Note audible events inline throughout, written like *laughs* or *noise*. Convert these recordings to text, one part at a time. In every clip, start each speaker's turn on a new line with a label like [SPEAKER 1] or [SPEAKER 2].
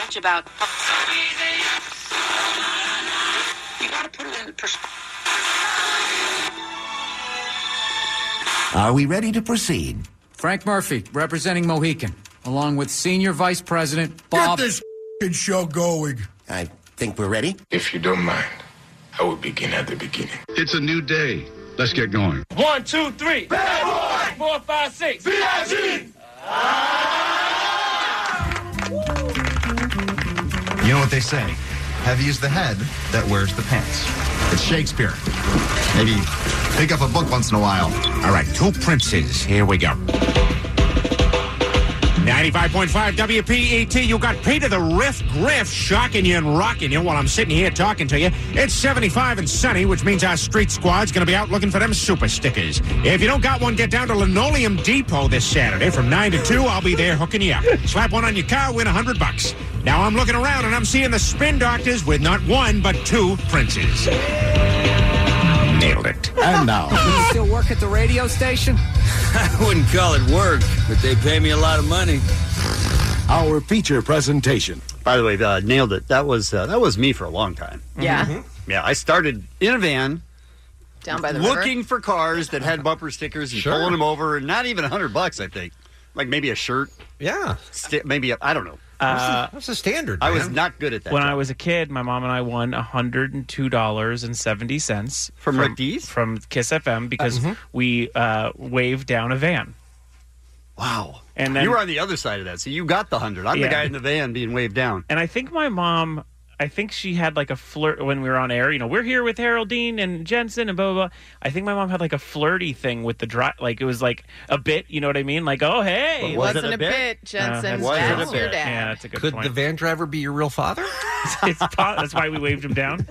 [SPEAKER 1] much about. You gotta put it in perspective.
[SPEAKER 2] Are we ready to proceed?
[SPEAKER 3] Frank Murphy, representing Mohican, along with Senior Vice President Bob.
[SPEAKER 4] Get this f***ing show going.
[SPEAKER 2] I think we're ready.
[SPEAKER 5] If you don't mind, I will begin at the beginning.
[SPEAKER 6] It's a new day. Let's get going.
[SPEAKER 7] One, two, three. Bad boy. Four, five, six.
[SPEAKER 3] Ah.
[SPEAKER 8] You know what they say? Heavy is the head that wears the pants. It's Shakespeare. Maybe pick up a book once in a while.
[SPEAKER 2] All right, two princes. Here we go. 95.5 WPET, E you got Peter the Riff Griff shocking you and rocking you while I'm sitting here talking to you. It's 75 and sunny, which means our street squad's going to be out looking for them super stickers. If you don't got one, get down to Linoleum Depot this Saturday from 9 to 2. I'll be there hooking you up. Slap one on your car, win 100 bucks. Now I'm looking around and I'm seeing the spin doctors with not one, but two princes. Nailed it.
[SPEAKER 8] And now,
[SPEAKER 3] *laughs* You still work at the radio station?
[SPEAKER 9] *laughs* I wouldn't call it work, but they pay me a lot of money.
[SPEAKER 8] our feature presentation.
[SPEAKER 10] By the way, uh, nailed it. That was uh, that was me for a long time.
[SPEAKER 11] Yeah,
[SPEAKER 7] Mm-hmm.
[SPEAKER 10] Yeah, I started in a van
[SPEAKER 11] down by the river.
[SPEAKER 10] looking for cars that had bumper stickers and pulling them over, and not even a hundred bucks, I think, like maybe a shirt,
[SPEAKER 12] Yeah.
[SPEAKER 10] sti maybe I I don't know.
[SPEAKER 12] Uh, that's the standard.
[SPEAKER 10] I was not good at that.
[SPEAKER 7] When
[SPEAKER 10] job.
[SPEAKER 7] I was a kid, my mom and I won hundred and two dollars and seventy cents
[SPEAKER 10] From Ricky's? mm-hmm.
[SPEAKER 7] from Kiss FM because we uh, waved down a van.
[SPEAKER 10] wow,
[SPEAKER 7] And then
[SPEAKER 10] you were on the other side of that, so you got the hundred. I'm
[SPEAKER 7] Yeah.
[SPEAKER 10] the guy in the van being waved down.
[SPEAKER 7] And I think my mom, I think she had like a flirt when we were on air. You know, we're here with Haroldine and Jensen and blah, blah, blah. I think my mom had like a flirty thing with the dry, like it was like a bit, you know what I mean? Like, oh, hey.
[SPEAKER 10] But
[SPEAKER 7] Uh,
[SPEAKER 10] what-
[SPEAKER 11] Wasn't
[SPEAKER 10] it
[SPEAKER 11] a
[SPEAKER 10] a bit?
[SPEAKER 11] bit, Jensen.
[SPEAKER 7] that's-
[SPEAKER 10] Was it a
[SPEAKER 11] that's your
[SPEAKER 10] bit?
[SPEAKER 11] dad.
[SPEAKER 7] Yeah, that's a good
[SPEAKER 12] Could the
[SPEAKER 7] point.
[SPEAKER 12] van driver be your real father?
[SPEAKER 7] *laughs* it's po- that's why we waved him down.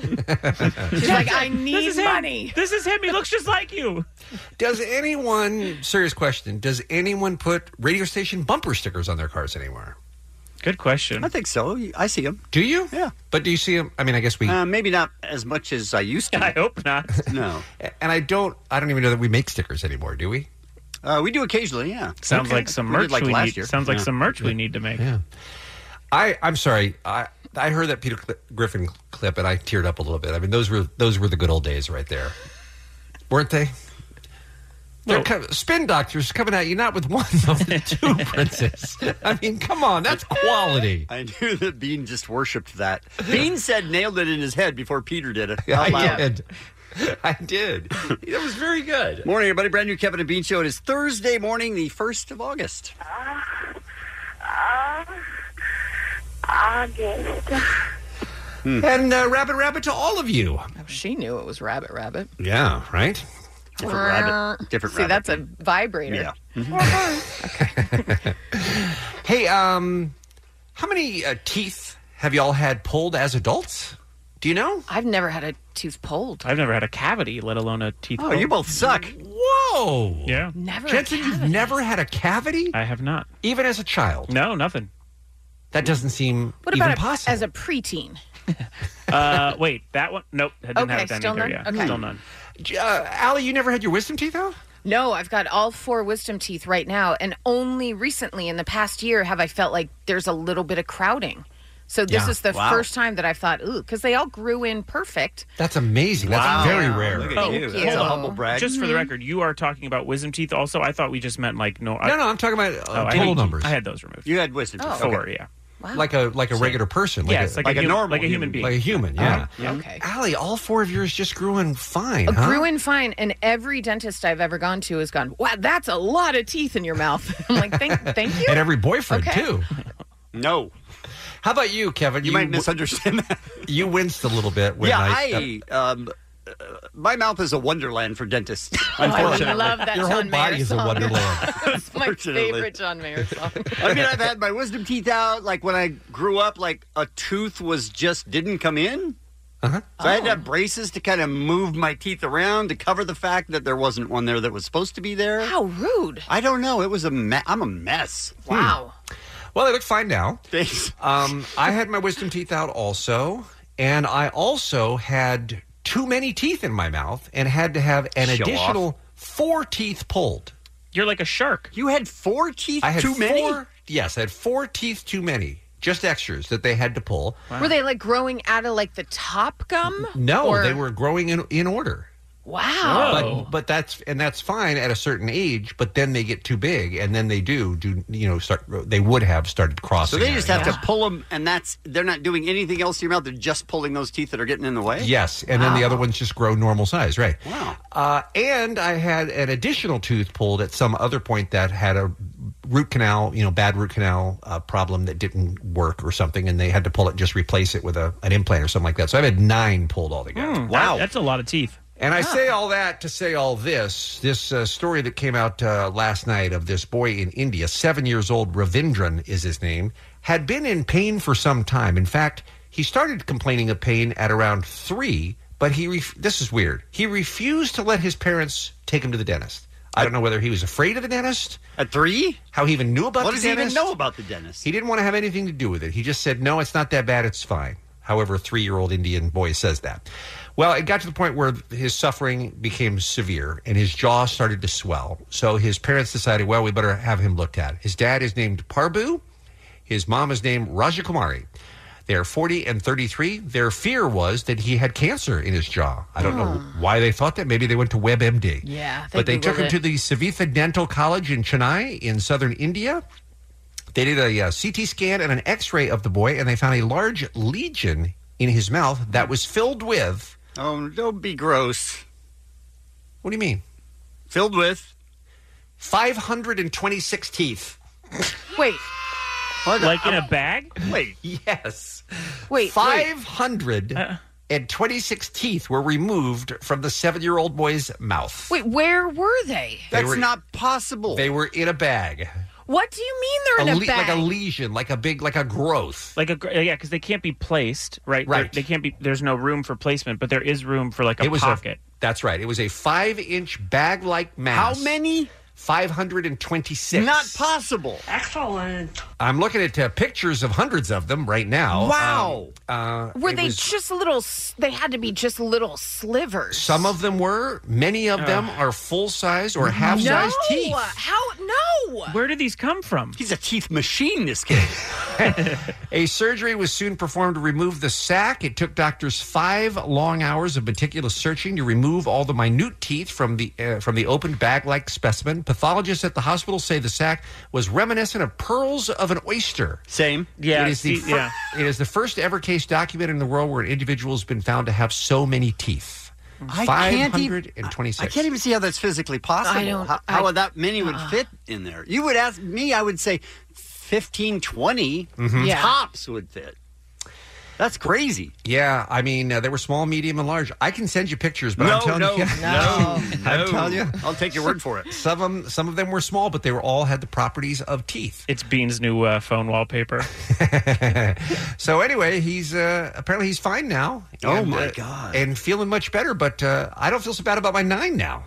[SPEAKER 11] She's like, I need
[SPEAKER 7] this is him.
[SPEAKER 11] money.
[SPEAKER 7] This is him. He looks just like you.
[SPEAKER 12] Does anyone, serious question, does anyone put radio station bumper stickers on their cars anymore?
[SPEAKER 7] Good question.
[SPEAKER 10] I think so. I see him.
[SPEAKER 12] Do you?
[SPEAKER 10] Yeah.
[SPEAKER 12] But do you see them? I mean, I guess we.
[SPEAKER 10] Uh, maybe not as much as I used
[SPEAKER 7] *laughs* I
[SPEAKER 10] to.
[SPEAKER 7] hope not.
[SPEAKER 10] No,
[SPEAKER 12] and I don't. I don't even know that we make stickers anymore. Do we?
[SPEAKER 10] uh, we do occasionally. Yeah.
[SPEAKER 7] Sounds
[SPEAKER 10] Okay.
[SPEAKER 7] like some
[SPEAKER 10] We did
[SPEAKER 7] merch
[SPEAKER 10] like
[SPEAKER 7] we,
[SPEAKER 10] last
[SPEAKER 7] need.
[SPEAKER 10] year.
[SPEAKER 7] Sounds like
[SPEAKER 10] Yeah.
[SPEAKER 7] some merch we need to make.
[SPEAKER 12] Yeah. I. I'm sorry. I. I heard that Peter Cl- Griffin clip and I teared up a little bit. I mean, those were those were the good old days, right there, weren't they? They're
[SPEAKER 7] No.
[SPEAKER 12] co- spin doctors coming at you not with one, but
[SPEAKER 7] *laughs*
[SPEAKER 12] with two princes. I mean, come on, that's quality.
[SPEAKER 10] *laughs* I knew that Bean just worshipped
[SPEAKER 12] *laughs*
[SPEAKER 10] that. Bean said nailed it in his head before Peter did it. Out
[SPEAKER 12] I
[SPEAKER 10] loud.
[SPEAKER 12] did. I
[SPEAKER 10] *laughs*
[SPEAKER 12] did. That was very good.
[SPEAKER 10] Morning, everybody. Brand new Kevin and Bean show. It is Thursday morning, the 1st of August.
[SPEAKER 1] August.
[SPEAKER 10] Hmm.
[SPEAKER 12] And uh, rabbit, rabbit to all of you.
[SPEAKER 11] Oh, she knew it was Rabbit Rabbit.
[SPEAKER 12] Yeah, right.
[SPEAKER 10] Different rabbit. Different
[SPEAKER 11] See,
[SPEAKER 10] rabbit.
[SPEAKER 11] that's a vibrator.
[SPEAKER 10] Yeah. Mm-hmm.
[SPEAKER 12] Hey, um, how many uh, teeth have y'all had pulled as adults? Do you know?
[SPEAKER 11] I've never had a tooth pulled.
[SPEAKER 7] I've never had a cavity, let alone a teeth.
[SPEAKER 10] Oh,
[SPEAKER 7] hole.
[SPEAKER 10] you both suck.
[SPEAKER 12] Whoa!
[SPEAKER 7] Yeah,
[SPEAKER 11] Never. a
[SPEAKER 12] Jensen, you've
[SPEAKER 11] cavity.
[SPEAKER 12] never had a cavity,
[SPEAKER 7] I have not.
[SPEAKER 12] even as a child.
[SPEAKER 7] No, nothing.
[SPEAKER 12] That doesn't seem
[SPEAKER 11] What
[SPEAKER 12] even
[SPEAKER 11] about a,
[SPEAKER 12] possible.
[SPEAKER 11] as a preteen?
[SPEAKER 7] Uh, wait, that one. Nope, I didn't
[SPEAKER 11] Okay,
[SPEAKER 7] have it then
[SPEAKER 11] still
[SPEAKER 7] either.
[SPEAKER 11] none?
[SPEAKER 7] Yeah,
[SPEAKER 11] Okay.
[SPEAKER 7] still none.
[SPEAKER 12] uh, Allie, you never had your wisdom teeth out?
[SPEAKER 11] No, I've got all four wisdom teeth right now, and only recently in the past year have I felt like there's a little bit of crowding. So this
[SPEAKER 12] Yeah.
[SPEAKER 11] is the
[SPEAKER 10] Wow.
[SPEAKER 11] first time that I've thought, ooh, because they all grew in perfect.
[SPEAKER 12] That's amazing.
[SPEAKER 10] Wow.
[SPEAKER 12] That's very
[SPEAKER 11] Yeah.
[SPEAKER 12] rare.
[SPEAKER 10] Look at you.
[SPEAKER 7] Oh,
[SPEAKER 11] thank
[SPEAKER 10] That's
[SPEAKER 11] you. Mm-hmm.
[SPEAKER 10] a humble brag.
[SPEAKER 7] Just for the record, you are talking about wisdom teeth. Also, I thought we just meant like no.
[SPEAKER 12] No, no, I'm talking about
[SPEAKER 7] oh,
[SPEAKER 12] uh,
[SPEAKER 7] I
[SPEAKER 12] total
[SPEAKER 7] think
[SPEAKER 12] numbers,
[SPEAKER 7] I had those removed.
[SPEAKER 10] you had wisdom.
[SPEAKER 11] Oh.
[SPEAKER 10] teeth.
[SPEAKER 7] Four, yeah.
[SPEAKER 11] Wow.
[SPEAKER 12] like a like a regular person.
[SPEAKER 7] yeah,
[SPEAKER 12] like
[SPEAKER 7] it's
[SPEAKER 12] a,
[SPEAKER 7] like,
[SPEAKER 10] like a
[SPEAKER 7] a, human,
[SPEAKER 10] normal
[SPEAKER 7] like a human
[SPEAKER 10] human,
[SPEAKER 7] being.
[SPEAKER 12] like a human. Yeah.
[SPEAKER 11] okay.
[SPEAKER 12] Allie, all four of yours just grew in fine.
[SPEAKER 11] Uh,
[SPEAKER 12] huh?
[SPEAKER 11] Grew in fine, and every dentist I've ever gone to has gone, wow, that's a lot of teeth in your mouth. *laughs* I'm like, thank, thank you.
[SPEAKER 12] and every boyfriend
[SPEAKER 11] Okay.
[SPEAKER 12] too.
[SPEAKER 10] No.
[SPEAKER 12] How about you, Kevin?
[SPEAKER 10] You, might misunderstand that.
[SPEAKER 12] you winced a little bit when
[SPEAKER 10] yeah,
[SPEAKER 12] I,
[SPEAKER 10] I, um, uh, my mouth is a wonderland for
[SPEAKER 12] *laughs*
[SPEAKER 10] dentists.
[SPEAKER 11] Oh,
[SPEAKER 10] Unfortunately,
[SPEAKER 11] I love that John Mayer song. *laughs* That's my
[SPEAKER 10] Unfortunately.
[SPEAKER 11] favorite John Mayer song.
[SPEAKER 10] *laughs* I mean, I've had my wisdom teeth out. Like when I grew up, like a tooth was just didn't come in. Uh-huh. So
[SPEAKER 11] Oh.
[SPEAKER 10] I had to have braces to kind of move my teeth around to cover the fact that there wasn't one there that was supposed to be there.
[SPEAKER 11] How rude!
[SPEAKER 10] I don't know. It was a me- I'm a mess.
[SPEAKER 12] Hmm.
[SPEAKER 11] Wow.
[SPEAKER 12] Well, they look fine now.
[SPEAKER 10] Thanks.
[SPEAKER 12] Um, I had my wisdom teeth out also, and I also had too many teeth in my mouth and had to have an
[SPEAKER 7] Show off.
[SPEAKER 12] additional four teeth pulled.
[SPEAKER 7] You're like a shark.
[SPEAKER 10] You had four teeth
[SPEAKER 12] I had
[SPEAKER 10] too
[SPEAKER 12] four,
[SPEAKER 10] many?
[SPEAKER 12] Yes, I had four teeth too many, just extras that they had to pull.
[SPEAKER 11] Were they like growing out of like the top gum?
[SPEAKER 12] No,
[SPEAKER 11] Or-
[SPEAKER 12] they were growing in in order.
[SPEAKER 11] Wow.
[SPEAKER 10] Oh.
[SPEAKER 12] But, but that's and that's fine at a certain age. But then they get too big, and then they do do you know start they would have started
[SPEAKER 10] So
[SPEAKER 12] crossing.
[SPEAKER 10] they just
[SPEAKER 12] out.
[SPEAKER 10] have to pull them, and that's they're not doing anything else to your mouth. They're just pulling those teeth that are getting in the way.
[SPEAKER 12] Yes, and then the other ones just grow normal size, right? Wow. Uh, and I had an additional tooth pulled at some other point that had a root canal, you know, bad root canal uh, problem that didn't work or something, and they had to pull it, just replace it with a, an implant or something like that. So I've had nine pulled altogether.
[SPEAKER 7] Hmm, that- that's a lot of teeth.
[SPEAKER 12] And
[SPEAKER 10] Ah.
[SPEAKER 12] I say all that to say all this. This uh, story that came out uh, last night of this boy in India, seven years old, Ravindran is his name, had been in pain for some time. In fact, he started complaining of pain at around three, but he ref- this is weird. He refused to let his parents take him to the dentist. I don't know whether he was afraid of the dentist.
[SPEAKER 10] At three?
[SPEAKER 12] How he even knew about
[SPEAKER 10] What
[SPEAKER 12] the
[SPEAKER 10] does he even
[SPEAKER 12] dentist.
[SPEAKER 10] know about the dentist?
[SPEAKER 12] He didn't want to have anything to do with it. He just said, no, it's not that bad. It's fine. However, a three year old Indian boy says that. Well, it got to the point where his suffering became severe and his jaw started to swell. So his parents decided, well, we better have him looked at. His dad is named Parbu, his mom is named Rajakumari. They are 40 and 33. Their fear was that he had cancer in his jaw. I don't know why they thought that. Maybe they went to WebMD.
[SPEAKER 11] Yeah.
[SPEAKER 12] But they took
[SPEAKER 11] Googled
[SPEAKER 12] him
[SPEAKER 11] it.
[SPEAKER 12] to the Savitha Dental College in Chennai in southern India. They did a uh, CT scan and an x ray of the boy, and they found a large legion in his mouth that was filled with.
[SPEAKER 10] Oh, don't be gross.
[SPEAKER 12] What do you mean?
[SPEAKER 10] Filled with?
[SPEAKER 12] 526 teeth.
[SPEAKER 11] Wait,
[SPEAKER 7] Like in a bag?
[SPEAKER 10] Wait.
[SPEAKER 12] Yes.
[SPEAKER 11] wait, wait.
[SPEAKER 12] 526 teeth were removed from the seven year old boy's mouth.
[SPEAKER 11] Wait, where were they?
[SPEAKER 12] They That's were- not
[SPEAKER 10] possible.
[SPEAKER 12] They were in a bag.
[SPEAKER 11] What do you mean they're
[SPEAKER 12] A
[SPEAKER 11] in a
[SPEAKER 12] le-
[SPEAKER 11] bag?
[SPEAKER 12] Like a lesion, like a big, like a growth.
[SPEAKER 7] Like a gr- uh, yeah, because they can't be placed, right? They're-
[SPEAKER 12] Right.
[SPEAKER 7] They can't be. There's no room for placement, but there is room for like a
[SPEAKER 12] it was
[SPEAKER 7] pocket.
[SPEAKER 12] A, that's right. It was a five inch bag like mass.
[SPEAKER 7] How
[SPEAKER 10] many?
[SPEAKER 12] 526.
[SPEAKER 10] possible.
[SPEAKER 1] Excellent.
[SPEAKER 12] I'm looking at uh, pictures of hundreds of them right now.
[SPEAKER 11] Wow.
[SPEAKER 12] Um, uh,
[SPEAKER 11] were
[SPEAKER 12] it
[SPEAKER 11] they
[SPEAKER 12] was-
[SPEAKER 11] just little? s- They had to be just little slivers.
[SPEAKER 12] Some of them were. Many of them are full size or half size
[SPEAKER 11] no.
[SPEAKER 12] teeth.
[SPEAKER 11] How? No.
[SPEAKER 7] Where did these come from?
[SPEAKER 10] He's a teeth machine, this kid.
[SPEAKER 12] *laughs*
[SPEAKER 10] *laughs*
[SPEAKER 12] A surgery was soon performed to remove the sac. It took doctors five long hours of meticulous searching to remove all the minute teeth from the uh, from the open bag-like specimen. Pathologists at the hospital say the sac was reminiscent of pearls of an oyster.
[SPEAKER 10] Same.
[SPEAKER 7] Yeah,
[SPEAKER 12] It is the
[SPEAKER 7] see,
[SPEAKER 12] fir-
[SPEAKER 7] yeah.
[SPEAKER 12] It is the first ever case documented in the world where an individual has been found to have so many teeth.
[SPEAKER 10] I
[SPEAKER 12] Five
[SPEAKER 10] can't even-
[SPEAKER 12] hundred and
[SPEAKER 10] I
[SPEAKER 12] twenty-six.
[SPEAKER 10] can't even see how that's physically possible.
[SPEAKER 11] I don't-
[SPEAKER 10] how
[SPEAKER 11] I- Uh.
[SPEAKER 10] how that many would fit in there. You would ask me, I would say 15, 20
[SPEAKER 12] Mhm.
[SPEAKER 11] Yeah.
[SPEAKER 10] tops would fit. That's crazy.
[SPEAKER 12] Yeah, I mean, uh, they were small, medium, and large. I can send you pictures, but
[SPEAKER 10] no,
[SPEAKER 12] I'm telling
[SPEAKER 10] no,
[SPEAKER 12] you,
[SPEAKER 10] no, no.
[SPEAKER 12] *laughs* I'm telling you,
[SPEAKER 10] I'll take your word for it.
[SPEAKER 12] Some of them, some of them were small, but they were all had the properties of teeth.
[SPEAKER 7] It's Bean's new uh, phone *laughs* wallpaper.
[SPEAKER 12] *laughs* So anyway, he's uh, apparently he's fine now.
[SPEAKER 10] Oh,
[SPEAKER 12] and,
[SPEAKER 10] my
[SPEAKER 12] uh,
[SPEAKER 10] God.
[SPEAKER 12] and feeling much better. But uh, I don't feel so bad about my nine now.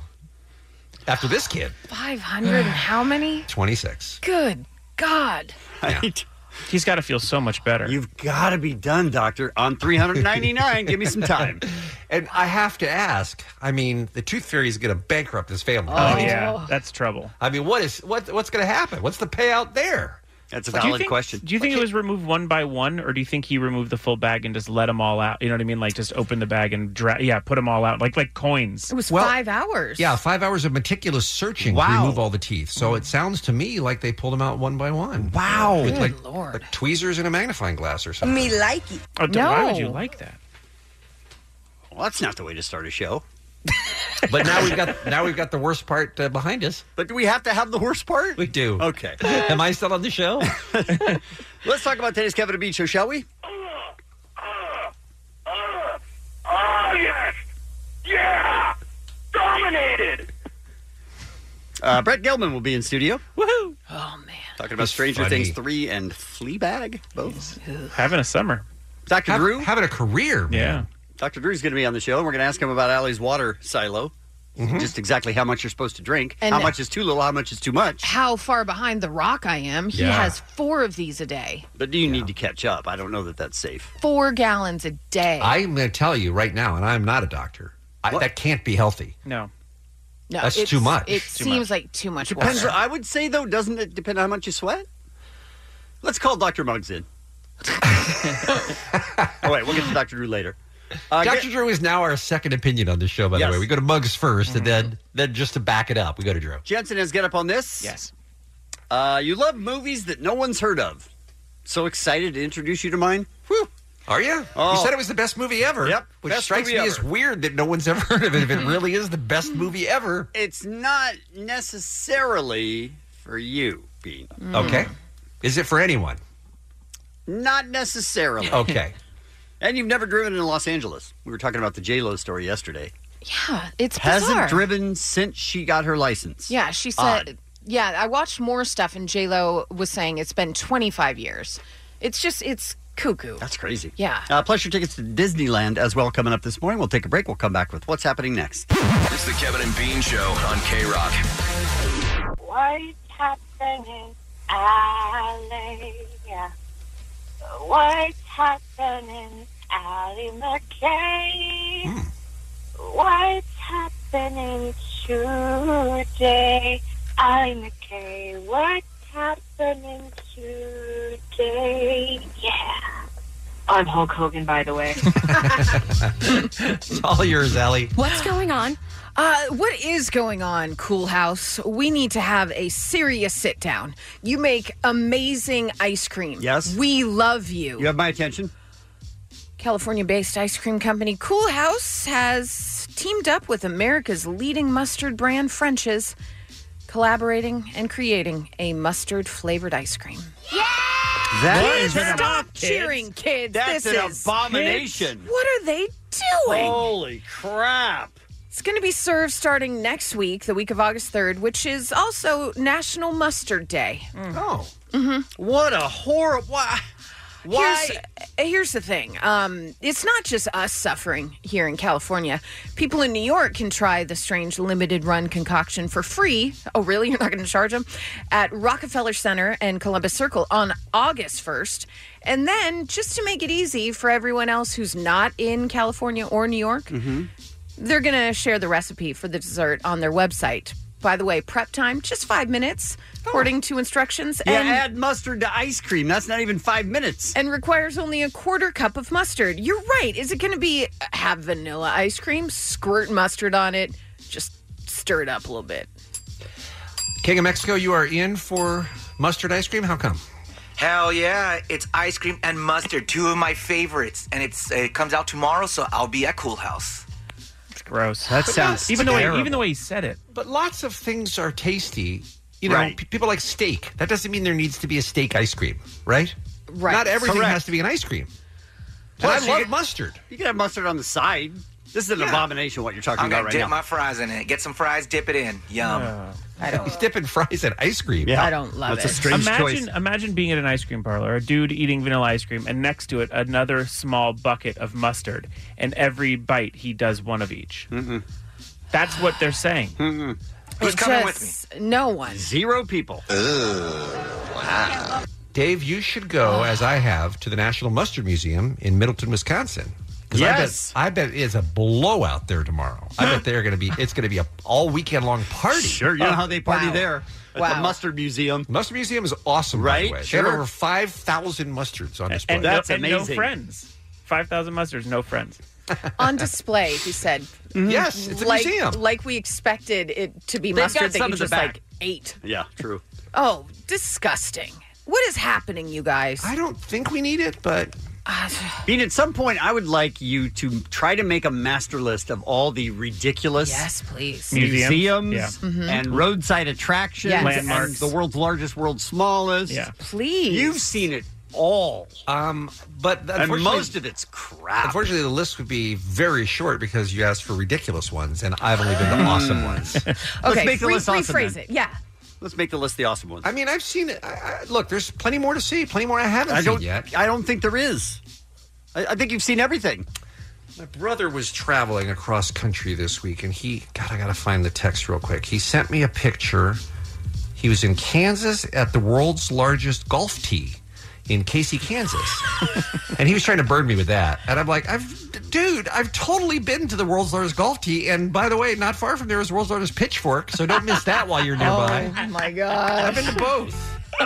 [SPEAKER 12] After this kid,
[SPEAKER 11] Five hundred. how many?
[SPEAKER 12] twenty six.
[SPEAKER 11] Good God.
[SPEAKER 10] Right?
[SPEAKER 7] He's got to feel so much better.
[SPEAKER 10] You've got to be done, doctor. On 399, give me some time.
[SPEAKER 12] *laughs* And I have to ask. I mean, the tooth fairy is going to bankrupt his family.
[SPEAKER 7] oh
[SPEAKER 12] right?
[SPEAKER 7] yeah, that's trouble.
[SPEAKER 12] I mean, what is what what's going to happen? What's the payout there?
[SPEAKER 10] That's a
[SPEAKER 7] Do you
[SPEAKER 10] valid
[SPEAKER 7] think-
[SPEAKER 10] question.
[SPEAKER 7] Do you think it was removed one by one, or do you think he removed the full bag and just let them all out? You know what I mean? Like just open the bag and dra- yeah, put them all out like like coins.
[SPEAKER 11] It was
[SPEAKER 12] Well,
[SPEAKER 11] five hours.
[SPEAKER 12] Yeah, five hours of meticulous searching to
[SPEAKER 10] Wow.
[SPEAKER 12] remove all the teeth. So it sounds to me like they pulled them out one by one.
[SPEAKER 10] Wow.
[SPEAKER 12] With Oh, like,
[SPEAKER 11] Lord.
[SPEAKER 12] like tweezers and a magnifying glass or something.
[SPEAKER 1] like it.
[SPEAKER 7] Oh, d- Why would
[SPEAKER 11] No.
[SPEAKER 7] you like that?
[SPEAKER 10] Well, that's not the way to start a show.
[SPEAKER 12] *laughs* But now we've got now we've got the worst part uh, behind us.
[SPEAKER 10] But do we have to have the worst part?
[SPEAKER 12] We do.
[SPEAKER 10] Okay.
[SPEAKER 12] *laughs* Am I still on the show?
[SPEAKER 10] *laughs* Let's talk about today's Kevin and Bean show, shall we?
[SPEAKER 1] Oh, yes. Yeah.
[SPEAKER 10] Uh, Brett Gelman will be in studio.
[SPEAKER 7] Woohoo!
[SPEAKER 10] Oh, man. Talking about Stranger
[SPEAKER 7] funny.
[SPEAKER 10] Things 3 and Fleabag, both.
[SPEAKER 7] Having a summer.
[SPEAKER 10] Dr.
[SPEAKER 7] Have-
[SPEAKER 10] Drew?
[SPEAKER 12] Having a career,
[SPEAKER 7] man.
[SPEAKER 10] Dr. Drew's going to be on the show, and we're going to ask him about Allie's water silo.
[SPEAKER 12] Mm-hmm.
[SPEAKER 10] Just exactly how much you're supposed to drink.
[SPEAKER 11] And-
[SPEAKER 10] how much is too little, how much is too much.
[SPEAKER 11] How far behind the rock I am. He
[SPEAKER 10] Yeah.
[SPEAKER 11] has four of these a day.
[SPEAKER 10] But do you need to catch up? I don't know that that's safe.
[SPEAKER 11] Four gallons a day.
[SPEAKER 12] I'm going to tell you right now, and I'm not a doctor. I, that can't be healthy.
[SPEAKER 7] No.
[SPEAKER 11] No,
[SPEAKER 12] That's
[SPEAKER 11] it's-
[SPEAKER 12] too much.
[SPEAKER 11] It
[SPEAKER 12] Too
[SPEAKER 11] seems
[SPEAKER 12] much.
[SPEAKER 11] like too much
[SPEAKER 10] Depends.
[SPEAKER 11] water.
[SPEAKER 10] I would say though, doesn't it depend on how much you sweat? Let's call Doctor Muggs
[SPEAKER 12] *laughs*
[SPEAKER 10] in. All right, we'll get to Doctor Drew later. Uh,
[SPEAKER 12] Dr. Drew is now our second opinion on this show, by
[SPEAKER 10] Yes.
[SPEAKER 12] the way. We go to Muggs 1st and then then just to back it up, we go to Drew.
[SPEAKER 10] Jensen has get up on this.
[SPEAKER 7] Yes.
[SPEAKER 10] Uh, you love movies that no one's heard of. So excited to introduce you to mine. Whew.
[SPEAKER 12] Are you?
[SPEAKER 10] Oh.
[SPEAKER 12] You said it was the best movie ever.
[SPEAKER 10] Yep,
[SPEAKER 12] Which
[SPEAKER 10] best
[SPEAKER 12] strikes me
[SPEAKER 10] movie
[SPEAKER 12] as
[SPEAKER 10] ever.
[SPEAKER 12] weird that no one's *laughs* ever Mm-hmm. heard of it if it really is the best movie ever.
[SPEAKER 10] It's not necessarily for you, Bean.
[SPEAKER 12] Okay. Is it for anyone?
[SPEAKER 10] Not necessarily.
[SPEAKER 12] Okay.
[SPEAKER 10] *laughs* And you've never driven in Los Angeles. We were talking about the J Lo story yesterday.
[SPEAKER 11] yeah, it's
[SPEAKER 10] Hasn't
[SPEAKER 11] bizarre.
[SPEAKER 10] driven since she got her license.
[SPEAKER 11] Yeah, she said. Yeah, I watched more stuff, and J Lo was saying it's been 25 years. It's just it's cuckoo.
[SPEAKER 10] That's crazy.
[SPEAKER 11] Yeah.
[SPEAKER 10] Uh, plus your tickets to Disneyland as well coming up this morning. We'll take a break. We'll come back with what's happening next.
[SPEAKER 13] It's the Kevin and Bean Show on K Rock.
[SPEAKER 14] What's happening, Alley? Yeah. What's happening, Allie McKay?
[SPEAKER 12] Hmm.
[SPEAKER 14] What's happening today, Allie McKay? What's happening today? Yeah. I'm Hulk Hogan, by
[SPEAKER 12] *laughs*
[SPEAKER 14] the way.
[SPEAKER 12] it's all yours, Ellie.
[SPEAKER 11] What's going on? *gasps* Uh, what is going on, Cool House? We need to have a serious sit down. You make amazing ice cream.
[SPEAKER 10] Yes.
[SPEAKER 11] We love you.
[SPEAKER 10] You have my attention.
[SPEAKER 11] California based ice cream company Cool House has teamed up with America's leading mustard brand, French's, collaborating and creating a mustard flavored ice cream.
[SPEAKER 10] That
[SPEAKER 11] Kids,
[SPEAKER 10] is an
[SPEAKER 11] stop
[SPEAKER 10] ab-
[SPEAKER 11] cheering, kids.
[SPEAKER 10] That's
[SPEAKER 11] this
[SPEAKER 10] an
[SPEAKER 11] is
[SPEAKER 10] abomination.
[SPEAKER 11] What are they doing?
[SPEAKER 10] Holy crap.
[SPEAKER 11] It's going to be served starting next week, the week of August 3rd, which is also National Mustard Day.
[SPEAKER 10] Oh.
[SPEAKER 11] Mm-hmm.
[SPEAKER 10] What a horrible. Why? Why?
[SPEAKER 11] Here's, here's the thing. Um, it's not just us suffering here in California. People in New York can try the strange limited run concoction for free. Oh, really? You're not going to charge them? At Rockefeller Center and Columbus Circle on August 1st. And then, just to make it easy for everyone else who's not in California or New York,
[SPEAKER 7] Mm-hmm.
[SPEAKER 11] they're going to share the recipe for the dessert on their website. By the way, prep time, just five minutes, according to instructions.
[SPEAKER 10] You
[SPEAKER 11] and
[SPEAKER 10] Oh. add mustard to ice cream. That's not even five minutes.
[SPEAKER 11] and requires only a quarter cup of mustard. You're right. Is it going to be uh, have vanilla ice cream, squirt mustard on it, just stir it up a little bit?
[SPEAKER 12] King of Mexico, you are in for mustard ice cream? How come?
[SPEAKER 15] Hell yeah! It's ice cream and mustard, two of my favorites, and it's it comes out tomorrow, so I'll be at Cool House.
[SPEAKER 7] It's gross.
[SPEAKER 10] That sounds
[SPEAKER 7] even though
[SPEAKER 12] terrible.
[SPEAKER 7] even though he said it.
[SPEAKER 12] But lots of things are tasty. You know,
[SPEAKER 7] Right.
[SPEAKER 12] pe- people like steak. That doesn't mean there needs to be a steak ice cream, right?
[SPEAKER 11] Right.
[SPEAKER 12] Not everything
[SPEAKER 10] Correct.
[SPEAKER 12] has to be an ice cream. And
[SPEAKER 10] Plus,
[SPEAKER 12] I
[SPEAKER 10] you
[SPEAKER 12] love
[SPEAKER 10] get-
[SPEAKER 12] mustard.
[SPEAKER 10] You can have mustard on the side. This is an abomination what you're talking
[SPEAKER 15] I'm
[SPEAKER 10] about
[SPEAKER 15] gonna
[SPEAKER 10] right
[SPEAKER 15] dip
[SPEAKER 10] now.
[SPEAKER 15] my fries in it. Get some fries, dip it in. Yum.
[SPEAKER 12] I don't. He's dipping fries in ice cream.
[SPEAKER 10] Yeah.
[SPEAKER 11] I don't love it.
[SPEAKER 7] imagine, Imagine being at an ice cream parlor, a dude eating vanilla ice cream, and next to it another small bucket of mustard, and every bite he does one of each. That's what they're saying.
[SPEAKER 11] It just- No one.
[SPEAKER 10] Zero people.
[SPEAKER 12] wow. Dave, you should go, as I have, to the National Mustard Museum in Middleton, Wisconsin. 'Cause
[SPEAKER 10] Yes.
[SPEAKER 12] I bet, I bet it's a blowout there tomorrow. I bet they're going to be, it's going to be a all weekend long party.
[SPEAKER 10] Sure, you
[SPEAKER 11] Oh,
[SPEAKER 10] know how they party there at the
[SPEAKER 12] Wow.
[SPEAKER 10] Mustard Museum.
[SPEAKER 12] Mustard Museum is awesome, by the
[SPEAKER 10] Right?
[SPEAKER 12] way. They
[SPEAKER 10] Sure.
[SPEAKER 12] have over 5,000 mustards on display.
[SPEAKER 7] And no, and no friends. Five thousand mustards, no friends.
[SPEAKER 11] On display, he said.
[SPEAKER 12] Yes, it's a
[SPEAKER 11] like,
[SPEAKER 12] museum.
[SPEAKER 11] Like we expected it to be
[SPEAKER 10] They've got
[SPEAKER 11] mustard that
[SPEAKER 10] some
[SPEAKER 11] you
[SPEAKER 10] in the
[SPEAKER 11] just
[SPEAKER 10] back.
[SPEAKER 11] like ate.
[SPEAKER 10] Yeah, true.
[SPEAKER 11] Oh, disgusting. What is happening, you guys? I
[SPEAKER 12] don't think we need it, but.
[SPEAKER 10] Bean, at some point, I would like you to try to make a master list of all the ridiculous
[SPEAKER 11] yes, please.
[SPEAKER 10] museums,
[SPEAKER 11] Yeah. Mhm.
[SPEAKER 10] and roadside attractions,
[SPEAKER 11] Yes.
[SPEAKER 10] and
[SPEAKER 11] Landmarks.
[SPEAKER 10] the world's largest, world's smallest.
[SPEAKER 11] Please.
[SPEAKER 10] You've seen it all.
[SPEAKER 12] Um, but
[SPEAKER 10] and
[SPEAKER 12] unfortunately-
[SPEAKER 10] most of it's crap.
[SPEAKER 12] Unfortunately, the list would be very short because you asked for ridiculous ones, and I've only been to awesome
[SPEAKER 11] *laughs*
[SPEAKER 12] ones.
[SPEAKER 11] Mm. Okay,
[SPEAKER 10] make the
[SPEAKER 11] re-
[SPEAKER 10] list awesome,
[SPEAKER 11] rephrase
[SPEAKER 10] then.
[SPEAKER 11] it. Yeah.
[SPEAKER 10] Let's make the list the awesome ones.
[SPEAKER 12] I mean, I've seen it. I, I, look, there's plenty more to see, plenty more I haven't
[SPEAKER 10] I
[SPEAKER 12] seen
[SPEAKER 10] don't.
[SPEAKER 12] yet.
[SPEAKER 10] I don't think there is. I, I think you've seen everything.
[SPEAKER 12] My brother was traveling across country this week, and he, God, I got to find the text real quick. He sent me a picture. He was in Kansas at the world's largest golf tee in Casey, Kansas. and he was trying to burn me with that. And I'm like, I've, d- dude, I've totally been to the world's largest golf tee. And by the way, not far from there is the world's largest pitchfork. So don't miss that while you're nearby.
[SPEAKER 11] Oh my god.
[SPEAKER 12] I've been to both.
[SPEAKER 11] *laughs*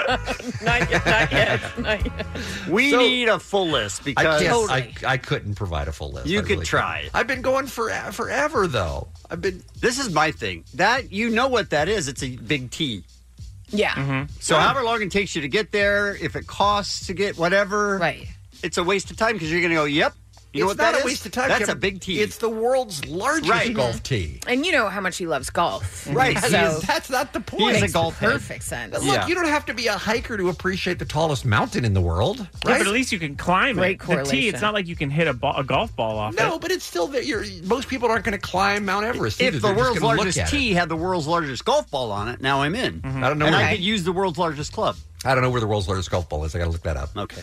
[SPEAKER 11] not yet.
[SPEAKER 10] *laughs*
[SPEAKER 11] Not yet. Not yet.
[SPEAKER 10] We
[SPEAKER 12] So-
[SPEAKER 10] need a full list
[SPEAKER 12] I,
[SPEAKER 10] because
[SPEAKER 12] can't, I, I couldn't provide a full list.
[SPEAKER 10] You
[SPEAKER 12] I
[SPEAKER 10] could
[SPEAKER 12] really
[SPEAKER 10] try.
[SPEAKER 12] couldn't. I've been going for, forever though. I've been.
[SPEAKER 10] This is my thing. That you know what that is. It's a big T.
[SPEAKER 11] *sighs* Yeah.
[SPEAKER 10] So however long it takes you to get there, if it costs to get whatever,
[SPEAKER 11] right?
[SPEAKER 10] It's a waste of time because you're going to go. Yep. You know
[SPEAKER 12] It's
[SPEAKER 10] what
[SPEAKER 12] not
[SPEAKER 10] that
[SPEAKER 12] a
[SPEAKER 10] is?
[SPEAKER 12] waste of time,
[SPEAKER 10] That's a
[SPEAKER 12] Kevin.
[SPEAKER 10] big T. It's
[SPEAKER 12] the world's largest
[SPEAKER 10] right.
[SPEAKER 12] golf tee.
[SPEAKER 11] And you know how much he loves golf.
[SPEAKER 12] *laughs* Right. He
[SPEAKER 11] So
[SPEAKER 12] is- that's not the
[SPEAKER 10] He's a
[SPEAKER 11] makes
[SPEAKER 10] golf head.
[SPEAKER 11] perfect sense.
[SPEAKER 12] But look, you don't have to be a hiker to appreciate the tallest mountain in the world,
[SPEAKER 7] Yeah,
[SPEAKER 12] right?
[SPEAKER 7] but at least you can climb
[SPEAKER 12] Great
[SPEAKER 7] it. The tee,
[SPEAKER 12] correlation.
[SPEAKER 7] it's not like you can hit a, ball, a golf ball off
[SPEAKER 12] no,
[SPEAKER 7] it.
[SPEAKER 12] but it's still that you're most people aren't going to climb Mount Everest. either.
[SPEAKER 10] if the
[SPEAKER 12] They're just
[SPEAKER 10] world's
[SPEAKER 12] gonna look
[SPEAKER 10] largest
[SPEAKER 12] at it. Mm-hmm.
[SPEAKER 10] tee had the world's largest golf ball on it, now I'm in.
[SPEAKER 12] I don't know
[SPEAKER 10] And
[SPEAKER 12] where-
[SPEAKER 10] I could use the world's largest club.
[SPEAKER 12] I don't know where the world's largest golf ball is. I got to look that up.
[SPEAKER 10] Okay.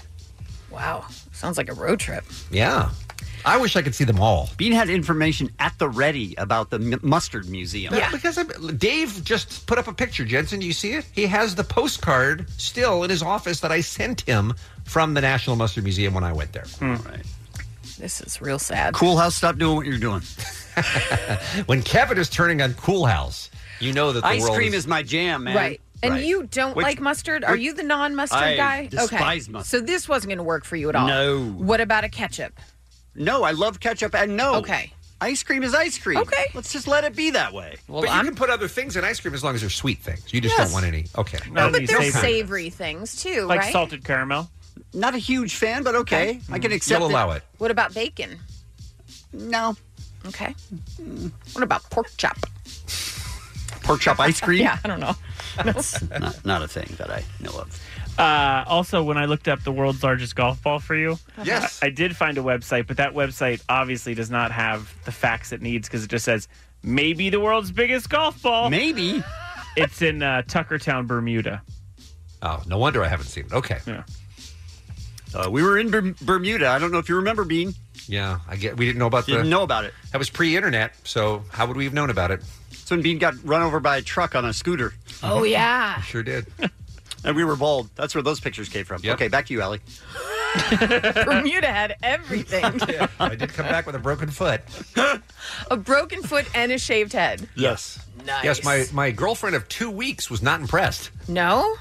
[SPEAKER 11] Wow. Sounds like a road trip.
[SPEAKER 12] Yeah. I wish I could see them all.
[SPEAKER 10] Bean had information at the ready about the M- mustard museum.
[SPEAKER 12] Yeah. Because I'm, Dave just put up a picture, Jensen. Do you see it? He has the postcard still in his office that I sent him from the National Mustard Museum when I went there.
[SPEAKER 11] This is real sad.
[SPEAKER 10] Hmm. Cool House, stop doing what you're doing.
[SPEAKER 12] *laughs* when Kevin is turning on Cool House, you know that the
[SPEAKER 10] Ice
[SPEAKER 12] world
[SPEAKER 10] cream
[SPEAKER 12] is
[SPEAKER 10] is my jam, man.
[SPEAKER 11] Right. And you don't
[SPEAKER 10] Which-
[SPEAKER 11] like mustard? Are
[SPEAKER 10] which-
[SPEAKER 11] you the non-mustard
[SPEAKER 10] I
[SPEAKER 11] guy?
[SPEAKER 10] despise
[SPEAKER 11] okay.
[SPEAKER 10] mustard.
[SPEAKER 11] So this wasn't going to work for you at all.
[SPEAKER 10] No.
[SPEAKER 11] What about a ketchup?
[SPEAKER 10] No, I love ketchup and no.
[SPEAKER 11] Okay.
[SPEAKER 10] Ice cream is ice cream. Okay. Let's just let it be that way.
[SPEAKER 12] Well, but you can put other things in ice cream as long as they're sweet things. You just
[SPEAKER 10] Yes.
[SPEAKER 12] don't want any. Okay.
[SPEAKER 11] No, Oh, but there's savory things too, right?
[SPEAKER 7] caramel.
[SPEAKER 10] Not a huge fan, but okay. I can accept
[SPEAKER 12] You'll
[SPEAKER 10] it.
[SPEAKER 12] allow it.
[SPEAKER 11] What about bacon?
[SPEAKER 10] No.
[SPEAKER 11] Okay. What about pork chop?
[SPEAKER 10] Pork chop
[SPEAKER 11] *laughs*
[SPEAKER 10] ice cream?
[SPEAKER 11] yeah, I
[SPEAKER 10] *laughs*
[SPEAKER 11] don't know.
[SPEAKER 10] That's not, not a thing that I know of.
[SPEAKER 7] Uh, also, when I looked up the world's largest golf ball for you,
[SPEAKER 11] Uh-huh.
[SPEAKER 10] Yes.
[SPEAKER 7] I, I did find a website, but that website obviously does not have the facts it needs because it just says maybe the world's biggest golf ball.
[SPEAKER 10] Maybe
[SPEAKER 7] it's in uh, Tuckertown, Bermuda.
[SPEAKER 12] Oh, no wonder I haven't seen it. Okay.
[SPEAKER 7] Yeah.
[SPEAKER 10] Uh, we were in Berm- Bermuda. I don't know if you remember, Bean.
[SPEAKER 12] Yeah, I get. We didn't know about the.
[SPEAKER 10] Didn't know about it.
[SPEAKER 12] That was pre-internet, so how would we have known about it?
[SPEAKER 10] It's when Bean got run over by a truck on a scooter.
[SPEAKER 11] Oh yeah.
[SPEAKER 12] Sure did.
[SPEAKER 10] *laughs* And we were bald. That's where those pictures came from. Okay, back to you, Allie.
[SPEAKER 11] *laughs* Bermuda had everything.
[SPEAKER 12] I did come back with a
[SPEAKER 10] *laughs*
[SPEAKER 12] broken foot.
[SPEAKER 11] A broken foot and a shaved head.
[SPEAKER 12] Yes.
[SPEAKER 11] Nice.
[SPEAKER 12] Yes, my my girlfriend of two weeks was not impressed. *laughs*
[SPEAKER 11] No?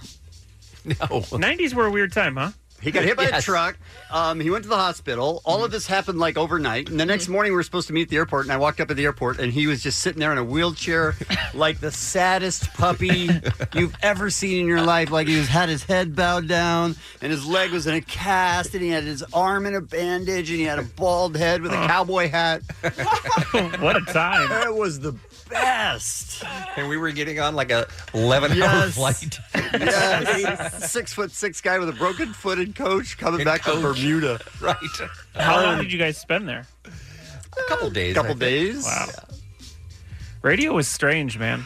[SPEAKER 12] No.
[SPEAKER 7] 90s were a weird time, huh?
[SPEAKER 10] He got hit by a
[SPEAKER 7] Yes.
[SPEAKER 10] truck. Um, he went to the hospital. All of this happened like overnight. And the next morning, we were supposed to meet at the airport. And I walked up at the airport, and he was just sitting there in a wheelchair, like the saddest puppy you've ever seen in your life. Like he was, had his head bowed down, and his leg was in a cast, and he had his arm in a bandage, and he had a bald head with a cowboy hat.
[SPEAKER 7] Oh. *laughs* what a time!
[SPEAKER 10] It was the best.
[SPEAKER 12] And we were getting on like a eleven hour
[SPEAKER 10] Yes.
[SPEAKER 12] flight.
[SPEAKER 10] Yes. six foot six guy with a broken footed coach coming back to Bermuda.
[SPEAKER 12] Right.
[SPEAKER 7] How long did you guys spend there?
[SPEAKER 12] A couple days.
[SPEAKER 10] Couple days.
[SPEAKER 7] Wow. Radio was strange, man.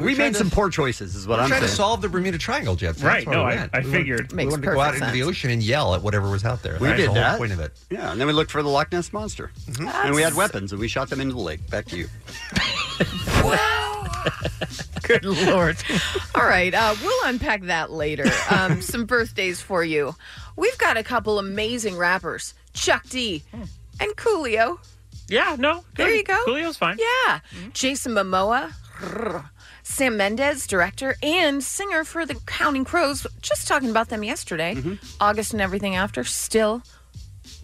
[SPEAKER 10] We, made some poor choices, is what
[SPEAKER 12] We're
[SPEAKER 10] I'm
[SPEAKER 12] trying
[SPEAKER 10] saying.
[SPEAKER 12] to solve the Bermuda Triangle, Jensen.
[SPEAKER 7] Right,
[SPEAKER 12] That's where
[SPEAKER 7] no,
[SPEAKER 12] we
[SPEAKER 7] I-
[SPEAKER 12] went.
[SPEAKER 7] I
[SPEAKER 12] We wanted-
[SPEAKER 7] figured.
[SPEAKER 12] we
[SPEAKER 7] Makes
[SPEAKER 12] wanted to go out
[SPEAKER 7] perfect
[SPEAKER 12] into the
[SPEAKER 7] sense.
[SPEAKER 12] ocean and yell at whatever was out there.
[SPEAKER 10] we
[SPEAKER 12] That was
[SPEAKER 10] did
[SPEAKER 12] the
[SPEAKER 10] that.
[SPEAKER 12] whole point of it.
[SPEAKER 10] Yeah, and then we looked for the Loch Ness monster, and we had weapons, and we shot them into the lake. Back to you.
[SPEAKER 11] *laughs* Good lord. All right, uh, we'll unpack that later.
[SPEAKER 7] *laughs*
[SPEAKER 11] Um, some birthdays for you. We've got a couple amazing rappers, Chuck D and Coolio.
[SPEAKER 7] Hmm. Yeah, no.
[SPEAKER 11] There you go.
[SPEAKER 7] Julio's fine. Mm-hmm.
[SPEAKER 11] Yeah. Jason Momoa, Sam Mendes, director and singer for the Counting Crows. Just talking about them yesterday.
[SPEAKER 7] Mm-hmm.
[SPEAKER 11] August and everything after. Still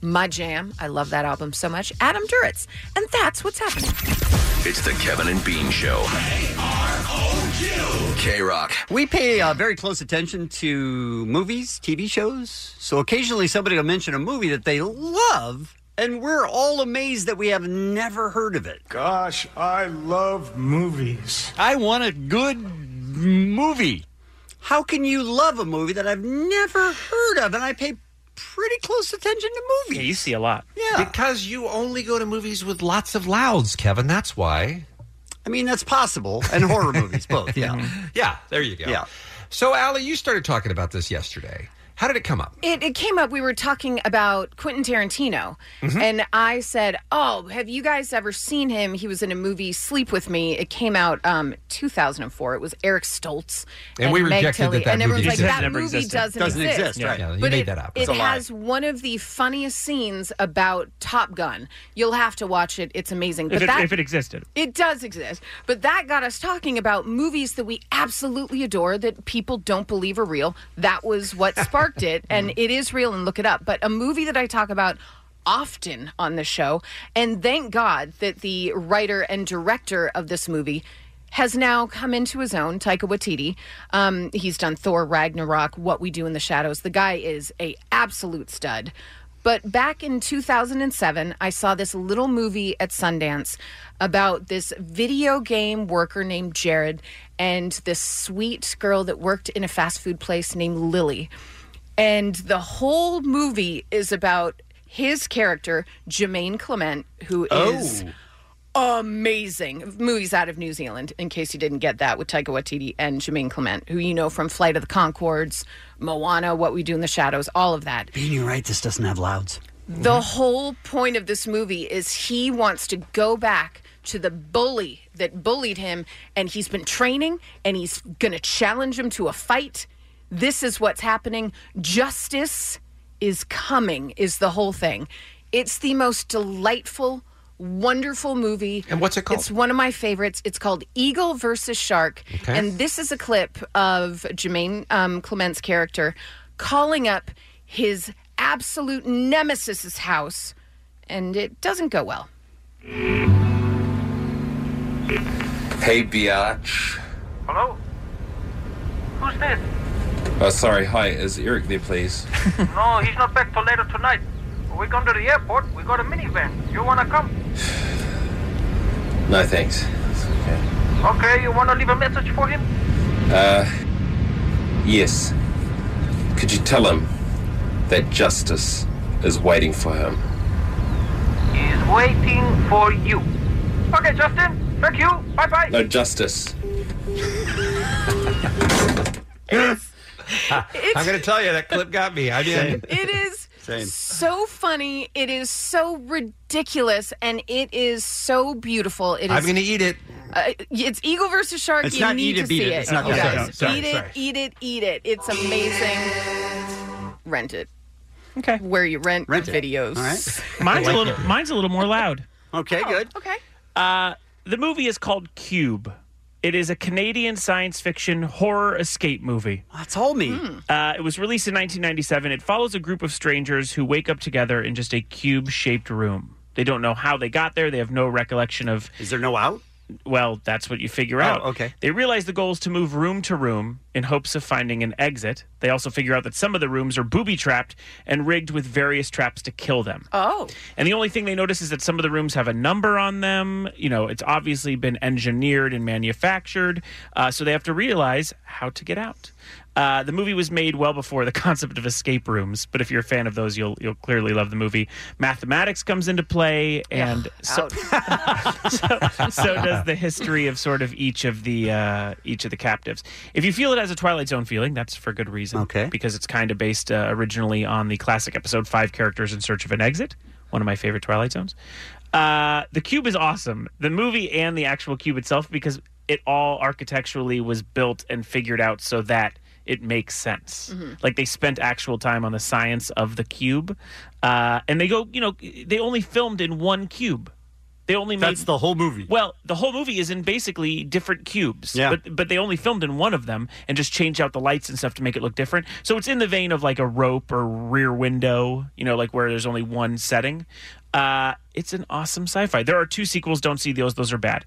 [SPEAKER 11] my jam. I love that album so much. Adam Duritz. And that's what's happening.
[SPEAKER 13] It's the Kevin and Bean Show. K Rock.
[SPEAKER 10] We pay uh, very close attention to movies, TV shows. So occasionally, somebody will mention a movie that they love, and we're all amazed that we have never heard of it.
[SPEAKER 8] Gosh, I love movies.
[SPEAKER 10] I want a good movie. How can you love a movie that I've never heard of and I pay pretty close attention to movies?
[SPEAKER 7] Yeah, you see a lot.
[SPEAKER 10] Yeah.
[SPEAKER 12] Because you only go to movies with lots of louds, Kevin. That's why.
[SPEAKER 10] I mean, that's possible. And
[SPEAKER 12] *laughs*
[SPEAKER 10] horror movies, both. Yeah.
[SPEAKER 12] Mm-hmm. yeah, there you go. Yeah. So, Allie, you started talking about this yesterday. How did it
[SPEAKER 10] *laughs*
[SPEAKER 12] come up?
[SPEAKER 11] It, it came up. We were talking about Quentin Tarantino,
[SPEAKER 12] Mhm.
[SPEAKER 11] and I said, "Oh, have you guys ever seen him? He was in a movie, Sleep with Me. It came out um 2004. It was Eric Stoltz,
[SPEAKER 12] And we
[SPEAKER 11] Meg
[SPEAKER 12] rejected
[SPEAKER 11] Tilly,
[SPEAKER 12] that that
[SPEAKER 11] and everyone's
[SPEAKER 12] movie
[SPEAKER 11] like,
[SPEAKER 12] existed.
[SPEAKER 11] "That
[SPEAKER 12] Never
[SPEAKER 11] movie
[SPEAKER 12] existed.
[SPEAKER 11] doesn't,
[SPEAKER 12] Doesn't exist, right. Yeah, you
[SPEAKER 11] But
[SPEAKER 12] made
[SPEAKER 11] it,
[SPEAKER 12] that up.
[SPEAKER 11] It
[SPEAKER 12] It's a lie.
[SPEAKER 11] has one of the funniest scenes about Top Gun. You'll have to watch it. It's amazing.
[SPEAKER 7] If
[SPEAKER 11] But
[SPEAKER 7] it,
[SPEAKER 11] that
[SPEAKER 7] if it existed.
[SPEAKER 11] it does exist. But that got us talking about movies that we absolutely adore that people don't believe are real. That was what sparked it. And it is real, and look it up. But a movie that I talk about often on the show, and thank God that the writer and director of this movie. Has now come into his own, Taika Waititi. Um, he's done Thor, Ragnarok, What We Do in the Shadows. The guy is a absolute stud. But back in 2007, I saw this little movie at Sundance about this video game worker named Jared and this sweet girl that worked in a fast food place named Lily. And the whole movie is about his character, Jermaine Clement, who is
[SPEAKER 10] Oh.
[SPEAKER 3] Oh.
[SPEAKER 11] amazing movies out of New Zealand, in case you didn't get that, with Taika Waititi and Jermaine Clement, who you know from Flight of the Concords, Moana, What We Do in the Shadows, all of that.
[SPEAKER 10] Being you're right, this doesn't have louds.
[SPEAKER 11] The whole point of this movie is he wants to go back to the bully that bullied him, and he's been training, and he's going to challenge him to a fight. This is what's happening. Justice is coming, is the whole thing. It's the most delightful, wonderful movie.
[SPEAKER 12] And what's it called?
[SPEAKER 11] It's one of my favorites. It's called Eagle versus Shark.
[SPEAKER 12] Okay.
[SPEAKER 11] And this is a clip of Jermaine um, Clement's character calling up his absolute nemesis's house, and it doesn't go well.
[SPEAKER 16] Hey, Biatch.
[SPEAKER 17] Hello? Who's this?
[SPEAKER 16] Oh, sorry. Hi, is Eric there, please?
[SPEAKER 17] no, he's not back till later tonight. We're going to the airport. We got a minivan. You wanna come?
[SPEAKER 16] No, thanks.
[SPEAKER 17] Okay, you wanna leave a message for him?
[SPEAKER 16] Uh, yes. Could you tell him that justice is waiting for him?
[SPEAKER 17] He's waiting for you. Okay, Justin. Thank you. Bye bye.
[SPEAKER 16] No, justice.
[SPEAKER 12] *laughs* I'm going to tell you, that clip got me. I *laughs* mean,
[SPEAKER 11] It is so funny. It is so ridiculous, and it is so beautiful. It is.
[SPEAKER 12] I'm going to eat it.
[SPEAKER 11] Uh, it's Eagle versus Shark.
[SPEAKER 12] It's
[SPEAKER 11] you
[SPEAKER 12] not
[SPEAKER 11] need
[SPEAKER 12] eat it,
[SPEAKER 11] to
[SPEAKER 12] beat
[SPEAKER 11] see
[SPEAKER 12] it.
[SPEAKER 11] it.
[SPEAKER 12] It's not
[SPEAKER 11] you
[SPEAKER 12] that
[SPEAKER 11] guys.
[SPEAKER 12] bad. Sorry,
[SPEAKER 11] eat it,
[SPEAKER 12] sorry.
[SPEAKER 11] eat it, eat it. It's amazing. Rent it. Okay. Where you rent,
[SPEAKER 7] Rent it.
[SPEAKER 11] videos. Oh,
[SPEAKER 7] All right.
[SPEAKER 11] *laughs*
[SPEAKER 7] Mine's a little. Mine's a little more loud.
[SPEAKER 10] Okay, good.
[SPEAKER 11] Okay.
[SPEAKER 7] Uh, the movie is called Cube. It is a Canadian science fiction horror escape movie.
[SPEAKER 10] told me.
[SPEAKER 11] Hmm.
[SPEAKER 7] Uh, it was released in 1997. It follows a group of strangers who wake up together in just a cube-shaped room. They don't know how they got there. They have no recollection of.
[SPEAKER 10] Is there no out?
[SPEAKER 7] Well, that's what you figure
[SPEAKER 10] Oh,
[SPEAKER 7] out.
[SPEAKER 10] okay.
[SPEAKER 7] They realize the goal is to move room to room in hopes of finding an exit. They also figure out that some of the rooms are booby trapped and rigged with various traps to kill them.
[SPEAKER 11] Oh.
[SPEAKER 7] And the only thing they notice is that some of the rooms have a number on them. You know, it's obviously been engineered and manufactured, uh, so they have to realize how to get out. Uh, the movie was made well before the *laughs* concept of escape rooms, but if you're a fan of those, you'll you'll clearly love the movie. Mathematics comes into play, and so, *laughs* *laughs* so *laughs* so does the history of sort of each of the uh, each of the captives. If you feel it has a Twilight Zone feeling, that's for good reason. Okay, because it's kind of based uh, originally on the classic episode five characters in search of an exit, one of my favorite Twilight Zones. Uh, the cube is awesome. The movie and the actual cube itself, because it all architecturally was built and figured out so that it makes sense.
[SPEAKER 6] Mhm.
[SPEAKER 7] Like they spent actual time on the science of the cube, uh, and they go, you know, they only filmed in one cube. They only made that's
[SPEAKER 10] the whole movie.
[SPEAKER 7] Well, the whole movie is in basically different cubes.
[SPEAKER 10] Yeah.
[SPEAKER 7] But but they only filmed in one of them and just changed out the lights and stuff to make it look different. So it's in the vein of like a rope or rear window, you know, like where there's only one setting. Uh, it's an awesome sci-fi. There are two sequels. Don't see those; those are bad.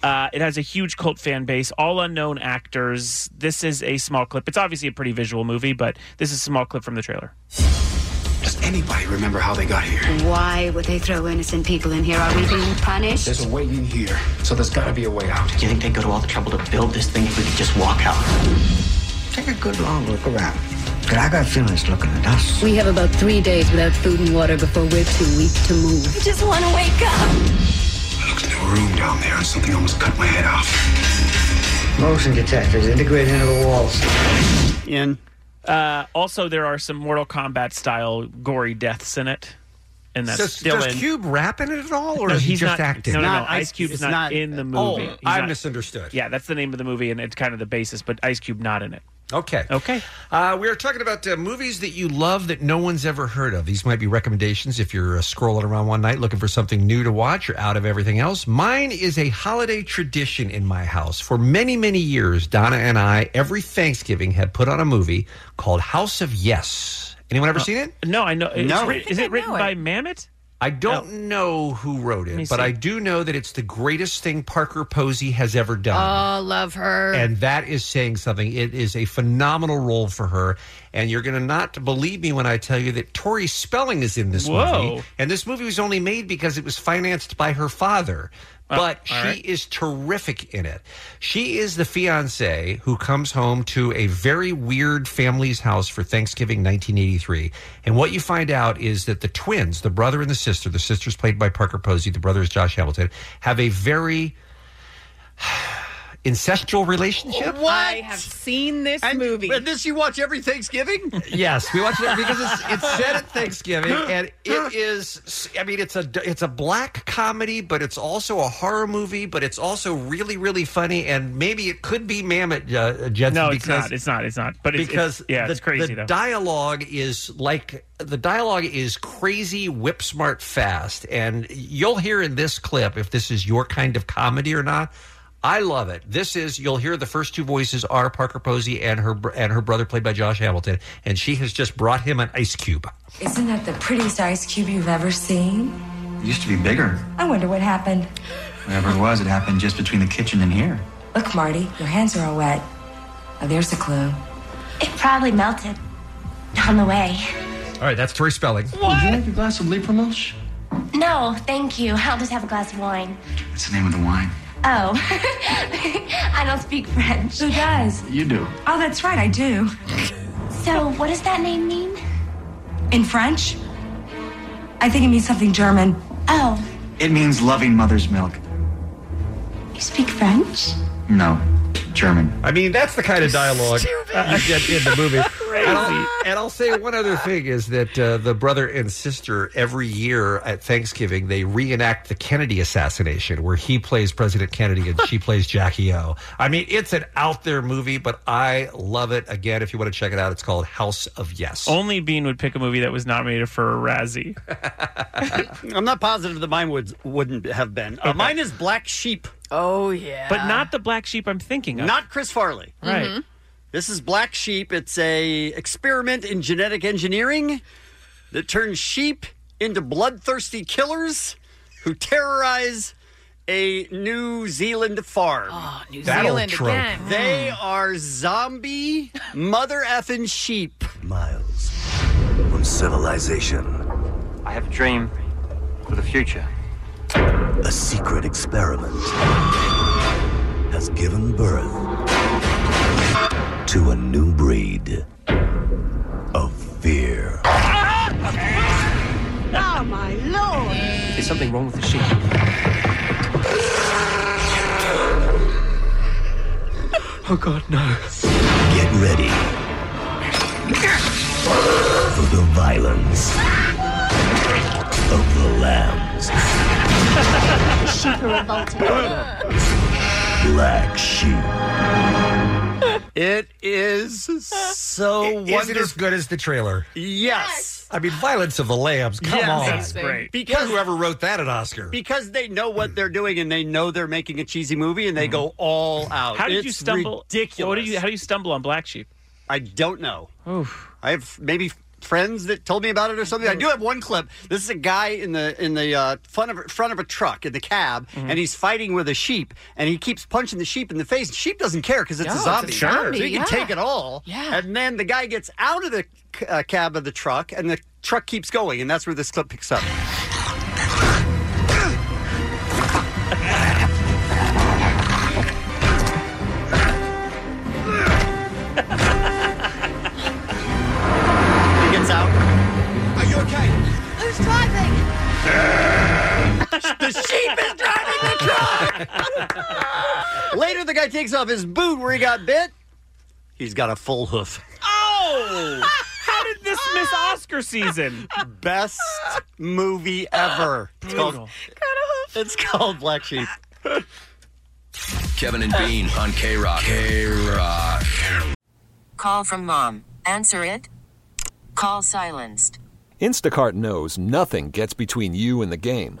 [SPEAKER 7] Uh, it has a huge cult fan base, all unknown actors. This is a small clip. It's obviously a pretty visual movie, but this is a small clip from the trailer.
[SPEAKER 18] Does anybody remember how they got here?
[SPEAKER 19] Why would they throw innocent people in here? Are we being punished?
[SPEAKER 18] There's a way in here, so there's gotta be a way out. Do you think they'd go to all the trouble to build this thing if we could just walk out?
[SPEAKER 6] Take a good long Oh, look around. 'Cause I got a feeling it's looking at us.
[SPEAKER 19] We have about three days without food and water before we're too weak to move.
[SPEAKER 6] I just want to wake up.
[SPEAKER 18] There was a room down there, and something almost cut my head off.
[SPEAKER 6] Motion detectors integrated into the walls.
[SPEAKER 7] In. Uh, also, there are some Mortal Kombat style gory deaths in it, and that's
[SPEAKER 12] does,
[SPEAKER 7] still
[SPEAKER 12] does
[SPEAKER 7] in.
[SPEAKER 12] Cube rap in it at all, or
[SPEAKER 7] No,
[SPEAKER 12] is he
[SPEAKER 7] he's
[SPEAKER 12] just
[SPEAKER 7] not-
[SPEAKER 12] acting?
[SPEAKER 7] No, no, no. Ice Cube's not, in the movie.
[SPEAKER 12] Oh,
[SPEAKER 7] He's
[SPEAKER 12] I
[SPEAKER 7] not-
[SPEAKER 12] misunderstood.
[SPEAKER 7] Yeah, that's the name of the movie, and it's kind of the basis. But Ice Cube not in it.
[SPEAKER 12] Okay.
[SPEAKER 7] Okay.
[SPEAKER 12] Uh, we are talking about uh, movies that you love that no one's ever heard of. These might be recommendations if you're uh, scrolling around one night looking for something new to watch or out of everything else. Mine is a holiday tradition in my house. For many, many years, Donna and I, every Thanksgiving, had put on a movie called House of Yes. Anyone ever seen it?
[SPEAKER 7] Uh, No, I know. It's
[SPEAKER 12] No. I
[SPEAKER 7] writ-
[SPEAKER 12] think
[SPEAKER 7] is
[SPEAKER 12] I
[SPEAKER 7] it written
[SPEAKER 12] know it.
[SPEAKER 7] by Mamet?
[SPEAKER 12] I don't know who wrote
[SPEAKER 7] me
[SPEAKER 12] it, but
[SPEAKER 7] see.
[SPEAKER 12] I do know that it's the greatest thing Parker Posey has ever done.
[SPEAKER 11] Oh, love her.
[SPEAKER 12] And that is saying something. It is a phenomenal role for her. And you're going to not believe me when I tell you that Tori Spelling is in this
[SPEAKER 7] Whoa.
[SPEAKER 12] movie. And this movie was only made because it was financed by her father. But she
[SPEAKER 7] Oh, all right.
[SPEAKER 12] is terrific in it. She is the fiance who comes home to a very weird family's house for Thanksgiving 1983. And what you find out is that the twins, the brother and the sister, the sister's played by Parker Posey, the brother is Josh Hamilton, have a very *sighs* incestual relationship.
[SPEAKER 11] What? I have seen this movie.
[SPEAKER 10] And this you watch every
[SPEAKER 11] *laughs*
[SPEAKER 10] Thanksgiving?
[SPEAKER 12] Yes, we watched it because it's, it's set at Thanksgiving, and it is. I mean, it's a it's a black comedy, but it's also a horror movie, but it's also really really funny, and maybe it could be Mammoth uh, Jensen.
[SPEAKER 7] No, it's
[SPEAKER 12] because,
[SPEAKER 7] not. It's not. It's not. But it's,
[SPEAKER 12] because
[SPEAKER 7] it's, yeah,
[SPEAKER 12] the,
[SPEAKER 7] it's crazy
[SPEAKER 12] the
[SPEAKER 7] though.
[SPEAKER 12] dialogue is like the dialogue is crazy, whip smart, fast, and you'll hear in this clip if this is your kind of comedy or not. I love it. This is you'll hear the first two voices are Parker Posey and her br- and her brother played by Josh Hamilton, and she has just brought him an ice cube.
[SPEAKER 20] Isn't that the prettiest ice cube you've ever seen?
[SPEAKER 18] It used to be bigger.
[SPEAKER 20] I wonder what happened.
[SPEAKER 18] Whatever it was, it happened just between the kitchen and here.
[SPEAKER 20] Look, Marty, your hands are all wet. Oh, there's a clue.
[SPEAKER 19] It probably melted on the way.
[SPEAKER 12] All right, that's Tori Spelling.
[SPEAKER 18] Would you like a glass of Liepomilch?
[SPEAKER 19] No, thank you. I'll just have a glass of wine.
[SPEAKER 18] That's the name of the wine.
[SPEAKER 19] Oh, *laughs* I don't speak French. Who does?
[SPEAKER 18] You do.
[SPEAKER 19] Oh, that's right, I do. So, what does that name mean?
[SPEAKER 20] In French? I think it means something German.
[SPEAKER 19] Oh,
[SPEAKER 18] It means loving mother's milk.
[SPEAKER 19] you speak French?
[SPEAKER 18] No, German.
[SPEAKER 12] I mean, that's the kind
[SPEAKER 18] *laughs*
[SPEAKER 12] of dialogue you get in the movie. And I'll, and I'll say one other thing is that uh, the brother and sister every year at Thanksgiving they reenact the Kennedy assassination, where he plays President Kennedy and she plays *laughs* Jackie O. I mean, it's an out there movie, but I love it. Again, if you want to check it out, it's called House of Yes.
[SPEAKER 7] Only *laughs* Bean would pick a movie that was nominated for a Razzie.
[SPEAKER 10] *laughs* I'm not positive that mine would, wouldn't have been. Uh, mine is Black Sheep.
[SPEAKER 11] Oh, yeah. Mm-hmm.
[SPEAKER 7] But not the black sheep I'm thinking of.
[SPEAKER 10] Not Chris Farley.
[SPEAKER 7] Right. Mhm.
[SPEAKER 10] This is Black Sheep. It's a experiment in genetic engineering that turns sheep into bloodthirsty killers who terrorize a New Zealand farm. Oh,
[SPEAKER 11] New That old Zealand trope. again.
[SPEAKER 10] They are zombie mother effing sheep.
[SPEAKER 3] miles from civilization. I have a dream for the future. A secret experiment has given birth to a new breed of fear.
[SPEAKER 1] Oh, my lord!
[SPEAKER 3] Is something wrong with the sheep?
[SPEAKER 1] Oh, God, no.
[SPEAKER 3] Get ready for the violence of the lambs.
[SPEAKER 1] Sheep are revolted.
[SPEAKER 3] Black sheep.
[SPEAKER 10] It is so wonderful.
[SPEAKER 12] *laughs* Is it as good as the trailer?
[SPEAKER 10] Yes.
[SPEAKER 12] I mean, Violence of the Lambs. Come
[SPEAKER 10] Yes.
[SPEAKER 12] on,
[SPEAKER 10] That's great. Because-
[SPEAKER 12] whoever wrote that an Oscar.
[SPEAKER 10] Because they know what they're doing and they know they're making a cheesy movie and they
[SPEAKER 12] Mm-hmm.
[SPEAKER 10] go all out.
[SPEAKER 7] How did you
[SPEAKER 10] It's
[SPEAKER 7] stumble?
[SPEAKER 10] Ridiculous.
[SPEAKER 7] What did you? How do you stumble on Black Sheep?
[SPEAKER 10] I don't know. I have maybe friends that told me about it or something. I do have one clip. This is a guy in the in the uh, front of front of a truck in the cab,
[SPEAKER 7] Mm-hmm.
[SPEAKER 10] and he's fighting with a sheep, and he keeps punching the sheep in the face. The sheep doesn't care because it's
[SPEAKER 20] No,
[SPEAKER 10] a
[SPEAKER 20] it's a
[SPEAKER 10] zombie.
[SPEAKER 20] zombie,
[SPEAKER 10] so he
[SPEAKER 20] yeah.
[SPEAKER 10] can take it all.
[SPEAKER 20] Yeah.
[SPEAKER 10] And then the guy gets out of the c- uh, cab of the truck, and the truck keeps going, and that's where this clip picks up. *laughs* Later, the guy takes off his boot where he got bit. He's got a full hoof.
[SPEAKER 7] Oh! How did this miss
[SPEAKER 10] *laughs*
[SPEAKER 7] Oscar season?
[SPEAKER 10] Best movie ever. It's called, it's called Black Sheep.
[SPEAKER 13] Kevin and Bean on K Rock. K Rock.
[SPEAKER 21] Call from mom. Answer it. Call silenced.
[SPEAKER 22] Instacart knows nothing gets between you and the game.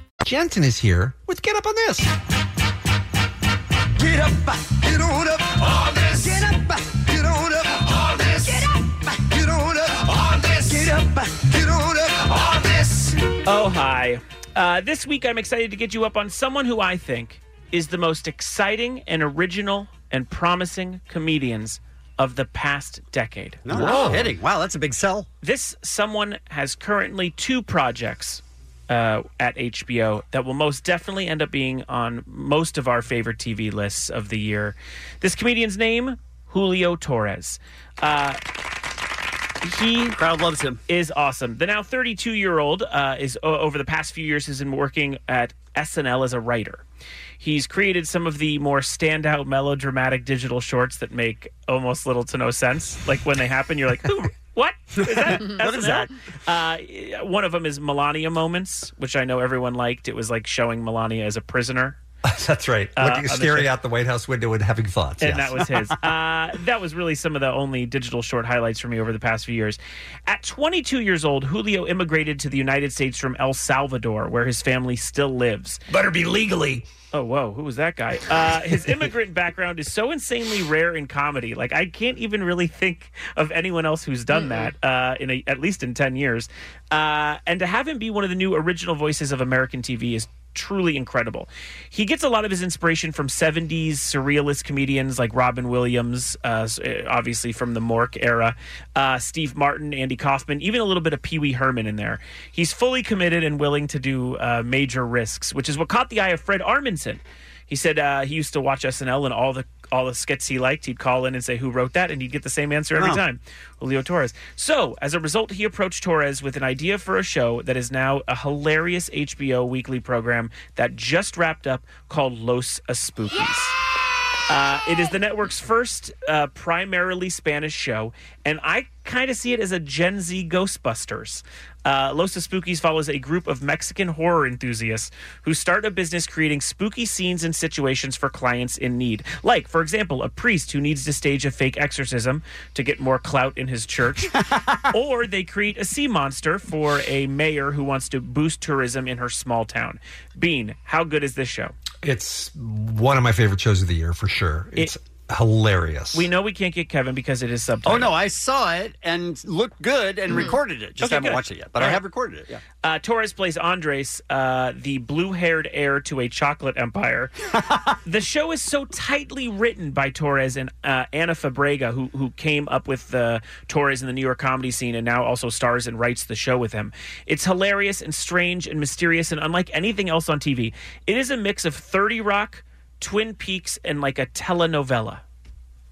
[SPEAKER 12] Jensen is here with Get Up on This.
[SPEAKER 23] Get up, get on up on this. Get up, get on up on this. Get up, get on up on this. Get up, get on up on this.
[SPEAKER 7] Oh, hi. Uh, this week, I'm excited to get you up on someone who I think is the most exciting and original and promising comedians of the past decade.
[SPEAKER 10] No, no kidding. Wow, that's a big sell.
[SPEAKER 7] This someone has currently two projects uh, at HBO that will most definitely end up being on most of our favorite TV lists of the year. This comedian's name, Julio Torres. Uh, he
[SPEAKER 10] crowd loves him
[SPEAKER 7] is awesome the now 32 year old uh, is o- over the past few years has been working at snl as a writer he's created some of the more standout melodramatic digital shorts that make almost little to no sense like when they happen you're like "Who- what is that *laughs* what is that uh, one of them is melania moments which i know everyone liked it was like showing melania as a prisoner
[SPEAKER 12] *laughs* That's right.
[SPEAKER 7] Uh,
[SPEAKER 12] Looking-
[SPEAKER 7] on the
[SPEAKER 12] staring
[SPEAKER 7] show.
[SPEAKER 12] out the White House window and having thoughts.
[SPEAKER 7] and
[SPEAKER 12] yes.
[SPEAKER 7] that was his.
[SPEAKER 12] *laughs*
[SPEAKER 7] Uh, that was really some of the only digital short highlights for me over the past few years. At 22 years old, Julio immigrated to the United States from El Salvador, where his family still lives.
[SPEAKER 23] Better be legally.
[SPEAKER 7] Oh, whoa, who was that guy? Uh, his immigrant background is so insanely rare in comedy. Like, I can't even really think of anyone else who's done that uh, in a, at least in 10 years. Uh, and to have him be one of the new original voices of American TV is truly incredible. He gets a lot of his inspiration from 70s surrealist comedians like Robin Williams, uh, s- uh, obviously from the Mork era, uh, Steve Martin, Andy Kaufman, even a little bit of Pee Wee Herman in there. He's fully committed and willing to do uh, major risks, which is what caught the eye of Fred Armisen. He said uh, he used to watch SNL and all the all the skits he liked, he'd call in and say who wrote that, and he'd get the same answer every
[SPEAKER 24] Wow.
[SPEAKER 7] time. Julio Torres. So, as a result, he approached Torres with an idea for a show that is now a hilarious HBO weekly program that just wrapped up called Los Espookies. Uh, it is the network's first uh, primarily Spanish show, and I kind of see it as a Gen Z Ghostbusters. Uh, Los Spookies follows a group of Mexican horror enthusiasts who start a business creating spooky scenes and situations for clients in need. Like, for example, a priest who needs to stage a fake exorcism to get more clout in his church, or they create a sea monster for a mayor who wants to boost tourism in her small town. Bean, how good is this show?
[SPEAKER 12] It's one of my favorite shows of the year for sure. It's hilarious.
[SPEAKER 7] We know we can't get Kevin because it is subtitled. Mm.
[SPEAKER 10] Oh no, I saw it and looked good and recorded it. Just
[SPEAKER 7] Okay,
[SPEAKER 10] haven't
[SPEAKER 7] good.
[SPEAKER 10] watched it yet, but
[SPEAKER 7] All
[SPEAKER 10] I
[SPEAKER 7] right.
[SPEAKER 10] have recorded it. Yeah.
[SPEAKER 7] Uh, Torres plays Andres, uh, the blue haired heir to a chocolate empire.
[SPEAKER 10] *laughs*
[SPEAKER 7] the show is so tightly written by Torres and uh, Anna Fabrega, who, who came up with the Torres in the New York comedy scene and now also stars and writes the show with him. It's hilarious and strange and mysterious and unlike anything else on TV. It is a mix of 30 Rock, Twin Peaks, and like a telenovela.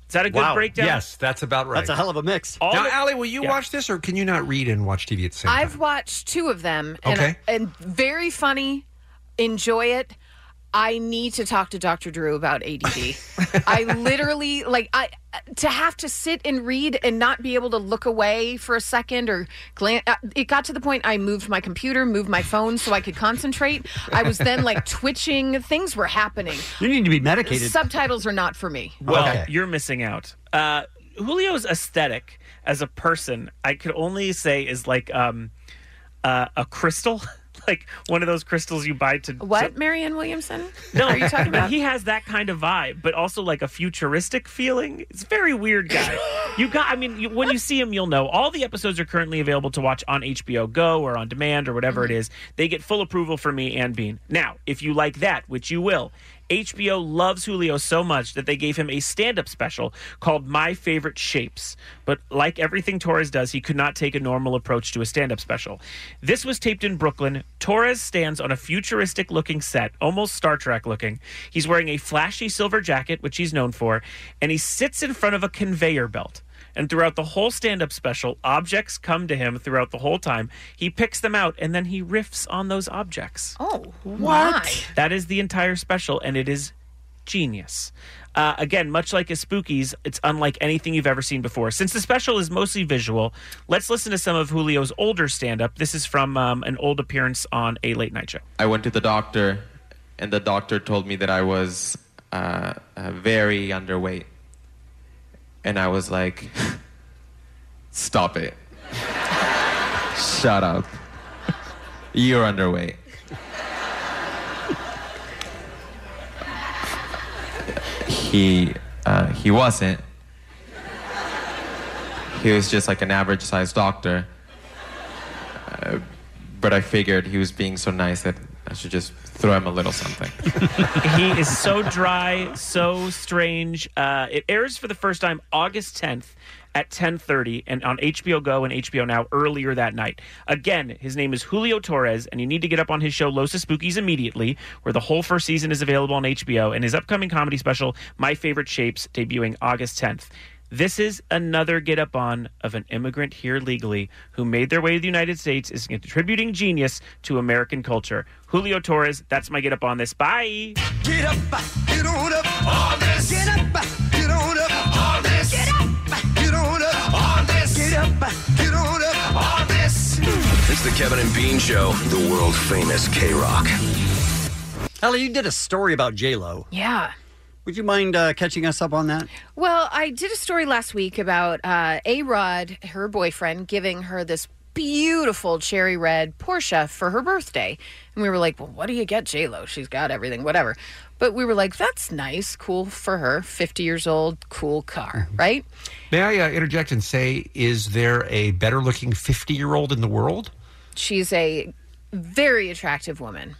[SPEAKER 7] Is that a good
[SPEAKER 12] Wow.
[SPEAKER 7] breakdown?
[SPEAKER 12] Yes, that's about right.
[SPEAKER 10] That's a hell of a mix.
[SPEAKER 7] All
[SPEAKER 12] now,
[SPEAKER 7] the-
[SPEAKER 12] Allie, will you
[SPEAKER 7] Yeah.
[SPEAKER 12] watch this, or can you not read and watch TV at the same time?
[SPEAKER 11] I've watched two of them, and,
[SPEAKER 12] Okay.
[SPEAKER 11] and very funny. Enjoy it. I need to talk to Dr. Drew about
[SPEAKER 12] *laughs*
[SPEAKER 11] ADD. I literally like I to have to sit and read and not be able to look away for a second or glance. It got to the point I moved my computer, moved my phone so I could concentrate. I was then
[SPEAKER 12] *laughs*
[SPEAKER 11] like twitching. Things were happening.
[SPEAKER 10] You need to be medicated.
[SPEAKER 11] Subtitles are not for me.
[SPEAKER 7] Well, you're missing out. Uh, Julio's aesthetic as a person, I could only say is like um, uh, a crystal, *laughs* like one of those crystals you buy to
[SPEAKER 11] What, Marianne Williamson?
[SPEAKER 7] no,
[SPEAKER 11] are you talking *laughs*
[SPEAKER 7] but *laughs*
[SPEAKER 11] about?
[SPEAKER 7] He has that kind of vibe, but also like a futuristic feeling. It's a very weird guy. you got. I mean, you, when you see him, you'll know. All the episodes are currently available to watch on HBO Go or on demand or whatever it is. They get full approval from me and Bean. Now, if you like that, which you will. HBO loves Julio so much that they gave him a stand up special called My Favorite Shapes. But like everything Torres does, he could not take a normal approach to a stand up special. This was taped in Brooklyn. Torres stands on a futuristic looking set, almost Star Trek looking. He's wearing a flashy silver jacket, which he's known for, and he sits in front of a conveyor belt. And throughout the whole stand up special, objects come to him throughout the whole time. He picks them out and then he riffs on those objects.
[SPEAKER 11] Oh,
[SPEAKER 7] That is the entire special, and it is genius. Uh, again, much like his spookies, it's unlike anything you've ever seen before. Since the special is mostly visual, let's listen to some of Julio's older stand up. This is from um, an old appearance on a late night show.
[SPEAKER 14] I went to the doctor, and the doctor told me that I was uh, uh, very underweight. And I was like, *laughs* stop it. Shut up. You're underweight. he, uh, he wasn't. He was just like an average sized doctor. Uh, but I figured he was being so nice that I should just throw him a little something.
[SPEAKER 7] he is so dry, so strange. Uh, it airs for the first time August 10th at 10:30 and on HBO Go and HBO Now earlier that night. Again, his name is Julio Torres and you need to get up on his show Los Spookies immediately where the whole first season is available on HBO and his upcoming comedy special My Favorite Shapes debuting August 10th. This is another get up on of an immigrant here legally who made their way to the United States is contributing genius to American culture. Julio Torres, that's my get up on this. Bye.
[SPEAKER 23] Get up, get on up, all this. Get up, get on up, all this. Get up, get on up, all this. Get up, get on up, all this.
[SPEAKER 13] It's the Kevin and Bean Show, the world famous K Rock.
[SPEAKER 10] Ellie, you did a story about J Lo.
[SPEAKER 11] Yeah.
[SPEAKER 10] Would you mind uh, catching us up on that?
[SPEAKER 11] Well, I did a story last week about uh, A Rod, her boyfriend, giving her this beautiful cherry red Porsche for her birthday. And we were like, well, what do you get, J-Lo? She's got everything, whatever. But we were like, that's nice, cool for her, 50 years old, cool
[SPEAKER 10] Mm-hmm.
[SPEAKER 11] car, right?
[SPEAKER 12] May I uh, interject and say, is there a better looking 50 year old in the world?
[SPEAKER 11] She's a very
[SPEAKER 10] *laughs*
[SPEAKER 11] attractive woman.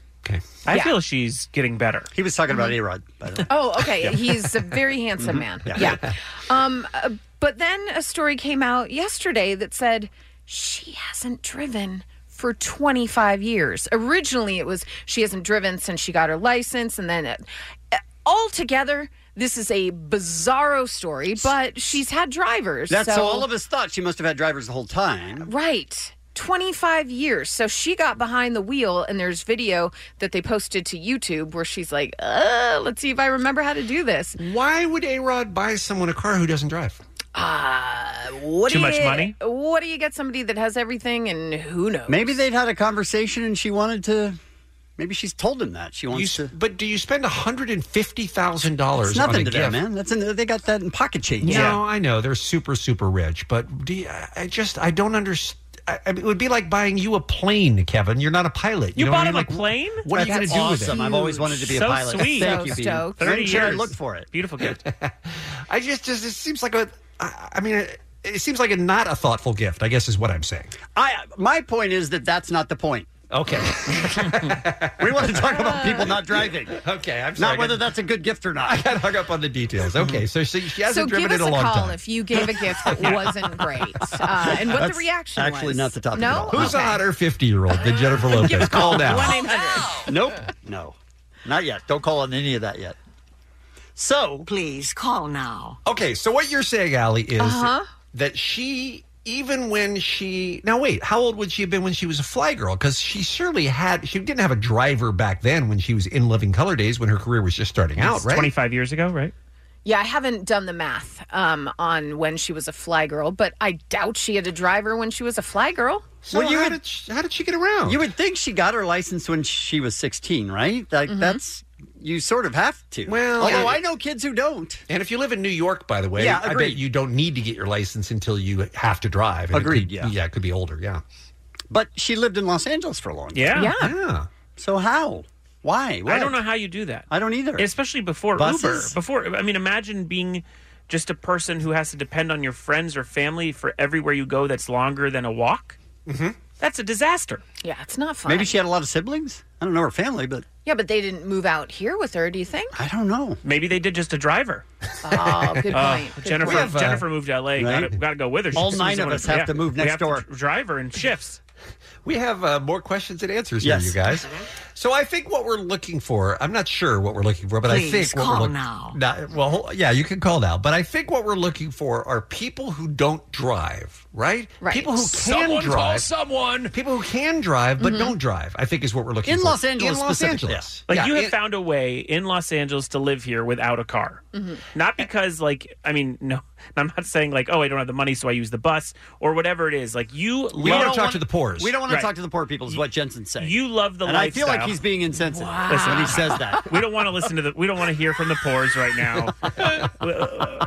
[SPEAKER 7] I
[SPEAKER 11] Yeah.
[SPEAKER 7] feel she's getting better.
[SPEAKER 10] He was talking about A Rod, by the way.
[SPEAKER 11] Oh, okay.
[SPEAKER 10] Yeah.
[SPEAKER 11] He's
[SPEAKER 10] *laughs*
[SPEAKER 11] a very handsome
[SPEAKER 10] Mhm.
[SPEAKER 11] man.
[SPEAKER 10] Yeah.
[SPEAKER 11] Yeah. Um, uh, but then a story came out yesterday that said she hasn't driven for 25 years. Originally, it was she hasn't driven since she got her license, and then it, uh, altogether, this is a bizarro story. But she's had drivers.
[SPEAKER 10] That's
[SPEAKER 11] so
[SPEAKER 10] all of us thought. She must have had drivers the whole time.
[SPEAKER 11] Right. 25 years. So she got behind the wheel, and there's video that they posted to YouTube where she's like, uh, let's see if I remember how to do this.
[SPEAKER 12] Why would A Rod buy someone a car who doesn't drive?
[SPEAKER 11] Uh, what
[SPEAKER 12] Too
[SPEAKER 11] do
[SPEAKER 12] much
[SPEAKER 11] you-
[SPEAKER 12] money?
[SPEAKER 11] What do you get somebody that has everything and who knows?
[SPEAKER 10] Maybe they'd had a conversation and she wanted to. Maybe she's told him that she wants to.
[SPEAKER 12] But do you spend one hundred and fifty thousand dollars?
[SPEAKER 10] It's
[SPEAKER 12] on
[SPEAKER 10] nothing
[SPEAKER 12] a
[SPEAKER 10] to
[SPEAKER 12] gift?
[SPEAKER 10] them, man. That's in, they got that in pocket change.
[SPEAKER 12] No, I know they're super super rich, but do you, I- I just I don't understand. I, I mean, it would be like buying you a plane, Kevin. You're not a pilot.
[SPEAKER 7] You
[SPEAKER 12] know what
[SPEAKER 7] bought
[SPEAKER 12] I
[SPEAKER 7] him
[SPEAKER 12] mean?
[SPEAKER 7] a
[SPEAKER 12] Like,
[SPEAKER 7] plane?
[SPEAKER 12] What are you going
[SPEAKER 7] That's
[SPEAKER 12] to do with
[SPEAKER 7] awesome.
[SPEAKER 12] it?
[SPEAKER 7] I've always wanted to be a
[SPEAKER 10] So
[SPEAKER 7] pilot.
[SPEAKER 10] sweet.
[SPEAKER 7] Thank you, Pete.
[SPEAKER 10] stoked.
[SPEAKER 7] Thirty
[SPEAKER 10] I'm sure I
[SPEAKER 7] years.
[SPEAKER 10] looked for it.
[SPEAKER 7] Beautiful gift.
[SPEAKER 12] I just, just it seems like a. I I mean, it, it seems like a not a thoughtful gift. I guess is what I'm saying.
[SPEAKER 10] I my point is that that's not the point.
[SPEAKER 12] *laughs* Okay.
[SPEAKER 10] we want to talk about people not driving.
[SPEAKER 12] Okay, I'm
[SPEAKER 10] not whether that's a good gift or not. Mm-hmm.
[SPEAKER 12] I got hung up on the details. Okay, so she, she
[SPEAKER 11] so
[SPEAKER 12] hasn't
[SPEAKER 11] give
[SPEAKER 12] driven
[SPEAKER 11] us
[SPEAKER 12] it a long
[SPEAKER 11] call
[SPEAKER 12] time.
[SPEAKER 11] if you gave a gift
[SPEAKER 12] *laughs*
[SPEAKER 11] that wasn't great uh, and what
[SPEAKER 12] That's
[SPEAKER 11] the reaction was.
[SPEAKER 12] actually not the topic
[SPEAKER 11] No,
[SPEAKER 12] Who's a hotter fifty year old than Jennifer Lopez? call now.
[SPEAKER 10] Nope. No. Not yet. Don't call on any of that yet. So
[SPEAKER 25] please call now.
[SPEAKER 12] Okay, so what you're saying, Allie, is
[SPEAKER 25] Uh-huh.
[SPEAKER 12] that she, even when she, now wait, how old would she have been when she was a fly girl? Because she surely had, she didn't have a driver back then when she was in Living Color days when her career was just starting out,
[SPEAKER 7] It's
[SPEAKER 12] right?
[SPEAKER 7] 25 years ago, right?
[SPEAKER 11] Yeah, I haven't done the math um, on when she was a fly girl, but I doubt she had a driver when she was a fly girl.
[SPEAKER 10] Well, you would-
[SPEAKER 12] how did she get around? Mm-hmm.
[SPEAKER 10] You would think she got her license when she was 16, right? Like that's you sort of have to.
[SPEAKER 12] Well,
[SPEAKER 10] although
[SPEAKER 12] yeah.
[SPEAKER 10] I know kids who don't.
[SPEAKER 12] And if you live in New York, by the way,
[SPEAKER 10] Yeah,
[SPEAKER 12] I bet
[SPEAKER 10] agreed.
[SPEAKER 12] you don't need to get your license until you have to drive. And it
[SPEAKER 10] Agreed,
[SPEAKER 12] could-
[SPEAKER 10] yeah.
[SPEAKER 12] Yeah, it could be older. Yeah.
[SPEAKER 10] But she lived in Los Angeles for a long time.
[SPEAKER 7] Yeah. Yeah.
[SPEAKER 10] So how? Why?
[SPEAKER 7] I
[SPEAKER 10] What?
[SPEAKER 7] don't know how you do that.
[SPEAKER 10] I don't either.
[SPEAKER 7] Especially before
[SPEAKER 10] Buses?
[SPEAKER 7] Uber. Before I mean, imagine being just a person who has to depend on your friends or family for everywhere you go. That's longer than a walk. Mm-hmm. That's a disaster.
[SPEAKER 11] Yeah, it's not fun.
[SPEAKER 10] Maybe she had a lot of siblings. I don't know her family, but
[SPEAKER 11] Yeah, but they didn't move out here with her. Do you think?
[SPEAKER 10] I don't know.
[SPEAKER 7] Maybe they did just a driver.
[SPEAKER 11] Oh, good
[SPEAKER 7] *laughs* Uh,
[SPEAKER 11] point. Good
[SPEAKER 7] Jennifer
[SPEAKER 11] point.
[SPEAKER 7] Jennifer moved to L.A. Got to got to go with her. She
[SPEAKER 10] All
[SPEAKER 7] sees
[SPEAKER 10] nine of
[SPEAKER 7] someone
[SPEAKER 10] us
[SPEAKER 7] who-
[SPEAKER 10] have to move
[SPEAKER 7] we
[SPEAKER 10] next
[SPEAKER 7] have to
[SPEAKER 10] door.
[SPEAKER 7] dr- driver and shifts.
[SPEAKER 12] *laughs* We have uh, more questions and answers
[SPEAKER 7] Yes.
[SPEAKER 12] here, you guys. So I think what we're looking for, I'm not sure what we're looking for, but I
[SPEAKER 25] Please
[SPEAKER 12] think what
[SPEAKER 25] call
[SPEAKER 12] we're look-
[SPEAKER 25] now.
[SPEAKER 12] Not- well, yeah, you can call now, but I think what we're looking for are people who don't drive, right?
[SPEAKER 10] Right.
[SPEAKER 12] People who can
[SPEAKER 10] Someone call
[SPEAKER 12] drive. someone. People who can drive but don't drive. I think is what we're looking
[SPEAKER 10] Mm-hmm. In
[SPEAKER 12] for
[SPEAKER 10] Los Angeles
[SPEAKER 12] In Los
[SPEAKER 10] specifically.
[SPEAKER 12] Angeles,
[SPEAKER 7] Like
[SPEAKER 12] Yeah,
[SPEAKER 7] you have
[SPEAKER 12] in-
[SPEAKER 7] found a way in Los Angeles to live here without a car. Not because like I mean no, *laughs* I'm not saying like oh I don't have the money so I use the bus or whatever it is. Like you
[SPEAKER 10] We don't
[SPEAKER 7] love-
[SPEAKER 10] talk to the poors. We don't wanna
[SPEAKER 7] Right.
[SPEAKER 10] talk to the poor people is what Jensen's saying.
[SPEAKER 7] You love the
[SPEAKER 10] and I feel
[SPEAKER 7] lifestyle.
[SPEAKER 10] like he's being insensitive
[SPEAKER 7] Listen,
[SPEAKER 10] when he says that.
[SPEAKER 7] *laughs* We don't want to listen to the. We don't want to hear from the poors
[SPEAKER 10] *laughs*
[SPEAKER 7] right now. I,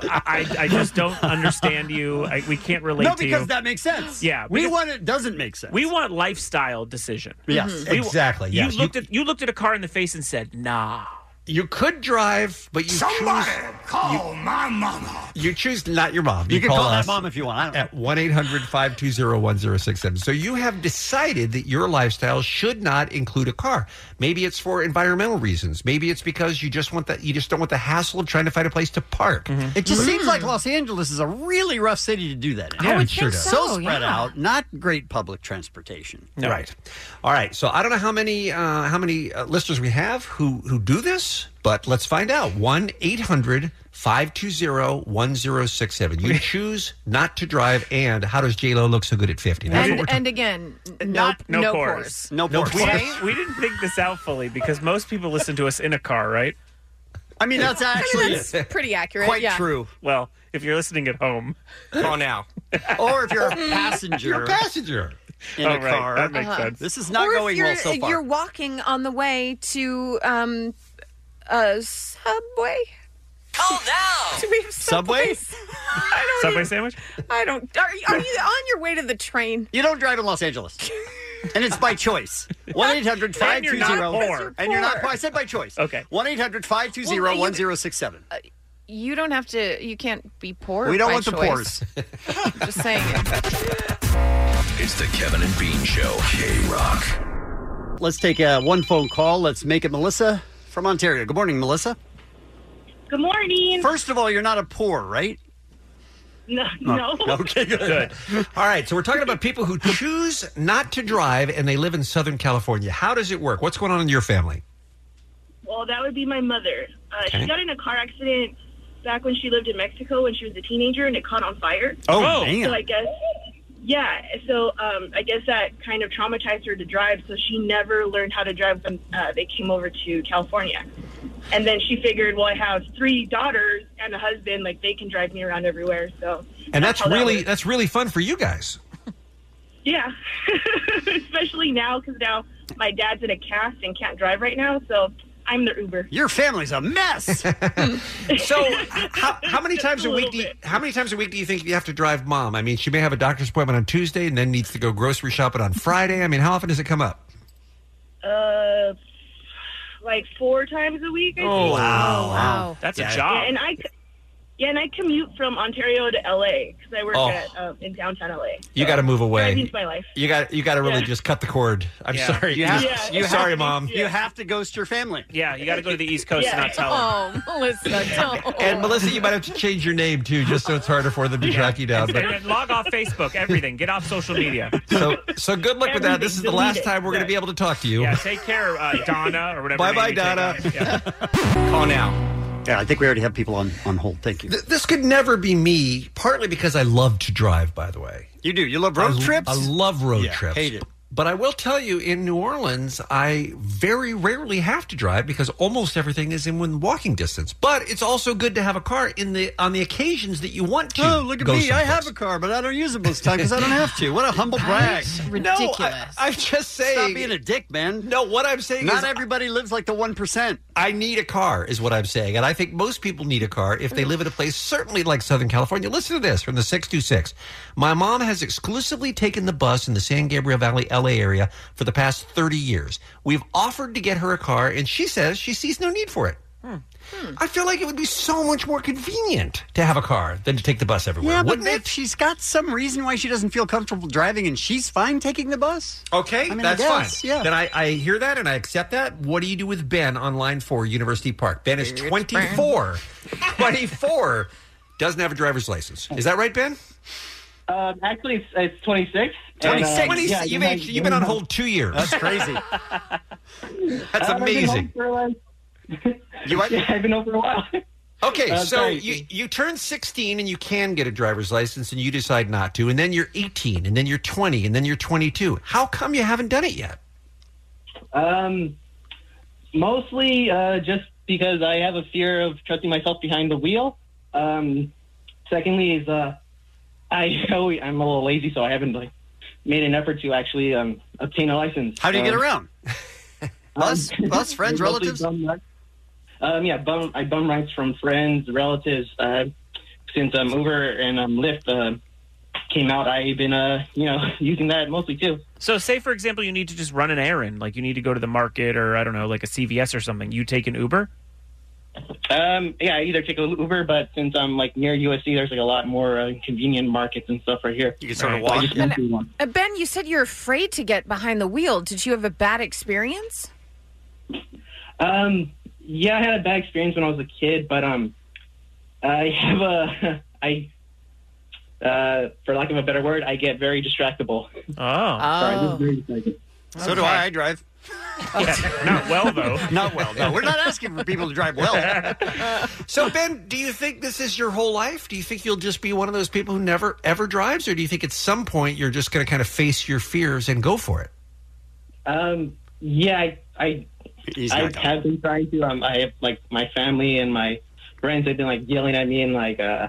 [SPEAKER 7] I, I just don't understand you. I, we can't relate
[SPEAKER 10] no,
[SPEAKER 7] to you.
[SPEAKER 10] because that makes sense.
[SPEAKER 7] Yeah,
[SPEAKER 10] we
[SPEAKER 7] because-
[SPEAKER 10] want it doesn't make sense.
[SPEAKER 7] We want lifestyle decision.
[SPEAKER 10] Yes, Mhm.
[SPEAKER 7] We-
[SPEAKER 12] exactly, yes.
[SPEAKER 7] You looked at you looked at a car in the face and said, "Nah."
[SPEAKER 12] You could drive, but you
[SPEAKER 7] Somebody
[SPEAKER 12] call
[SPEAKER 7] my mama.
[SPEAKER 12] Um, You choose not your mom.
[SPEAKER 10] You can call that
[SPEAKER 12] us
[SPEAKER 10] mom if you want. I don't
[SPEAKER 12] At 1 800 520 1067. So you have decided that your lifestyle should not include a car. Maybe it's for environmental reasons. Maybe it's because you just want that you just don't want the hassle of trying to find a place to park. Mm.
[SPEAKER 10] It
[SPEAKER 7] Mm-hmm.
[SPEAKER 10] just seems like Los Angeles is a really rough city to do that. In.
[SPEAKER 12] I Yeah, would it sure think does. so,
[SPEAKER 10] spread
[SPEAKER 12] yeah.
[SPEAKER 10] out, not great public transportation.
[SPEAKER 12] Right. All right. So I don't know how many uh, how many uh, listeners we have who who do this, but let's find out. 1 800 520 1067. You choose not to drive, and how does JLo look so good at 50? That's what
[SPEAKER 11] And,
[SPEAKER 12] we're
[SPEAKER 11] and again, no,
[SPEAKER 7] Not-
[SPEAKER 11] no,
[SPEAKER 7] no
[SPEAKER 11] pores.
[SPEAKER 7] pores.
[SPEAKER 10] No
[SPEAKER 7] No,
[SPEAKER 10] pores.
[SPEAKER 7] we, didn't, we didn't think this out fully because most people listen to us in a car, right?
[SPEAKER 10] I mean,
[SPEAKER 11] *laughs*
[SPEAKER 10] that's actually
[SPEAKER 11] That's pretty accurate. yeah.
[SPEAKER 7] Well, if you're listening at home,
[SPEAKER 12] call now.
[SPEAKER 10] *laughs* or if you're a passenger,
[SPEAKER 7] You're a
[SPEAKER 12] passenger
[SPEAKER 10] in
[SPEAKER 7] Oh,
[SPEAKER 10] a
[SPEAKER 7] right.
[SPEAKER 10] car,
[SPEAKER 7] That makes Uh-huh. sense.
[SPEAKER 10] This is not
[SPEAKER 11] or if
[SPEAKER 10] going
[SPEAKER 11] you're,
[SPEAKER 10] well so far.
[SPEAKER 11] You're walking on the way to um, a subway. *laughs* Oh no! Do we have
[SPEAKER 10] Subway?
[SPEAKER 11] subways? *laughs* I don't.
[SPEAKER 7] Subway sandwich.
[SPEAKER 11] even- I don't. Are, you- are you on your way to the train?
[SPEAKER 10] You don't drive in Los Angeles. and it's by choice. 1 800
[SPEAKER 11] And you're not
[SPEAKER 10] 520.
[SPEAKER 11] poor.
[SPEAKER 10] And you're not poor. I said by choice. Okay. 1 800 520 1067.
[SPEAKER 11] You don't have to. You can't be poor.
[SPEAKER 10] We don't
[SPEAKER 11] by
[SPEAKER 10] want the
[SPEAKER 11] choice.
[SPEAKER 10] pores.
[SPEAKER 11] Just saying.
[SPEAKER 13] It's the Kevin and Bean Show. K Rock.
[SPEAKER 10] Let's take uh, one phone call. Let's make it Melissa from Ontario. Good morning, Melissa.
[SPEAKER 26] Good morning.
[SPEAKER 10] First of all, you're not a poor, right?
[SPEAKER 26] No,
[SPEAKER 12] Oh, *laughs* Okay, good. All right, so we're talking about people who choose not to drive and they live in Southern California. How does it work? What's going on in your family?
[SPEAKER 26] Well, that would be my mother. Uh,
[SPEAKER 12] Okay.
[SPEAKER 26] She got in a car accident back when she lived in Mexico when she was a teenager, and it caught on fire.
[SPEAKER 12] Oh, Oh. man.
[SPEAKER 26] So I guess, yeah. So um, I guess that kind of traumatized her to drive. So she never learned how to drive when uh, they came over to California. And then she figured, well, I have three daughters and a husband. Like they can drive me around everywhere. So
[SPEAKER 12] And that's
[SPEAKER 26] how that
[SPEAKER 12] really
[SPEAKER 26] works.
[SPEAKER 12] that's really fun for you guys.
[SPEAKER 26] Yeah, *laughs* especially now because now my dad's in a cast and can't drive right now, so I'm the Uber.
[SPEAKER 10] Your family's a mess.
[SPEAKER 26] *laughs*
[SPEAKER 12] so how, how many times a week do you, how many times a week do you think you have to drive mom? I mean, she may have a doctor's appointment on Tuesday and then needs to go grocery shopping on Friday. I mean, how often does it come up?
[SPEAKER 26] Uh, like four times a week. I
[SPEAKER 12] Oh,
[SPEAKER 26] think.
[SPEAKER 12] wow. Wow.
[SPEAKER 7] That's a
[SPEAKER 26] yeah.
[SPEAKER 7] job.
[SPEAKER 26] and I, c- yeah, and I commute from Ontario to LA because I work
[SPEAKER 12] Oh.
[SPEAKER 26] at um, in downtown LA.
[SPEAKER 12] You got to move
[SPEAKER 26] That
[SPEAKER 12] away.
[SPEAKER 26] means my life.
[SPEAKER 12] You got you got to really
[SPEAKER 26] Yeah.
[SPEAKER 12] just cut the cord. I'm
[SPEAKER 26] Yeah.
[SPEAKER 12] sorry.
[SPEAKER 26] You have- Yeah. you have-
[SPEAKER 12] sorry, mom.
[SPEAKER 10] You have to ghost your family.
[SPEAKER 7] Yeah, you got to go to the East Coast and not tell them.
[SPEAKER 11] Oh, Melissa, don't.
[SPEAKER 12] And Melissa, you might have to change your name too, just so it's harder for them to track you down. But-
[SPEAKER 7] And log off Facebook, everything. Get off social media.
[SPEAKER 12] so, so good luck with that. This is the
[SPEAKER 7] Everything
[SPEAKER 12] last
[SPEAKER 7] deleted.
[SPEAKER 12] time we're going to be able to talk to you.
[SPEAKER 7] Yeah, take care,
[SPEAKER 12] *laughs*
[SPEAKER 7] uh, Donna or whatever.
[SPEAKER 12] Bye
[SPEAKER 7] name
[SPEAKER 12] bye,
[SPEAKER 7] you take
[SPEAKER 12] Donna.
[SPEAKER 7] on. Yeah.
[SPEAKER 12] Call now.
[SPEAKER 10] Yeah, I think we already have people on, on hold. Thank you.
[SPEAKER 12] This could never be me, partly because I love to drive, by the way.
[SPEAKER 10] You do. You love road
[SPEAKER 12] I,
[SPEAKER 10] trips?
[SPEAKER 12] I love road
[SPEAKER 10] Yeah,
[SPEAKER 12] trips.
[SPEAKER 10] hate it.
[SPEAKER 12] But I will tell you, in New Orleans, I very rarely have to drive because almost everything is in within walking distance. But it's also good to have a car in the on the occasions that you want to.
[SPEAKER 10] Oh, look at me. I have a car, but I don't use it most of the time because I don't have to. What a humble brag.
[SPEAKER 12] That's ridiculous. No, I, I'm just saying.
[SPEAKER 10] Stop being a dick, man.
[SPEAKER 12] No, what I'm saying
[SPEAKER 10] Not
[SPEAKER 12] is-
[SPEAKER 10] everybody lives like the 1%.
[SPEAKER 12] I need a car, is what I'm saying. And I think most people need a car if they live in a place, certainly like Southern California. Listen to this from the 626. My mom has exclusively taken the bus in the San Gabriel Valley, LA area for the past 30 years. We've offered to get her a car, and she says she sees no need for it. Hmm. I feel like it would be so much more convenient to have a car than to take the bus everywhere.
[SPEAKER 10] Yeah, but
[SPEAKER 12] wouldn't it?
[SPEAKER 10] if she's got some reason why she doesn't feel comfortable driving and she's fine taking the bus.
[SPEAKER 12] Okay,
[SPEAKER 10] I mean, I
[SPEAKER 12] that's
[SPEAKER 10] guess,
[SPEAKER 12] fine.
[SPEAKER 10] yeah.
[SPEAKER 12] Then I, I hear that and I accept that. What do you do with Ben on line four, University Park? Ben is 24. *laughs*
[SPEAKER 10] *laughs*
[SPEAKER 12] 24 doesn't have a driver's license. Is that right, Ben?
[SPEAKER 25] Um, actually, it's, it's 26. and, uh,
[SPEAKER 12] 26.
[SPEAKER 25] yeah,
[SPEAKER 12] you've,
[SPEAKER 25] you
[SPEAKER 12] aged-
[SPEAKER 25] have-
[SPEAKER 12] you've been on hold two years.
[SPEAKER 25] That's crazy.
[SPEAKER 12] that's
[SPEAKER 25] Um, I've been home
[SPEAKER 12] amazing.
[SPEAKER 25] for, like-
[SPEAKER 12] You
[SPEAKER 25] *laughs*
[SPEAKER 12] what?
[SPEAKER 25] Yeah, I've been home for a while.
[SPEAKER 12] *laughs* Okay,
[SPEAKER 25] Uh,
[SPEAKER 12] so
[SPEAKER 25] sorry.
[SPEAKER 12] you, you turn 16 and you can get a driver's license and you decide not to, and then you're 18, and then you're 20, and then you're 22. How come you haven't done it yet?
[SPEAKER 25] Um, mostly uh, just because I have a fear of trusting myself behind the wheel. Um, secondly, is uh, I *laughs* always, I'm a little lazy, so I haven't like made an effort to actually um, obtain a license.
[SPEAKER 10] How do you get
[SPEAKER 25] Um,
[SPEAKER 10] around? Bus,
[SPEAKER 25] um, *laughs*
[SPEAKER 12] *laughs*
[SPEAKER 10] bus, friends,
[SPEAKER 25] mostly
[SPEAKER 10] relatives?
[SPEAKER 25] bum rides. um, yeah, bum, I bum rides from friends, relatives. Uh, since um, Uber and um, Lyft uh, came out, I've been uh, you know *laughs* using that mostly too.
[SPEAKER 7] So, say for example, you need to just run an errand, like you need to go to the market or I don't know, like a CVS or something. You take an Uber.
[SPEAKER 25] Um, yeah, I either take a Uber, but since I'm like near USC, there's like a lot more uh, convenient markets and stuff right here. You
[SPEAKER 10] can sort of
[SPEAKER 25] I
[SPEAKER 10] walk.
[SPEAKER 25] just went through one.
[SPEAKER 11] Uh, ben, you said you're afraid to get behind the wheel. Did you have a bad experience?
[SPEAKER 25] Um, yeah, I had a bad experience when I was a kid, but um, I have a *laughs* I. Uh, for lack of a better word, I get very distractible. Oh, Sorry, this is very distracting.
[SPEAKER 10] So do I. I drive.
[SPEAKER 7] not
[SPEAKER 12] *laughs*
[SPEAKER 7] well, though.
[SPEAKER 10] not well. No, we're not asking for people to drive well.
[SPEAKER 7] *laughs*
[SPEAKER 12] So, Ben, do you think this is your whole life? Do you think you'll just be one of those people who never, ever drives? Or do you think at some point you're just going to kind of face your fears and go for it?
[SPEAKER 25] Um, yeah, I, I,
[SPEAKER 12] He's
[SPEAKER 25] I
[SPEAKER 12] not gonna-
[SPEAKER 25] have been trying to. Um, I have like my family and my friends have been like yelling at me and like, uh,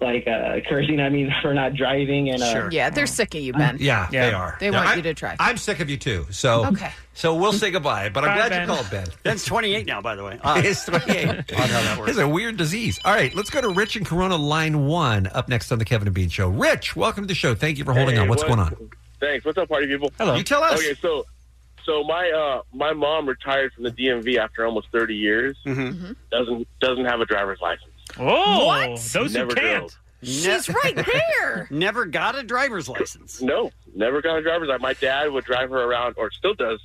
[SPEAKER 25] like uh, cursing at me *laughs* for not driving and uh,
[SPEAKER 11] Yeah, they're sick of you, Ben.
[SPEAKER 12] Yeah, they are.
[SPEAKER 11] They
[SPEAKER 12] No,
[SPEAKER 11] want
[SPEAKER 12] I-
[SPEAKER 11] you to try.
[SPEAKER 12] I'm sick of you too. So,
[SPEAKER 11] Okay.
[SPEAKER 12] so we'll say goodbye, but I'm
[SPEAKER 10] Bye,
[SPEAKER 12] glad
[SPEAKER 10] Ben.
[SPEAKER 12] you called, Ben.
[SPEAKER 10] That's 28 now, by the
[SPEAKER 12] *laughs*
[SPEAKER 10] way. Uh,
[SPEAKER 12] It is 28. It's a weird disease. All right, let's go to Rich and Corona line one up next on the Kevin and Bean Show. Rich, welcome to the show. Thank you for holding
[SPEAKER 8] Hey,
[SPEAKER 12] on. What's
[SPEAKER 8] what-
[SPEAKER 12] going
[SPEAKER 7] *laughs*
[SPEAKER 12] on?
[SPEAKER 8] Thanks. What's up, party people?
[SPEAKER 12] Hello. You tell us.
[SPEAKER 8] Okay, so so my uh, my mom retired from the DMV after almost thirty years.
[SPEAKER 12] Mm-hmm.
[SPEAKER 8] Mm-hmm. Doesn't doesn't have a driver's license.
[SPEAKER 7] Oh,
[SPEAKER 8] What? those who Never can't. drove.
[SPEAKER 10] She's
[SPEAKER 11] right there.
[SPEAKER 10] *laughs* Never got a driver's license.
[SPEAKER 8] No, never got a driver's license. My dad would drive her around, or still does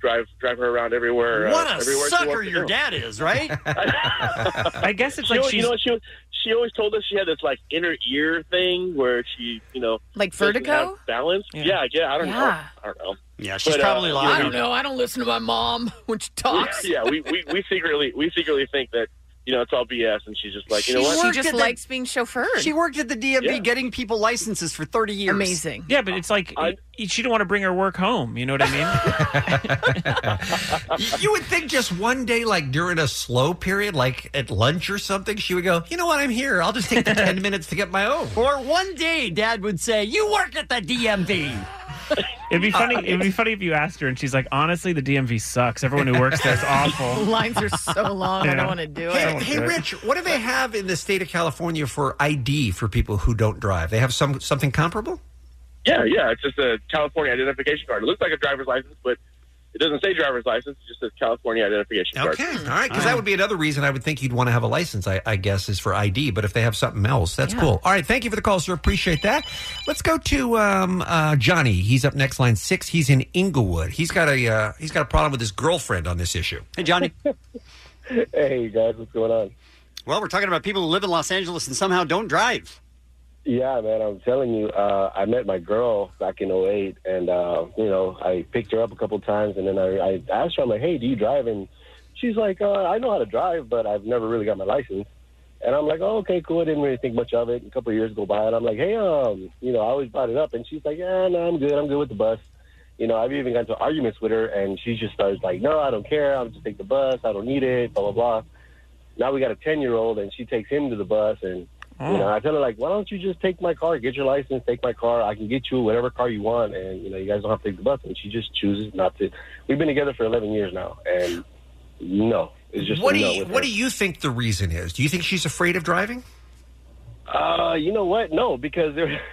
[SPEAKER 8] drive drive her around everywhere.
[SPEAKER 10] What
[SPEAKER 8] uh,
[SPEAKER 10] a
[SPEAKER 8] everywhere she
[SPEAKER 10] sucker
[SPEAKER 8] wants to
[SPEAKER 10] your
[SPEAKER 8] go.
[SPEAKER 10] dad is, *laughs* right?
[SPEAKER 8] I
[SPEAKER 7] guess it's
[SPEAKER 8] she
[SPEAKER 7] like
[SPEAKER 8] always, you
[SPEAKER 7] she's-
[SPEAKER 8] know what she she always told us she had this like inner ear thing where she you know
[SPEAKER 11] Like
[SPEAKER 8] doesn't
[SPEAKER 11] vertigo?
[SPEAKER 8] have balance. Yeah, yeah. I don't know.
[SPEAKER 11] Yeah.
[SPEAKER 8] I don't know.
[SPEAKER 10] Yeah,
[SPEAKER 8] But, uh, you know,
[SPEAKER 11] I
[SPEAKER 8] we-
[SPEAKER 11] don't know. I don't listen to my mom when she talks.
[SPEAKER 8] *laughs* yeah, we,
[SPEAKER 11] *laughs*
[SPEAKER 8] we we secretly we secretly think that you know it's all BS, and she's just like, you know
[SPEAKER 11] she,
[SPEAKER 8] what?
[SPEAKER 11] she just likes being chauffeured.
[SPEAKER 10] She worked at the DMV
[SPEAKER 8] Yeah.
[SPEAKER 10] getting people licensses for 30 years.
[SPEAKER 11] Amazing.
[SPEAKER 7] Yeah, but it's like y- she didn't want to bring her work home. You know what I mean?
[SPEAKER 25] *laughs*
[SPEAKER 12] you would think just one day, like during a slow period, like at lunch or something, she would go, you know what, I'm here. I'll just take
[SPEAKER 7] *laughs*
[SPEAKER 12] the 10 minutes to get my own.
[SPEAKER 10] Or one day, dad would say, You work at the DMV.
[SPEAKER 7] It'd be funny. It'd be funny if you asked her and she's like, "Honestly, the DMV sucks. Everyone who works
[SPEAKER 10] *laughs*
[SPEAKER 12] *laughs*
[SPEAKER 7] there is awful."
[SPEAKER 11] Lines are so long. I
[SPEAKER 7] Yeah.
[SPEAKER 11] don't want to do it.
[SPEAKER 12] Hey, hey, Rich, what do they have in the state of California for ID for people who don't drive? They have some something comparable?
[SPEAKER 8] Yeah, yeah. It's just a California identification card. It looks like a driver's license, but it doesn't say driver's license. It just says California identification card. *laughs*
[SPEAKER 11] Hmm.
[SPEAKER 12] Okay, all right, because that would be another reason I would think you'd want to have a license. I, I guess is for ID, but if they have something else, that's cool. All right, thank you for the call, sir. Appreciate that. Let's go to um, uh, Johnny. He's up next, line six. He's in Inglewood. He's got a uh, he's got a problem with his girlfriend on this issue.
[SPEAKER 10] Hey, Johnny.
[SPEAKER 8] hey, guys, what's going on?
[SPEAKER 10] Well, we're talking about people who live in Los Angeles and somehow don't drive.
[SPEAKER 8] Yeah, man, I'm telling you, uh, I met my girl back in '08, and, uh, you know, I picked her up a couple times, and then I, I asked her, I'm like, hey, do you drive? And she's like, uh, I know how to drive, but I've never really got my license. And I'm like, oh, okay, cool. I didn't really think much of it. A couple of years go by, and I'm like, hey, um, you know, I always brought it up. And she's like, yeah, no, I'm good. I'm good with the bus. you know, I've even gotten to arguments with her, and she just starts like, "No, I don't care. I'll just take the bus. I don't need it." Blah blah blah. Now we got a ten year old, and she takes him to the bus, and you
[SPEAKER 12] Mm.
[SPEAKER 8] know, I tell her like, "Why don't you just take my car? Get your license. Take my car. I can get you whatever car you want, and you know, you guys don't have to take the bus." And she just chooses not to. We've been together for eleven years now, and no, it's just a
[SPEAKER 12] what do
[SPEAKER 8] no
[SPEAKER 12] you
[SPEAKER 8] with
[SPEAKER 12] What
[SPEAKER 8] her.
[SPEAKER 12] do you think the reason is? Do you think she's afraid of driving?
[SPEAKER 8] Uh, you know what? No, because there. *laughs*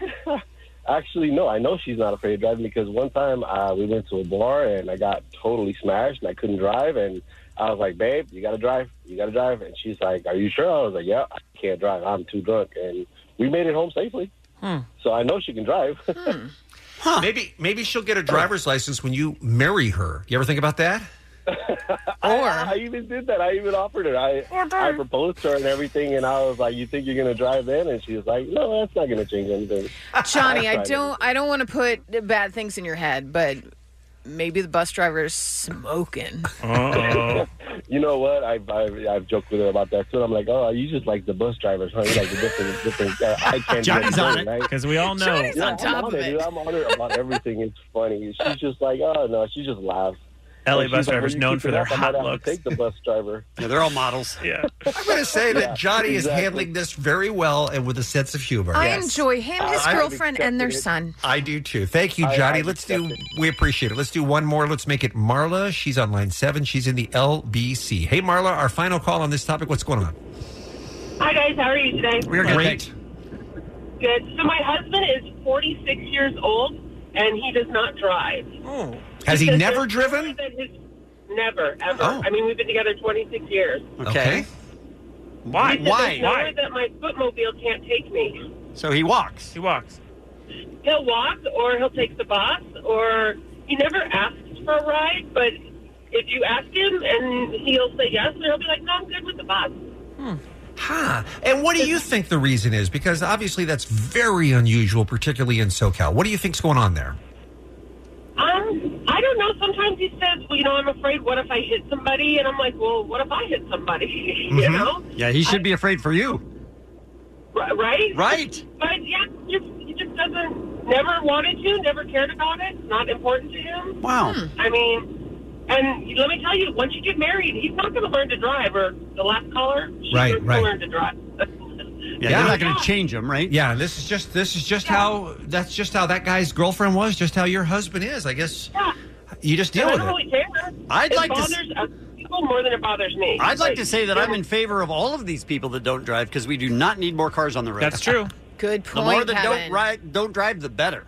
[SPEAKER 8] Actually, no. I know she's not afraid of driving because one time uh, we went to a bar and I got totally smashed and I couldn't drive and I was like, "Babe, you gotta drive. You gotta drive." And she's like, "Are you sure?" I was like, "Yeah, I can't drive. I'm too drunk." And we made it home safely,
[SPEAKER 11] Hmm.
[SPEAKER 8] so I know she can drive.
[SPEAKER 12] Maybe maybe she'll get a driver's license when you marry her. You ever think about that?
[SPEAKER 8] Or *laughs* I, I even did that. I even offered her. I I proposed to her and everything, and I was like, "You think you're gonna drive then?" And she was like, "No, that's not gonna change anything." *laughs*
[SPEAKER 11] Johnny, I
[SPEAKER 8] That's right.
[SPEAKER 11] don't I don't want to put bad things in your head, but maybe the bus driver is smoking.
[SPEAKER 8] *laughs* you know what? I've, I've I've joked with her about that too. I'm like, oh, you just like the bus drivers, huh? You like the different different. Uh,
[SPEAKER 7] *laughs*
[SPEAKER 8] I can't.
[SPEAKER 7] Johnny's on it,
[SPEAKER 8] right?
[SPEAKER 7] 'cause we all know. Johnny's
[SPEAKER 8] Yeah,
[SPEAKER 7] on
[SPEAKER 8] I'm
[SPEAKER 7] top of
[SPEAKER 8] it,
[SPEAKER 7] it.
[SPEAKER 8] dude. I'm on her about everything. It's funny. She's just like, oh no, she just laughs.
[SPEAKER 7] LA
[SPEAKER 8] And she's
[SPEAKER 7] bus
[SPEAKER 8] like,
[SPEAKER 7] drivers
[SPEAKER 8] well, you
[SPEAKER 7] known
[SPEAKER 8] keep
[SPEAKER 7] for
[SPEAKER 8] it
[SPEAKER 7] their
[SPEAKER 8] up, I might
[SPEAKER 7] hot
[SPEAKER 8] have to
[SPEAKER 7] looks.
[SPEAKER 8] Take the bus driver.
[SPEAKER 10] *laughs* Yeah, they're all models.
[SPEAKER 7] Yeah.
[SPEAKER 12] I'm going to say
[SPEAKER 8] Yeah,
[SPEAKER 12] that Johnny is
[SPEAKER 8] exactly.
[SPEAKER 12] handling this very well and with a sense of humor.
[SPEAKER 11] I enjoy him, his
[SPEAKER 12] I have
[SPEAKER 11] girlfriend, and their
[SPEAKER 12] accepted it.
[SPEAKER 11] son.
[SPEAKER 12] I do too. Thank you,
[SPEAKER 11] I-
[SPEAKER 12] Johnny.
[SPEAKER 11] I've
[SPEAKER 12] Let's do. We appreciate it. Let's do one more. Let's make it Marla. She's on line seven. She's in the LBC. Hey, Marla. Our final call on this topic. What's going on?
[SPEAKER 26] Hi guys, how are you today?
[SPEAKER 12] great.
[SPEAKER 26] Good. So my husband is 46 years old, and he does not drive.
[SPEAKER 12] Oh. Has he never driven? Oh.
[SPEAKER 26] Never, ever. I mean, we've been together 26 years.
[SPEAKER 12] Okay.
[SPEAKER 7] Why?
[SPEAKER 26] He said, There's nowhere that my footmobile can't take me.
[SPEAKER 10] So he walks.
[SPEAKER 7] He walks.
[SPEAKER 26] He'll walk, or he'll take the bus, or he never asks for a ride. But if you ask him, and he'll say yes, or he'll be like, "No, I'm good with the bus."
[SPEAKER 12] Huh. And what do you think the reason is? Because obviously that's very unusual, particularly in SoCal. What do you think's going on there?
[SPEAKER 26] Um, I don't know. Sometimes he says, well, you know, I'm afraid. What if I hit somebody? And I'm like, well, what if I hit somebody? *laughs*
[SPEAKER 12] Mm-hmm.
[SPEAKER 26] you
[SPEAKER 10] Mhm.
[SPEAKER 26] know,
[SPEAKER 10] Yeah, he should be afraid for you.
[SPEAKER 26] R- right?
[SPEAKER 10] Right.
[SPEAKER 26] But yeah, he just, he just doesn't. Never wanted to. Never cared about it. Not important to him.
[SPEAKER 10] Wow.
[SPEAKER 26] I mean, and let me tell you, once you get married, he's not going to learn to drive. Or the last caller, she's
[SPEAKER 12] Right,
[SPEAKER 26] not gonna
[SPEAKER 12] right.
[SPEAKER 26] learn to drive.
[SPEAKER 10] Yeah, they're not going to change him, right?
[SPEAKER 12] Yeah, this is just this is just how that's just how that guy's girlfriend was, just how your husband is. I guess you just deal
[SPEAKER 26] And I don't really
[SPEAKER 12] with it.
[SPEAKER 26] care.
[SPEAKER 10] I'd
[SPEAKER 26] it
[SPEAKER 10] like to s-
[SPEAKER 26] bothers other people more than it bothers me.
[SPEAKER 10] I'd like to say that
[SPEAKER 26] Oh, yeah.
[SPEAKER 10] I'm in favor of all of these people that don't drive because we do not need more cars on the road.
[SPEAKER 7] That's
[SPEAKER 10] *laughs*
[SPEAKER 7] true.
[SPEAKER 11] Good
[SPEAKER 10] The more that don't ride, don't drive, the better.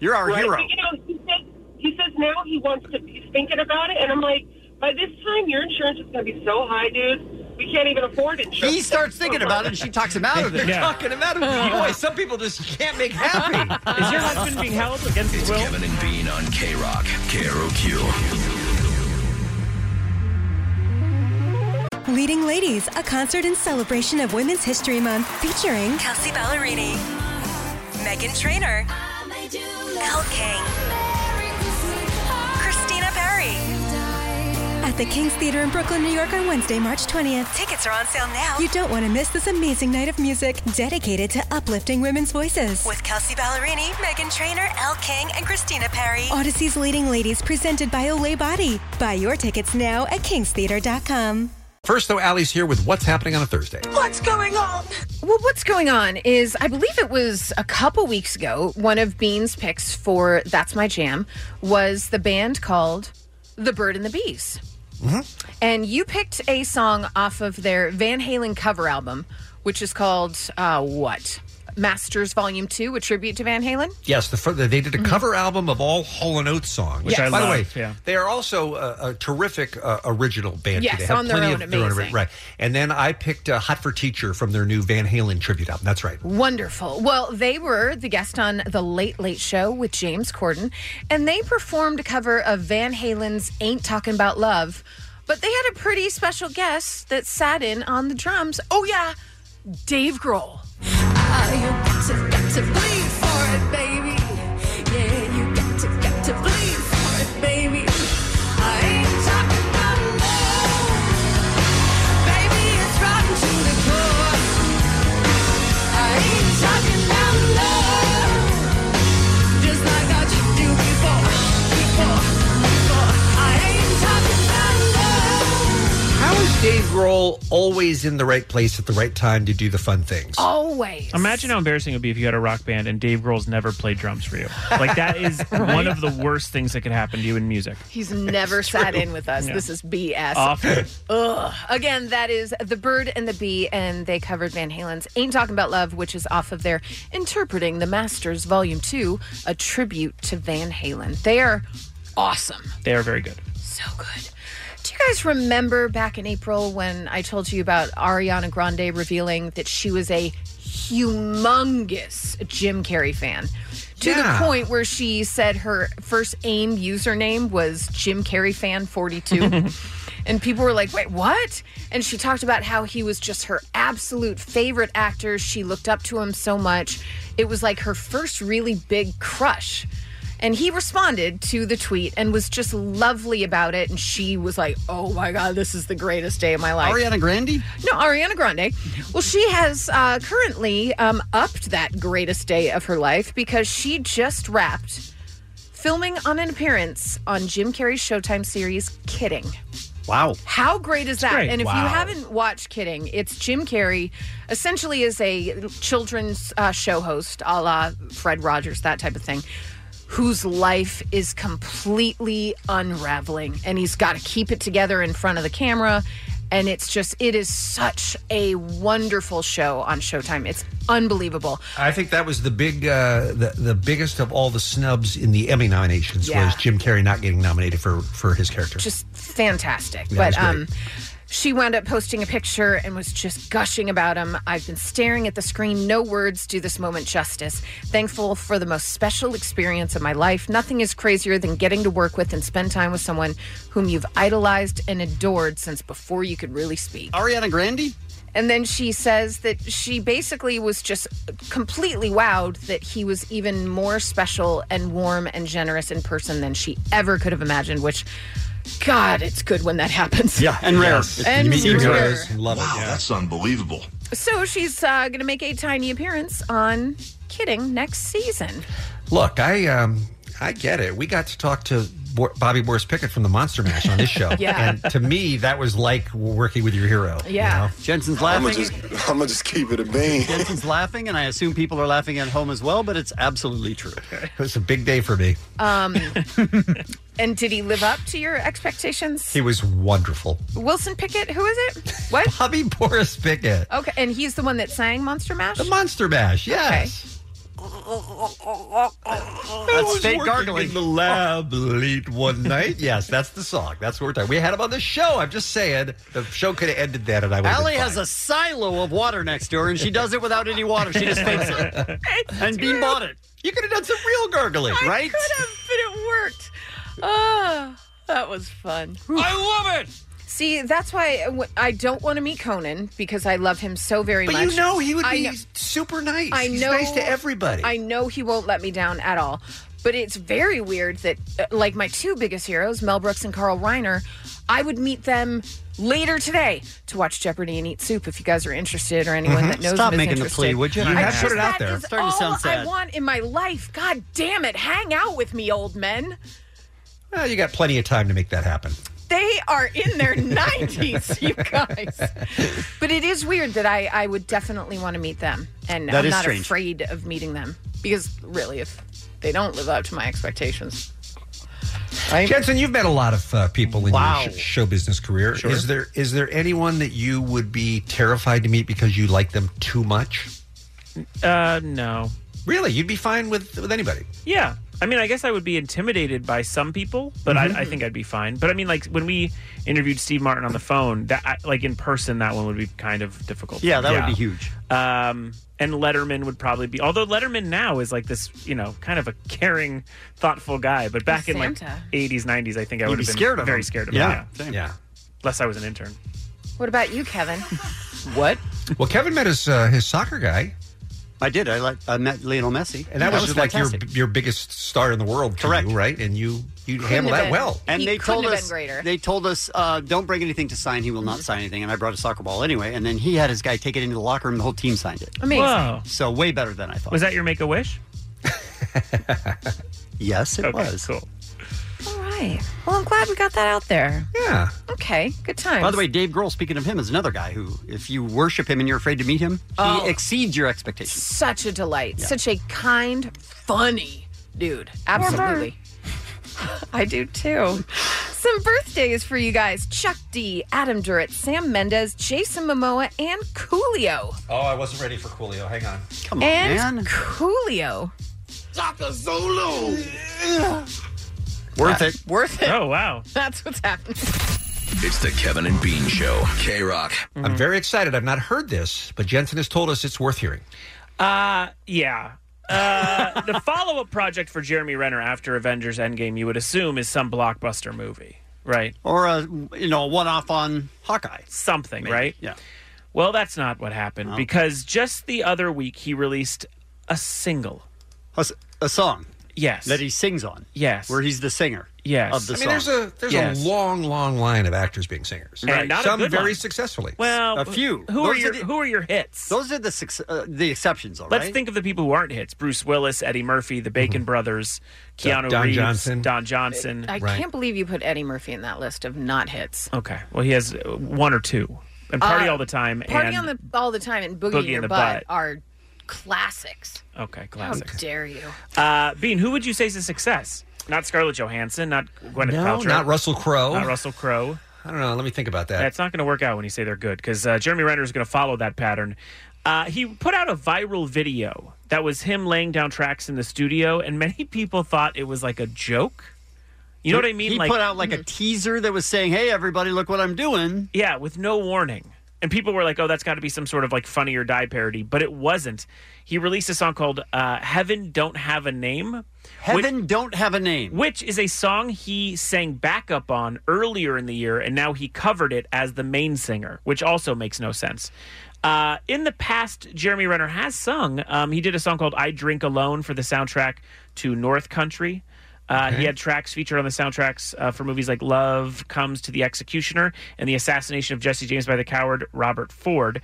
[SPEAKER 10] You're our
[SPEAKER 26] Right,
[SPEAKER 10] hero.
[SPEAKER 26] but, You know, he says, he says now he wants to. He's thinking about it, and I'm like, by this time your insurance is going to be so high, dude. We can't even afford insurance.
[SPEAKER 10] He starts thinking about it, and she talks him out of it.
[SPEAKER 26] Yeah.
[SPEAKER 10] Talking him out of it. Boy, some people just can't make happy.
[SPEAKER 7] Is
[SPEAKER 12] *laughs*
[SPEAKER 7] your husband being held against his will?
[SPEAKER 13] Kevin and Bean on K Rock, KROQ.
[SPEAKER 27] Leading Ladies, a concert in celebration of Women's History Month featuring Kelsey Ballerini, Megan Trainor, Elle King, Christina Perry. At the King's Theater in Brooklyn, New York on Wednesday, March 20th. Tickets are on sale now. You don't want to miss this amazing night of music dedicated to uplifting women's voices. With Kelsey Ballerini, Megan Trainor, Elle King, and Christina Perry. Odyssey's Leading Ladies presented by Olay Body. Buy your tickets now at kingstheater.com.
[SPEAKER 12] First though, Allie's here with what's happening on a Thursday.
[SPEAKER 11] What's going on? Well, what's going on is I believe it was a couple weeks ago, one of Bean's picks for That's My Jam was the band called The Bird and the Bees. And you picked a song off of their Van Halen cover album, which is called uh, what? Masters Volume 2, a tribute to Van Halen?
[SPEAKER 12] Yes, the, fir- they did a cover album of all Hall and Oates songs.
[SPEAKER 11] Which Mm-hmm. I
[SPEAKER 12] By the way,
[SPEAKER 7] love, yeah.
[SPEAKER 12] they are also a, a terrific uh, original band.
[SPEAKER 11] Yes,
[SPEAKER 12] they have
[SPEAKER 11] on their
[SPEAKER 12] plenty
[SPEAKER 11] own,
[SPEAKER 12] of their
[SPEAKER 11] amazing.
[SPEAKER 12] right. And then I picked uh, "Hot for Teacher" from their new Van Halen tribute album. That's right.
[SPEAKER 11] Wonderful. Well, they were the guest on The Late Late Show with James Corden, and they performed a cover of Van Halen's Ain't Talking About Love, but they had a pretty special guest that sat in on the drums. Oh, yeah, Dave Grohl.
[SPEAKER 23] Ah, You got to, got to bleed for it, baby. Yeah, you got to, got to bleed for it, baby. I ain't talking about love. Baby, it's rotten to the core. I ain't talking about love. Just like I you do before. You
[SPEAKER 12] girl always in the right place at the right time to do the fun things.
[SPEAKER 11] Always.
[SPEAKER 7] Imagine how embarrassing it would be if you had a rock band and Dave Grohl's never played drums for you. Like that
[SPEAKER 11] *laughs*
[SPEAKER 7] is
[SPEAKER 11] Right.
[SPEAKER 7] one of the worst things that could happen to you in music.
[SPEAKER 11] He's never sat
[SPEAKER 7] true.
[SPEAKER 11] in with us.
[SPEAKER 7] Yeah.
[SPEAKER 11] This is BS.
[SPEAKER 7] Awful.
[SPEAKER 11] Ugh. Again, that is The Bird and the Bee, and they covered Van Halen's Ain't Talking About Love, which is off of their Interpreting the Masters Volume 2, a tribute to Van Halen. They are awesome.
[SPEAKER 7] They are very good.
[SPEAKER 11] So good. Do you guys remember back in April when I told you about Ariana Grande revealing that she was a humongous Jim Carrey fan? To
[SPEAKER 19] Yeah.
[SPEAKER 11] the point where she said her first AIM username was Jim Carrey fan 42. and people were like, wait, what? And she talked about how he was just her absolute favorite actor. She looked up to him so much. It was like her first really big crush. And he responded to the tweet and was just lovely about it. And she was like, oh my God, this is the greatest day of my life.
[SPEAKER 10] Ariana Grande?
[SPEAKER 11] No, Ariana Grande. Well, she has uh, currently um, upped that greatest day of her life because she just wrapped filming on an appearance on Jim Carrey's Showtime series, Kidding.
[SPEAKER 10] Wow.
[SPEAKER 11] How great is that?
[SPEAKER 10] great.
[SPEAKER 11] And if
[SPEAKER 10] Wow.
[SPEAKER 11] you haven't watched Kidding, it's Jim Carrey, essentially is a children's uh, show host, a la Fred Rogers, that type of thing, whose life is completely unraveling, and he's got to keep it together in front of the camera. And it's just, it is such a wonderful show on Showtime. It's unbelievable.
[SPEAKER 12] I think that was the big, uh, the the biggest of all the snubs in the Emmy nominations
[SPEAKER 11] Yeah.
[SPEAKER 12] was Jim Carrey not getting nominated for for his character.
[SPEAKER 11] Just fantastic.
[SPEAKER 12] Yeah,
[SPEAKER 11] but
[SPEAKER 12] it was
[SPEAKER 11] um she wound up posting a picture and was just gushing about him. I've been staring at the screen. No words do this moment justice. Thankful for the most special experience of my life. Nothing is crazier than getting to work with and spend time with someone whom you've idolized and adored since before you could really speak.
[SPEAKER 10] Ariana Grande?
[SPEAKER 11] And then she says that she basically was just completely wowed that he was even more special and warm and generous in person than she ever could have imagined, which, God, it's good when that happens.
[SPEAKER 10] Yeah, and rare. It's-
[SPEAKER 11] And
[SPEAKER 10] you meet
[SPEAKER 11] rare.
[SPEAKER 10] your
[SPEAKER 18] heroes
[SPEAKER 12] and love
[SPEAKER 18] wow, it. that's unbelievable.
[SPEAKER 11] So she's uh, going to make a tiny appearance on Kidding next season.
[SPEAKER 12] Look, I um, I get it. We got to talk to Bo- Bobby Boris Pickett from the Monster Mash on this show,
[SPEAKER 11] *laughs* Yeah.
[SPEAKER 12] and to me that was like working with your hero.
[SPEAKER 11] Yeah.
[SPEAKER 10] Jensen's
[SPEAKER 12] I'ma
[SPEAKER 10] laughing.
[SPEAKER 12] just-
[SPEAKER 10] gonna just keep it a bean. Jensen's laughing, and I assume people are laughing at home as well. But it's absolutely
[SPEAKER 12] *laughs*
[SPEAKER 10] true. It
[SPEAKER 12] was a big day for me.
[SPEAKER 11] Um, and did he live up to your expectations?
[SPEAKER 12] He was wonderful.
[SPEAKER 11] Wilson Pickett, who is it? What?
[SPEAKER 12] *laughs* Bobby Boris Pickett,
[SPEAKER 11] Okay, and he's the one that sang Monster Mash?
[SPEAKER 12] the Monster Mash. Yes.
[SPEAKER 10] That's
[SPEAKER 12] was
[SPEAKER 10] fake
[SPEAKER 12] working
[SPEAKER 10] gargling.
[SPEAKER 12] in the lab late one night. Yes, that's the song. That's what we're talking. We had him on the show. I'm just saying the show could have ended that, and I would.
[SPEAKER 10] Allie has a silo of water next to her, and she does it without any water. She just fakes
[SPEAKER 11] *laughs*
[SPEAKER 10] it. and Bean bought it.
[SPEAKER 12] You could have done some real gargling,
[SPEAKER 11] I
[SPEAKER 10] right?
[SPEAKER 11] could have, but it worked. Oh, that was fun. I love it. See, that's why I w- I don't want to meet Conan because I love him so very
[SPEAKER 12] But
[SPEAKER 11] much.
[SPEAKER 12] you know he would
[SPEAKER 11] I
[SPEAKER 12] be
[SPEAKER 11] know-
[SPEAKER 12] super nice.
[SPEAKER 11] I
[SPEAKER 12] He's
[SPEAKER 11] know
[SPEAKER 12] nice to everybody.
[SPEAKER 11] I know he won't let me down at all. But it's very weird that, uh, like my two biggest heroes, Mel Brooks and Carl Reiner, I would meet them later today to watch Jeopardy and eat soup. If you guys are interested, or anyone
[SPEAKER 10] Mhm.
[SPEAKER 11] that knows,
[SPEAKER 10] Stop
[SPEAKER 11] him is
[SPEAKER 10] making the
[SPEAKER 11] interested.
[SPEAKER 10] plea, would you? You
[SPEAKER 11] I
[SPEAKER 10] have
[SPEAKER 11] just-
[SPEAKER 10] put it out
[SPEAKER 11] that
[SPEAKER 10] there.
[SPEAKER 11] is
[SPEAKER 10] Starting to
[SPEAKER 11] all
[SPEAKER 10] sound
[SPEAKER 11] I
[SPEAKER 10] sad.
[SPEAKER 11] want in my life. God damn it! Hang out with me, old men.
[SPEAKER 12] Well, Eh, you got plenty of time to make that happen.
[SPEAKER 11] They are
[SPEAKER 10] *laughs*
[SPEAKER 11] in their
[SPEAKER 12] *laughs*
[SPEAKER 11] 90s, you guys. But it is weird that I, I would definitely want to meet them. And
[SPEAKER 12] That
[SPEAKER 11] I'm
[SPEAKER 12] is
[SPEAKER 11] not
[SPEAKER 12] strange.
[SPEAKER 11] afraid of meeting them. Because really, if they don't live up to my expectations,
[SPEAKER 12] Jensen, you've met a lot of uh, people in
[SPEAKER 11] Wow.
[SPEAKER 12] your sh- show business career.
[SPEAKER 11] Sure.
[SPEAKER 12] Is there is there anyone that you would be terrified to meet because you like them too much?
[SPEAKER 7] Uh, no.
[SPEAKER 12] Really, you'd be fine with with anybody.
[SPEAKER 7] Yeah. I mean, I guess I would be intimidated by some people, but
[SPEAKER 12] Mhm.
[SPEAKER 7] I, I think I'd be fine. But I mean, like when we interviewed Steve Martin on the phone, that I, like in person, that one would be kind of difficult.
[SPEAKER 10] Yeah, that would be huge.
[SPEAKER 7] Um, and Letterman would probably be, although Letterman now is like this, you know, kind of a caring, thoughtful guy. But back in like
[SPEAKER 11] Santa.
[SPEAKER 7] eighties, nineties, I think I
[SPEAKER 10] You'd
[SPEAKER 7] would
[SPEAKER 10] be
[SPEAKER 7] have been
[SPEAKER 10] scared of
[SPEAKER 7] very
[SPEAKER 10] him.
[SPEAKER 7] scared of
[SPEAKER 10] Yeah,
[SPEAKER 7] him.
[SPEAKER 10] same.
[SPEAKER 12] Yeah,
[SPEAKER 7] unless I was an intern.
[SPEAKER 11] what about
[SPEAKER 10] *laughs*
[SPEAKER 11] you, Kevin?
[SPEAKER 10] What?
[SPEAKER 12] Well, Kevin met his uh, his soccer guy,
[SPEAKER 10] I did. I like. I met Lionel Messi,
[SPEAKER 12] and that, was, just like your
[SPEAKER 10] fantastic.
[SPEAKER 12] your biggest star in the world, to you, right? And you you handled that well.
[SPEAKER 10] And
[SPEAKER 11] He
[SPEAKER 10] they
[SPEAKER 11] couldn't
[SPEAKER 10] told
[SPEAKER 11] have
[SPEAKER 10] us
[SPEAKER 11] been greater.
[SPEAKER 10] they told us uh, don't bring anything to sign. He will not sign anything. And I brought a soccer ball anyway. And then he had his guy take it into the locker room. The whole team signed it.
[SPEAKER 11] Amazing. Whoa.
[SPEAKER 10] So way better than I thought.
[SPEAKER 7] Was that your make a wish?
[SPEAKER 10] *laughs* Yes, it was.
[SPEAKER 7] Cool.
[SPEAKER 11] All right. right. Well, I'm glad we got that out there.
[SPEAKER 12] Yeah.
[SPEAKER 11] Okay. Good times.
[SPEAKER 10] By the way, Dave Grohl, speaking of him, is another guy who, if you worship him and you're afraid to meet him, he
[SPEAKER 11] Oh.
[SPEAKER 10] exceeds your expectations.
[SPEAKER 11] such a delight. Such a kind, funny dude. Absolutely. I do too. Some birthdays for you guys Chuck D, Adam Durrett, Sam Mendes, Jason Momoa, and Coolio.
[SPEAKER 12] Oh, I wasn't ready for Coolio. Hang on.
[SPEAKER 11] and Coolio.
[SPEAKER 12] Dr. Zulu.
[SPEAKER 10] Worth it.
[SPEAKER 11] Worth it.
[SPEAKER 7] Oh, wow.
[SPEAKER 11] That's what's happening.
[SPEAKER 13] It's the Kevin and Bean Show. K Rock.
[SPEAKER 10] Mm-hmm.
[SPEAKER 12] I'm very excited. I've not heard this, but Jensen has told us it's worth hearing.
[SPEAKER 7] Uh, yeah. Uh, the follow up project for Jeremy Renner after Avengers Endgame, you would assume, is some blockbuster movie, right?
[SPEAKER 10] Or a you know one off on Hawkeye,
[SPEAKER 7] something,
[SPEAKER 10] Maybe,
[SPEAKER 7] right?
[SPEAKER 10] Yeah.
[SPEAKER 7] Well, that's not what happened
[SPEAKER 10] No.
[SPEAKER 7] because just the other week he released a single,
[SPEAKER 10] a, s- a song.
[SPEAKER 7] Yes.
[SPEAKER 10] That he sings on.
[SPEAKER 7] Yes.
[SPEAKER 10] Where he's the singer.
[SPEAKER 7] Yes.
[SPEAKER 10] Of the
[SPEAKER 7] I
[SPEAKER 10] song.
[SPEAKER 7] mean, there's a-
[SPEAKER 12] There's a long, long line of actors being singers.
[SPEAKER 10] And Right. not a
[SPEAKER 12] Some
[SPEAKER 10] good
[SPEAKER 12] very
[SPEAKER 10] one.
[SPEAKER 12] successfully.
[SPEAKER 7] Well,
[SPEAKER 10] a few.
[SPEAKER 7] who are your-
[SPEAKER 10] who
[SPEAKER 7] are your hits?
[SPEAKER 10] Those are the suc- uh, the exceptions, all right. Mm-hmm.
[SPEAKER 7] Let's think of the people who aren't hits: Bruce Willis, Eddie Murphy, the Bacon Brothers, Keanu
[SPEAKER 12] Don
[SPEAKER 7] Reeves,
[SPEAKER 12] Johnson.
[SPEAKER 7] Don Johnson.
[SPEAKER 11] I can't believe you put Eddie Murphy in that list of not hits.
[SPEAKER 7] Okay, well, he has uh, one or two, Oh, and Party
[SPEAKER 11] Uh,
[SPEAKER 7] all the time.
[SPEAKER 11] Party
[SPEAKER 7] and,
[SPEAKER 11] on the all the time and Boogie,
[SPEAKER 7] Boogie
[SPEAKER 11] in
[SPEAKER 7] in
[SPEAKER 11] Your
[SPEAKER 7] the
[SPEAKER 11] butt,
[SPEAKER 7] Butt.
[SPEAKER 11] are classics.
[SPEAKER 7] Okay, classic.
[SPEAKER 11] How dare you?
[SPEAKER 7] Uh, Bean, who would you say is a success? Not Scarlett Johansson, not Gwyneth
[SPEAKER 12] No,
[SPEAKER 7] Paltrow,
[SPEAKER 12] not Russell Crowe.
[SPEAKER 7] not Russell Crowe.
[SPEAKER 12] I don't know. Let me think about that.
[SPEAKER 7] That's not going to work out when you say they're good because uh, Jeremy Renner is going to follow that pattern. Uh, he put out a viral video that was him laying down tracks in the studio, and many *laughs* people thought it was like a joke. You know what I mean?
[SPEAKER 10] He put out like a teaser that was saying, "Hey, everybody, look what I'm doing."
[SPEAKER 7] Yeah, with no warning. And people were like, oh, that's got to be some sort of like funny or die parody, but it wasn't. He released a song called uh, Heaven Don't Have a Name.
[SPEAKER 10] Heaven Don't Have a Name.
[SPEAKER 7] Which is a song he sang backup on earlier in the year, and now he covered it as the main singer, which also makes no sense. Uh, in the past, Jeremy Renner has sung. Um, he did a song called I Drink Alone for the soundtrack to North Country. Uh, He had tracks featured on the soundtracks uh, for movies like Love Comes to the Executioner and The Assassination of Jesse James by the Coward Robert Ford.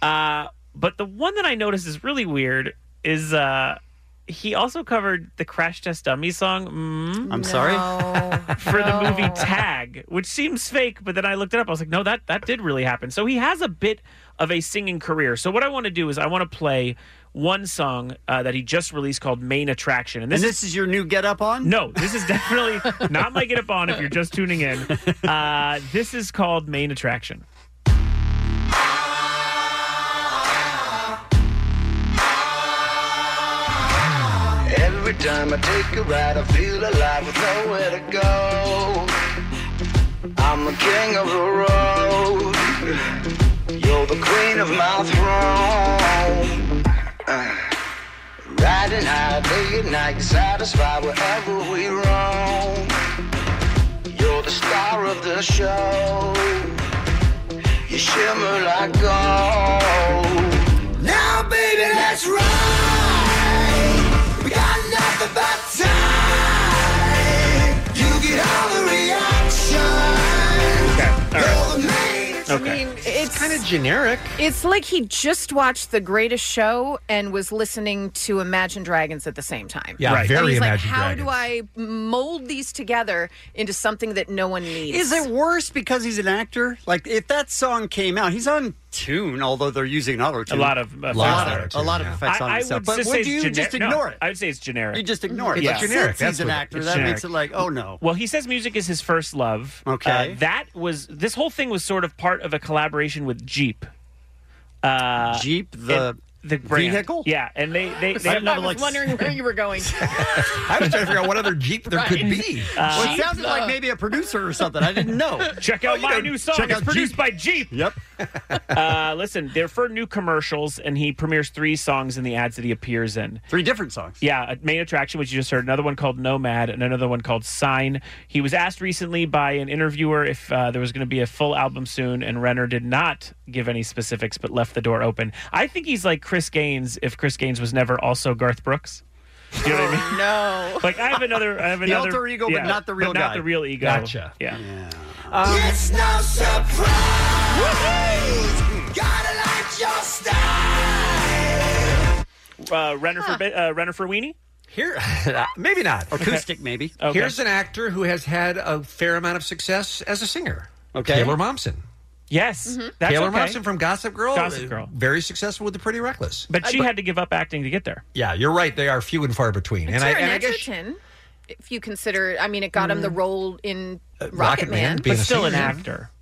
[SPEAKER 7] Uh, but the one that I noticed is really weird is uh, he also covered the Crash Test Dummies song. Mm,
[SPEAKER 10] I'm sorry?
[SPEAKER 7] *laughs* for the movie Tag, which seems fake, but then I looked it up. I was like, no, that that did really happen. So he has a bit of a singing career. So what I want to do is I want to play one song uh, that he just released called Main Attraction, and
[SPEAKER 10] And this is your new get up on?
[SPEAKER 7] No,
[SPEAKER 10] *laughs*
[SPEAKER 7] this is definitely not my get up on if you're just tuning in. Uh, this is called Main Attraction.
[SPEAKER 3] Every time I take a ride, I feel alive with nowhere to go. I'm the king of the road. You're the queen of my throne. Uh, riding high day and night, satisfy wherever we roam. You're the star of the show. You shimmer like gold. Now, baby, let's ride. We got nothing but time. You get all the reaction.
[SPEAKER 11] I mean, it's kind
[SPEAKER 12] of generic.
[SPEAKER 11] It's like he just watched The Greatest Show and was listening to Imagine Dragons at the same time.
[SPEAKER 12] Yeah, Right. very
[SPEAKER 11] And he's like,
[SPEAKER 12] Imagine
[SPEAKER 11] How do I mold these together into something that no one needs?
[SPEAKER 10] Is it worse because he's an actor? Like, if that song came out, he's on tune, although they're using auto tune.
[SPEAKER 7] A lot of
[SPEAKER 10] a
[SPEAKER 7] effects
[SPEAKER 10] lot
[SPEAKER 7] on
[SPEAKER 10] of,
[SPEAKER 7] it.
[SPEAKER 10] a lot of effects
[SPEAKER 7] I,
[SPEAKER 10] on
[SPEAKER 7] I
[SPEAKER 10] it. so-
[SPEAKER 7] would
[SPEAKER 10] But
[SPEAKER 7] just say
[SPEAKER 10] would
[SPEAKER 7] it's
[SPEAKER 10] you just
[SPEAKER 7] gener- no,
[SPEAKER 10] ignore it?
[SPEAKER 7] I would say it's generic.
[SPEAKER 10] You just ignore it.
[SPEAKER 7] Yeah.
[SPEAKER 10] But Since he's an actor, that makes it like, oh no.
[SPEAKER 7] Well, he says music is his first love.
[SPEAKER 10] Okay.
[SPEAKER 7] Uh, that was this whole thing was sort of part of a collaboration with Jeep. Uh,
[SPEAKER 10] Jeep the
[SPEAKER 7] the brand.
[SPEAKER 10] vehicle?
[SPEAKER 7] Yeah, and they they, they
[SPEAKER 11] I, was wondering where you
[SPEAKER 12] *laughs*
[SPEAKER 11] were going.
[SPEAKER 12] I was trying to figure out what other Jeep there could
[SPEAKER 7] *laughs*
[SPEAKER 12] be.
[SPEAKER 7] Uh,
[SPEAKER 12] uh,
[SPEAKER 10] well, it sounded like maybe a producer or something. I didn't know. Oh,
[SPEAKER 7] Check out my new song. It's produced by Jeep.
[SPEAKER 10] Yep.
[SPEAKER 7] *laughs* uh, listen, they're for new commercials, and he premieres three songs in the ads that he appears in.
[SPEAKER 10] Three different songs.
[SPEAKER 7] Yeah, a main attraction, which you just heard, another one called Nomad, and another one called Sign. He was asked recently by an interviewer if uh, there was going to be a full album soon, and Renner did not give any specifics, but left the door open. I think he's like Chris Gaines if Chris Gaines was never also Garth Brooks. Do you
[SPEAKER 10] *laughs*
[SPEAKER 7] know what I mean?
[SPEAKER 10] No.
[SPEAKER 7] Like I have another, I have
[SPEAKER 10] The
[SPEAKER 7] another
[SPEAKER 10] alter ego, but
[SPEAKER 7] yeah,
[SPEAKER 10] not the real
[SPEAKER 7] but not
[SPEAKER 10] guy.
[SPEAKER 7] the real ego.
[SPEAKER 10] Gotcha.
[SPEAKER 7] Yeah.
[SPEAKER 3] it's no surprise. Gotta like your style.
[SPEAKER 7] Uh, Renner for Bi- uh, Renner for Weenie.
[SPEAKER 12] Here, *laughs* maybe not.
[SPEAKER 10] Acoustic, maybe.
[SPEAKER 12] Here's an actor who has had a fair amount of success as a singer.
[SPEAKER 10] Okay. Mm-hmm.
[SPEAKER 12] Taylor Momsen.
[SPEAKER 7] Yes. That's
[SPEAKER 12] Taylor
[SPEAKER 7] okay.
[SPEAKER 12] Momsen from Gossip Girl.
[SPEAKER 7] Gossip Girl.
[SPEAKER 12] Very successful with The Pretty Reckless.
[SPEAKER 7] But she had to give up acting to get there.
[SPEAKER 12] Uh, Yeah, you're right. They are few and far between. And I,
[SPEAKER 11] Taron
[SPEAKER 12] and I guess Mm.
[SPEAKER 11] Egerton, if you consider, I mean, it got him the role in Rocket,
[SPEAKER 12] Uh, Rocket
[SPEAKER 11] Man.
[SPEAKER 12] Man, being a singer.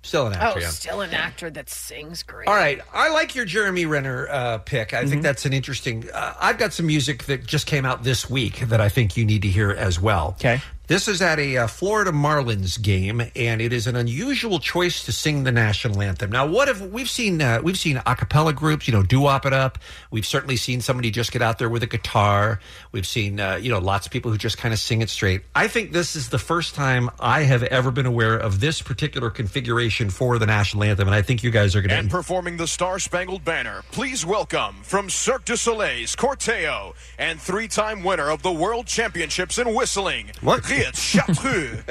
[SPEAKER 12] Still an actor.
[SPEAKER 11] Oh,
[SPEAKER 12] yeah.
[SPEAKER 11] still an actor that sings great.
[SPEAKER 12] All right, I like your Jeremy Renner uh, pick. I think that's an interesting. Uh, I've got some music that just came out this week that I think you need to hear as well. Okay, this is at a uh, Florida Marlins game, and it is an unusual choice to sing the national anthem. Now, what if we've seen uh, we've seen a cappella groups, you know, do op it up. We've certainly seen somebody just get out there with a guitar. We've seen uh, you know lots of people who just kind of sing it straight. I think this is the first time I have ever been aware of this particular configuration for the national anthem, and I think you guys are going to
[SPEAKER 4] And performing the Star Spangled Banner, please welcome from Cirque du Soleil's Corteo and three time winner of the World Championships in Whistling,
[SPEAKER 10] what?
[SPEAKER 4] Riet
[SPEAKER 10] *laughs*
[SPEAKER 4] Chartreux.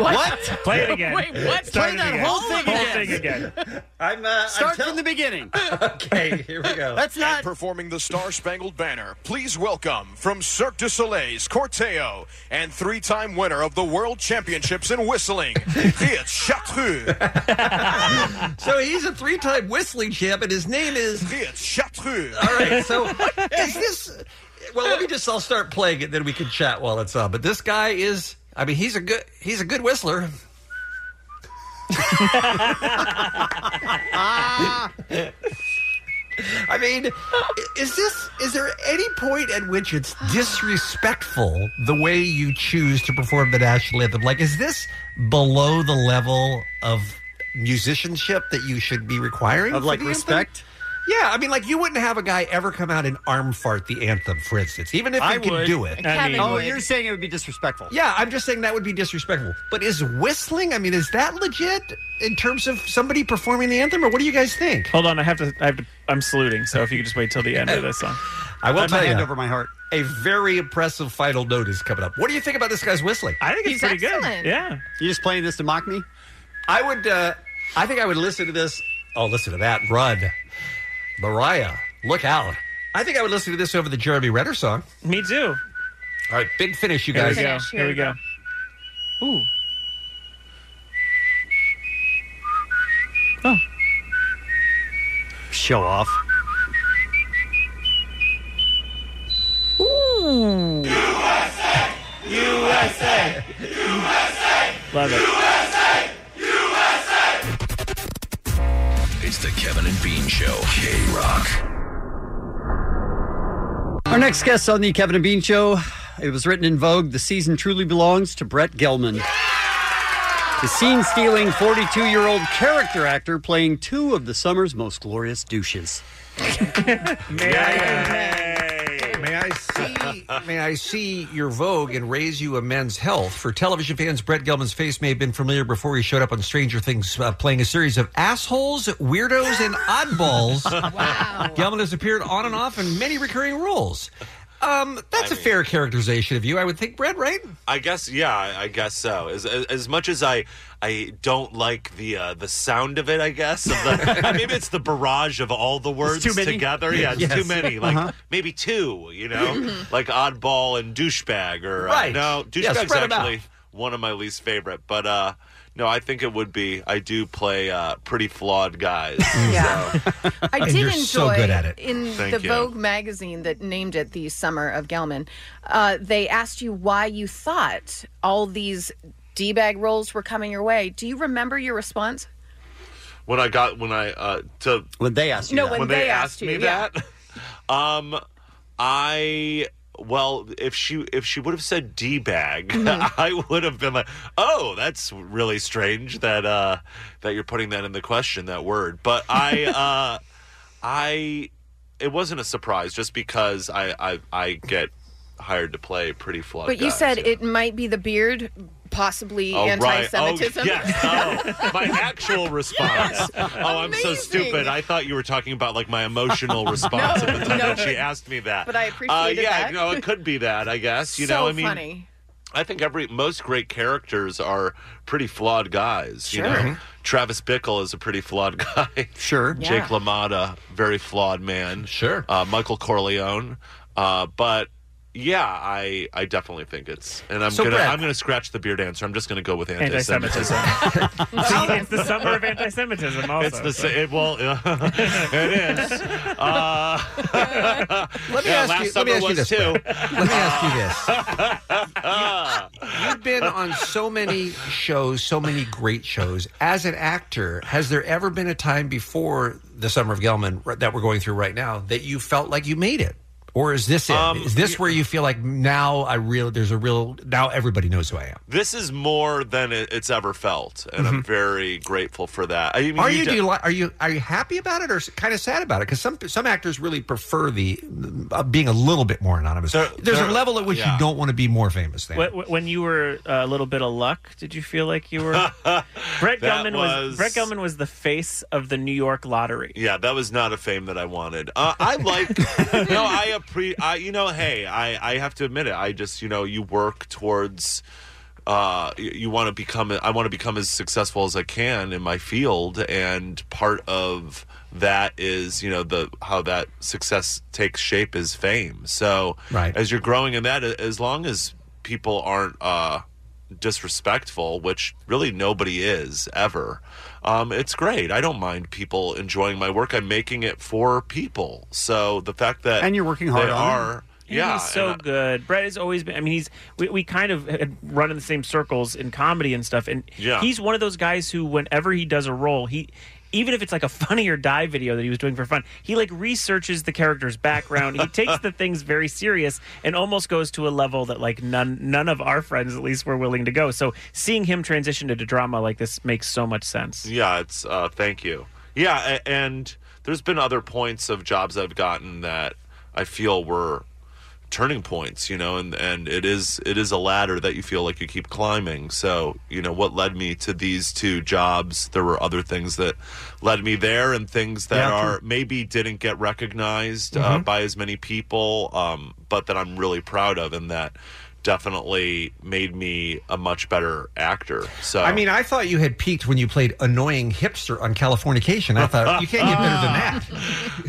[SPEAKER 10] What?
[SPEAKER 4] Play it again.
[SPEAKER 10] Wait, what? Play
[SPEAKER 4] Start it
[SPEAKER 10] that
[SPEAKER 4] again.
[SPEAKER 10] whole thing
[SPEAKER 4] Whole
[SPEAKER 10] again. *laughs*
[SPEAKER 4] thing again.
[SPEAKER 10] I'm, uh,
[SPEAKER 4] Start
[SPEAKER 10] I'm from the beginning.
[SPEAKER 12] okay, here we go.
[SPEAKER 10] That's
[SPEAKER 4] And performing the Star Spangled Banner, please welcome from Cirque du Soleil's Corteo and three time winner of the World Championships
[SPEAKER 10] *laughs*
[SPEAKER 4] in Whistling, Riet Chartreux.
[SPEAKER 12] so he's a three-time whistling champ, and his name is
[SPEAKER 4] Chartreux.
[SPEAKER 12] *laughs* All right, so is this? Well, let me just. I'll start playing it, then we can chat while it's on. But this guy is. I mean, he's a good. He's a good whistler. Ah. I mean, is this? Is there any point at which it's disrespectful the way you choose to perform the national anthem? Like, is this below the level of musicianship that you should be requiring
[SPEAKER 10] Of,
[SPEAKER 12] for
[SPEAKER 10] like,
[SPEAKER 12] the anthem?
[SPEAKER 10] respect?
[SPEAKER 12] Yeah, I mean, like you wouldn't have a guy ever come out and arm fart the anthem, for instance, even if
[SPEAKER 10] I
[SPEAKER 12] he could
[SPEAKER 10] would.
[SPEAKER 12] do it.
[SPEAKER 10] oh, you're saying it would be disrespectful.
[SPEAKER 12] Yeah, I'm just saying that would be disrespectful. But is whistling? I mean, is that legit in terms of somebody performing the anthem, or what do you guys think?
[SPEAKER 7] Hold on, I have to. I have to. I'm saluting. So if you could just wait till the end of this song,
[SPEAKER 12] I will
[SPEAKER 7] Let my
[SPEAKER 12] tell you,
[SPEAKER 7] hand over
[SPEAKER 10] my heart.
[SPEAKER 12] A very impressive final note is coming up. What do you think about this guy's whistling?
[SPEAKER 7] I think it's He's pretty good. excellent. Yeah.
[SPEAKER 10] you just playing this to mock me?
[SPEAKER 12] I would. Uh, I think I would listen to this. Oh, listen to that! Run, Mariah, look out! I think I would listen to this over the Jeremy Renner song.
[SPEAKER 7] Me too.
[SPEAKER 12] All right, big finish, *laughs* you
[SPEAKER 7] Here we
[SPEAKER 12] guys.
[SPEAKER 7] go, Finish, here here we we go. Ooh.
[SPEAKER 10] Show off.
[SPEAKER 1] Ooh.
[SPEAKER 7] USA, USA, love it.
[SPEAKER 13] It's the Kevin and Bean Show. K Rock.
[SPEAKER 10] Our next guest on the Kevin and Bean Show, it was written in Vogue, the season truly belongs to Brett Gelman. The scene stealing 42 year old character actor playing two of the summer's most glorious douches.
[SPEAKER 12] May I, may I see? May I see your Vogue and raise you a men's health? For television fans, Brett Gelman's face may have been familiar before he showed up on Stranger Things, uh, playing a series of assholes, weirdos, and oddballs. wow. Gelman has appeared on and off in many recurring roles. Um, that's a fair characterization of you, I would think, Brett. Right?
[SPEAKER 15] I guess, yeah, I I guess so. As, as, as much as I, I don't like the uh, the sound of it, I guess.
[SPEAKER 18] *laughs*
[SPEAKER 15] Of the, maybe it's the barrage of all the words
[SPEAKER 10] too many.
[SPEAKER 15] together. Yeah, it's
[SPEAKER 10] Yes.
[SPEAKER 15] too many. Like
[SPEAKER 10] Uh-huh.
[SPEAKER 15] maybe two. You know,
[SPEAKER 10] Mhm.
[SPEAKER 15] like oddball and douchebag, or uh,
[SPEAKER 10] Right.
[SPEAKER 15] no,
[SPEAKER 10] Yeah,
[SPEAKER 15] douchebag's
[SPEAKER 10] spread 'em out.
[SPEAKER 15] actually one of my least favorite. But uh, no, I think it would be. I do play uh, pretty flawed guys.
[SPEAKER 11] I
[SPEAKER 15] And
[SPEAKER 11] did
[SPEAKER 15] you're
[SPEAKER 11] enjoy
[SPEAKER 15] so good at it.
[SPEAKER 11] in
[SPEAKER 15] Thank
[SPEAKER 11] the
[SPEAKER 15] you.
[SPEAKER 11] Vogue magazine that named it the Summer of Gelman. Uh, they asked you why you thought all these d bag roles were coming your way. Do you remember your response?
[SPEAKER 15] when I got when I uh to
[SPEAKER 10] when they asked
[SPEAKER 11] you No, that. when they asked you,
[SPEAKER 15] me
[SPEAKER 11] yeah.
[SPEAKER 15] that um I well if she if she would have said d bag Mhm. *laughs*
[SPEAKER 11] Mm-hmm.
[SPEAKER 15] I would have been like oh that's really strange that uh that you're putting that in the question that word but
[SPEAKER 11] *laughs*
[SPEAKER 15] I uh I it wasn't a surprise just because I I I get hired to play pretty flawed
[SPEAKER 11] but you
[SPEAKER 15] guys.
[SPEAKER 11] said it might be the beard, possibly
[SPEAKER 15] Oh, right. Oh,
[SPEAKER 11] anti-Semitism. *laughs*
[SPEAKER 15] yes. Oh, my actual response. Oh, I'm so stupid. I thought you were talking about like my emotional response
[SPEAKER 11] *laughs* No,
[SPEAKER 15] at the time
[SPEAKER 11] no.
[SPEAKER 15] that she asked me that.
[SPEAKER 11] But I appreciated
[SPEAKER 15] uh, yeah,
[SPEAKER 11] that.
[SPEAKER 15] no, it could be that. I guess you
[SPEAKER 11] so
[SPEAKER 15] know. I mean,
[SPEAKER 11] funny.
[SPEAKER 15] I think every most great characters are pretty flawed guys. You
[SPEAKER 11] Sure.
[SPEAKER 15] know,
[SPEAKER 11] Mhm.
[SPEAKER 12] Mm-hmm.
[SPEAKER 15] Travis Bickle is a pretty flawed *laughs* guy.
[SPEAKER 10] Sure.
[SPEAKER 15] Jake
[SPEAKER 10] Yeah.
[SPEAKER 15] LaMotta, very flawed man.
[SPEAKER 12] Sure.
[SPEAKER 15] Uh, Michael Corleone, uh, but yeah, I, I definitely think it's, and I'm
[SPEAKER 7] So,
[SPEAKER 15] gonna
[SPEAKER 7] Brad-
[SPEAKER 15] I'm gonna scratch the beard answer. I'm just gonna go with anti-Semitism.
[SPEAKER 7] Anti-Semitism. it's the summer of anti-Semitism. Also,
[SPEAKER 15] It's the same. *laughs* Well, *laughs* it is. Uh, *laughs*
[SPEAKER 12] Let me
[SPEAKER 15] yeah,
[SPEAKER 12] ask you.
[SPEAKER 15] last
[SPEAKER 12] Let
[SPEAKER 15] summer
[SPEAKER 12] me ask you *laughs*
[SPEAKER 15] was
[SPEAKER 12] this.
[SPEAKER 15] too.
[SPEAKER 12] Brad. Let me ask you this. You, have been on so
[SPEAKER 10] *laughs*
[SPEAKER 12] many shows, so many great shows. As an actor, has there ever been a time before the Summer of Gelman that we're going through right now that you felt like you made it, or is this it? Is
[SPEAKER 15] Um,
[SPEAKER 12] this where you feel like now I real there's a real now everybody knows who I am?
[SPEAKER 15] This is more than it, it's ever felt, and I'm very grateful for that. I mean,
[SPEAKER 12] Mm-hmm. Are you,
[SPEAKER 15] de-
[SPEAKER 12] do you li- are you are you happy about it or kind of sad about it? Because some some actors really prefer the uh, being a little bit more anonymous. There's
[SPEAKER 7] there-
[SPEAKER 12] a level at which
[SPEAKER 7] yeah.
[SPEAKER 12] you don't want to be more famous. Than
[SPEAKER 7] Wh- wh- When you were uh, a little bit of luck, did you feel
[SPEAKER 12] *laughs*
[SPEAKER 7] like you were? Brett
[SPEAKER 15] That
[SPEAKER 7] Gelman was,
[SPEAKER 15] was-
[SPEAKER 7] Brett Gelman was the face of the New York lottery.
[SPEAKER 15] Yeah, that was not a fame that I wanted. Uh, I like, *laughs* no, I appre- I you know, hey, I, I have to admit it. I just, you know, you work towards, uh, you, you want to become, I want to become as successful as I can in my field, and part of that is, you know, the how that success takes shape is fame. So,
[SPEAKER 12] Right.
[SPEAKER 15] as you're growing in that, a- as long as people aren't. Uh, disrespectful, which really nobody is ever. Um, it's great. I don't mind people enjoying my work. I'm making it for people. So the fact that
[SPEAKER 10] And you're working hard
[SPEAKER 15] they
[SPEAKER 10] on it.
[SPEAKER 15] are,
[SPEAKER 7] And
[SPEAKER 15] yeah,
[SPEAKER 7] he's so
[SPEAKER 15] and I-
[SPEAKER 7] good. Brett has always been. I mean, he's we, we kind of had run in the same circles in comedy and stuff. And
[SPEAKER 15] Yeah.
[SPEAKER 7] he's one of those guys who, whenever he does a role, he even if it's like a *laughs* funny or die video that he was doing for fun, he like researches the character's background. he takes the things very serious and almost goes to a level that like none none of our friends at least were willing to go. So seeing him transition into drama like this makes so much sense.
[SPEAKER 15] yeah, it's uh, thank you. Yeah, a- and there's been other points of jobs I've gotten that I feel were turning points, you know, and and it is it is a ladder that you feel like you keep climbing. So, you know, what led me to these two jobs, there were other things that led me there and things that
[SPEAKER 21] Yeah, true.
[SPEAKER 15] are maybe didn't get recognized uh,
[SPEAKER 21] Mhm.
[SPEAKER 15] by as many people, um, but that I'm really proud of and that definitely made me a much better actor. So
[SPEAKER 12] I mean, I thought you had peaked when you played annoying hipster on Californication. I thought you
[SPEAKER 15] *laughs*
[SPEAKER 12] can't get better than that.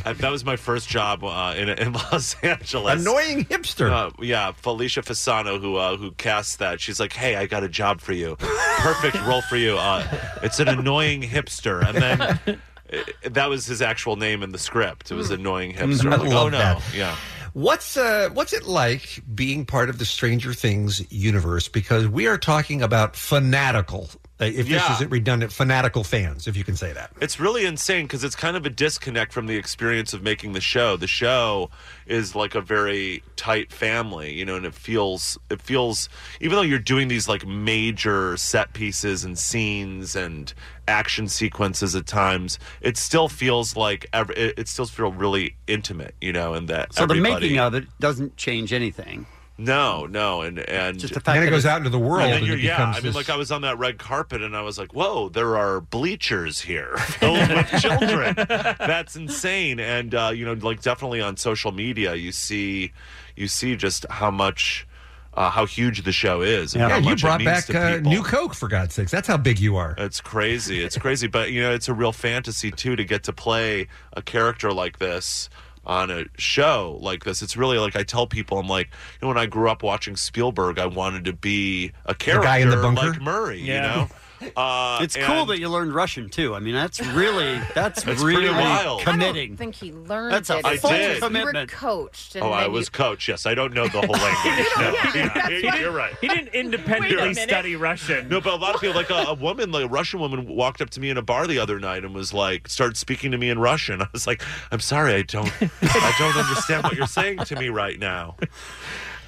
[SPEAKER 15] I- that was my first job uh, in, in *laughs* Los Angeles.
[SPEAKER 12] Annoying hipster.
[SPEAKER 15] Uh, yeah, Felicia Fasano, who uh, who cast that, she's like, "Hey, I got a job for you. Perfect role for you. Uh, it's an annoying hipster." And then *laughs* uh, that was his actual name in the script. It was annoying hipster.
[SPEAKER 12] Mhm. I
[SPEAKER 15] I'm like,
[SPEAKER 12] love
[SPEAKER 15] oh no,
[SPEAKER 12] that.
[SPEAKER 15] yeah.
[SPEAKER 12] What's uh, what's it like being part of the Stranger Things universe? Because we are talking about fanatical. uh, If
[SPEAKER 15] Yeah.
[SPEAKER 12] this isn't redundant, fanatical fans, if you can say that.
[SPEAKER 15] It's really insane because it's kind of a disconnect from the experience of making the show. The show is like a very tight family, you know, and it feels it feels even though you're doing these like major set pieces and scenes and action sequences at times, it still feels like ev- it, it still feels really intimate, you know, and that
[SPEAKER 10] So the
[SPEAKER 15] everybody,
[SPEAKER 10] making of it doesn't change anything.
[SPEAKER 15] no, no, and and
[SPEAKER 10] Just the fact Then it that goes it's- out into the world
[SPEAKER 15] And then
[SPEAKER 10] and it
[SPEAKER 15] you're- yeah,
[SPEAKER 10] becomes
[SPEAKER 15] I mean,
[SPEAKER 10] this-
[SPEAKER 15] like I was on that red carpet, and I was like, "Whoa, there are bleachers here *laughs* filled
[SPEAKER 10] *laughs*
[SPEAKER 15] with children. That's insane." And uh, you know, like definitely on social media, you see, you see just how much, uh, how huge the show is. and
[SPEAKER 12] Yeah,
[SPEAKER 15] how
[SPEAKER 12] you
[SPEAKER 15] much it
[SPEAKER 12] brought
[SPEAKER 15] means
[SPEAKER 12] back
[SPEAKER 15] to
[SPEAKER 12] uh,
[SPEAKER 15] people.
[SPEAKER 12] New Coke for God's sakes. That's how big you are.
[SPEAKER 15] It's crazy. It's crazy. But, you know, it's a real fantasy, too, to get to play a character like this on a show like this. It's really like I tell people, I'm like, you know, when I grew up watching Spielberg, I wanted to be a character
[SPEAKER 10] guy in the bunker?
[SPEAKER 15] like Murray,
[SPEAKER 10] Yeah.
[SPEAKER 15] you know? Uh,
[SPEAKER 10] it's cool
[SPEAKER 15] and-
[SPEAKER 10] that you learned Russian too. I mean, that's really that's
[SPEAKER 15] It's
[SPEAKER 10] really
[SPEAKER 15] pretty wild.
[SPEAKER 10] committing.
[SPEAKER 11] I don't think he learned
[SPEAKER 10] That's a
[SPEAKER 11] it.
[SPEAKER 10] I
[SPEAKER 11] It's like
[SPEAKER 15] did.
[SPEAKER 11] you were
[SPEAKER 15] commitment.
[SPEAKER 11] coached. And
[SPEAKER 15] Oh, I
[SPEAKER 11] then
[SPEAKER 15] was coach. Yes, I don't know the whole language. No, yeah, you're right.
[SPEAKER 7] He didn't independently study Russian.
[SPEAKER 15] No, but a lot of people, like a, a woman, like a Russian woman, walked up to me in a bar the other night and was like, started speaking to me in Russian. *laughs* I was like, I'm sorry, I don't, I don't understand what you're saying to me right now.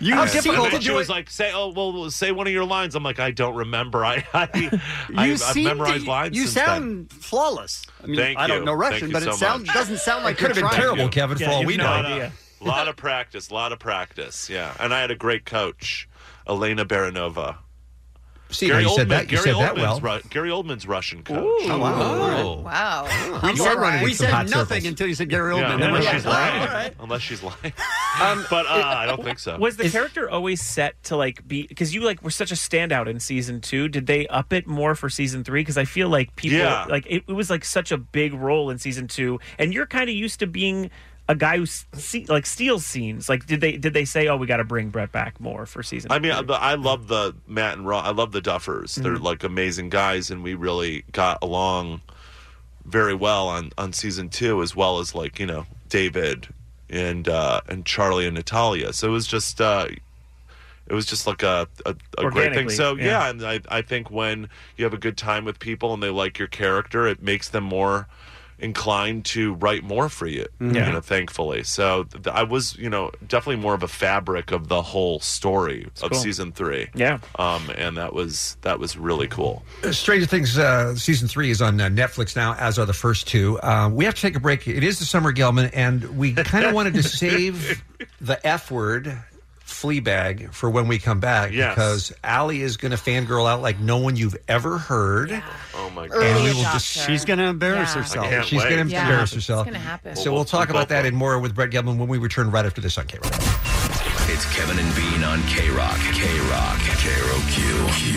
[SPEAKER 10] You
[SPEAKER 15] And-
[SPEAKER 10] were difficult
[SPEAKER 15] and
[SPEAKER 10] to
[SPEAKER 15] then She
[SPEAKER 10] do
[SPEAKER 15] was
[SPEAKER 10] it-
[SPEAKER 15] like, say, oh, well, say one of your lines. I'm like, I don't remember. I, I, I
[SPEAKER 10] you
[SPEAKER 15] have
[SPEAKER 10] seem to-
[SPEAKER 15] memorized lines.
[SPEAKER 10] You
[SPEAKER 15] since then.
[SPEAKER 10] sound flawless. I mean,
[SPEAKER 15] Thank
[SPEAKER 10] I
[SPEAKER 15] you.
[SPEAKER 10] don't know
[SPEAKER 15] Thank
[SPEAKER 10] Russian,
[SPEAKER 15] you
[SPEAKER 10] but
[SPEAKER 15] so
[SPEAKER 10] it sound,
[SPEAKER 15] much.
[SPEAKER 10] doesn't sound like you're trying.
[SPEAKER 15] A uh, *laughs* lot of practice, a lot of practice. Yeah, and I had a great coach, Elena Baranova.
[SPEAKER 12] See, now you said that- you
[SPEAKER 15] Gary
[SPEAKER 12] said that
[SPEAKER 15] Oldman's
[SPEAKER 12] well.
[SPEAKER 15] Ru- Gary Oldman's Russian coach.
[SPEAKER 10] Oh, wow.
[SPEAKER 11] Wow.
[SPEAKER 10] We
[SPEAKER 15] I'm
[SPEAKER 10] said,
[SPEAKER 15] all right.
[SPEAKER 10] we said
[SPEAKER 15] Some hot
[SPEAKER 10] nothing
[SPEAKER 15] circles.
[SPEAKER 10] until you said Gary Oldman.
[SPEAKER 15] Yeah,
[SPEAKER 10] Then we're
[SPEAKER 15] unless
[SPEAKER 10] like,
[SPEAKER 15] she's
[SPEAKER 10] all
[SPEAKER 15] lying.
[SPEAKER 10] right.
[SPEAKER 15] Unless she's lying. *laughs* but uh, I don't think so.
[SPEAKER 7] Um, Was the character always set to like be because you like were such a standout in season two? Did they up it more for season three? Because I feel like people
[SPEAKER 15] Yeah.
[SPEAKER 7] like it, it was like such a big role in season two, and you're kind of used to being a guy who s- se- like steals scenes. Like, did they did they say, oh, we got to bring Brett back more for season?
[SPEAKER 15] I mean, I, I love the Matt and Ron. I love the Duffers. They're
[SPEAKER 7] Mhm.
[SPEAKER 15] like amazing guys, and we really got along very well on on season two, as well as like you know David and uh and Charlie and Natalia. So it was just. uh it was just like a, a, a great thing.
[SPEAKER 7] Organically,
[SPEAKER 15] So
[SPEAKER 7] yeah.
[SPEAKER 15] yeah, and I, I think when you have a good time with people and they like your character, it makes them more inclined to write more for you.
[SPEAKER 7] Mhm. Yeah.
[SPEAKER 15] You know, thankfully. So th- I was, you know, definitely more of a fabric of the whole story of
[SPEAKER 12] cool.
[SPEAKER 15] season three.
[SPEAKER 7] Yeah.
[SPEAKER 15] Um, and that was that was really cool.
[SPEAKER 12] Stranger Things uh, season three is on uh, Netflix now, as are the first two. Uh, we have to take a break. It is the summer, Gelman, and we kind of *laughs* wanted to save the F word, Fleabag, for when we come back
[SPEAKER 15] Yes.
[SPEAKER 12] because Allie is going to fangirl out like no one you've ever heard.
[SPEAKER 15] Oh my
[SPEAKER 12] And we will just,
[SPEAKER 10] She's going to embarrass
[SPEAKER 12] Yeah.
[SPEAKER 10] herself.
[SPEAKER 12] I can't She's wait. gonna Yeah. embarrass It's herself. gonna
[SPEAKER 11] happen.
[SPEAKER 12] So we'll talk about that and more with Brett Gelman when we return right after this on K Rock.
[SPEAKER 13] It's Kevin and Bean on K Rock. K Rock. K Rock. Q.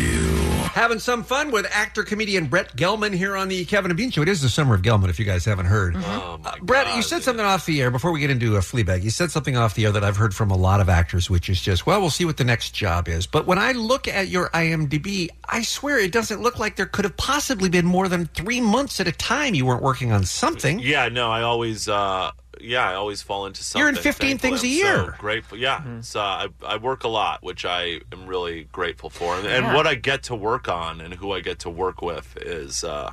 [SPEAKER 12] Having some fun with actor comedian Brett Gelman here on the Kevin and Bean Show. It is the summer of Gelman, if you guys haven't heard. Uh, Brett, you said something off the air before we get into a Fleabag. You said something off the air that I've heard from a lot of actors, which is just, well, we'll see what the next job is. But when I look at your IMDb, I swear it doesn't look like there could have possibly been more than three months at a time you weren't working on something.
[SPEAKER 15] Yeah, no, I always uh yeah, I always fall into something.
[SPEAKER 12] You're in 15
[SPEAKER 15] thankfully.
[SPEAKER 12] things a
[SPEAKER 15] I'm so
[SPEAKER 12] year.
[SPEAKER 15] grateful. Yeah.
[SPEAKER 12] Mm-hmm.
[SPEAKER 15] So I, I work a lot, which I am really grateful for. And, and
[SPEAKER 12] Yeah.
[SPEAKER 15] what I get to work on and who I get to work with is uh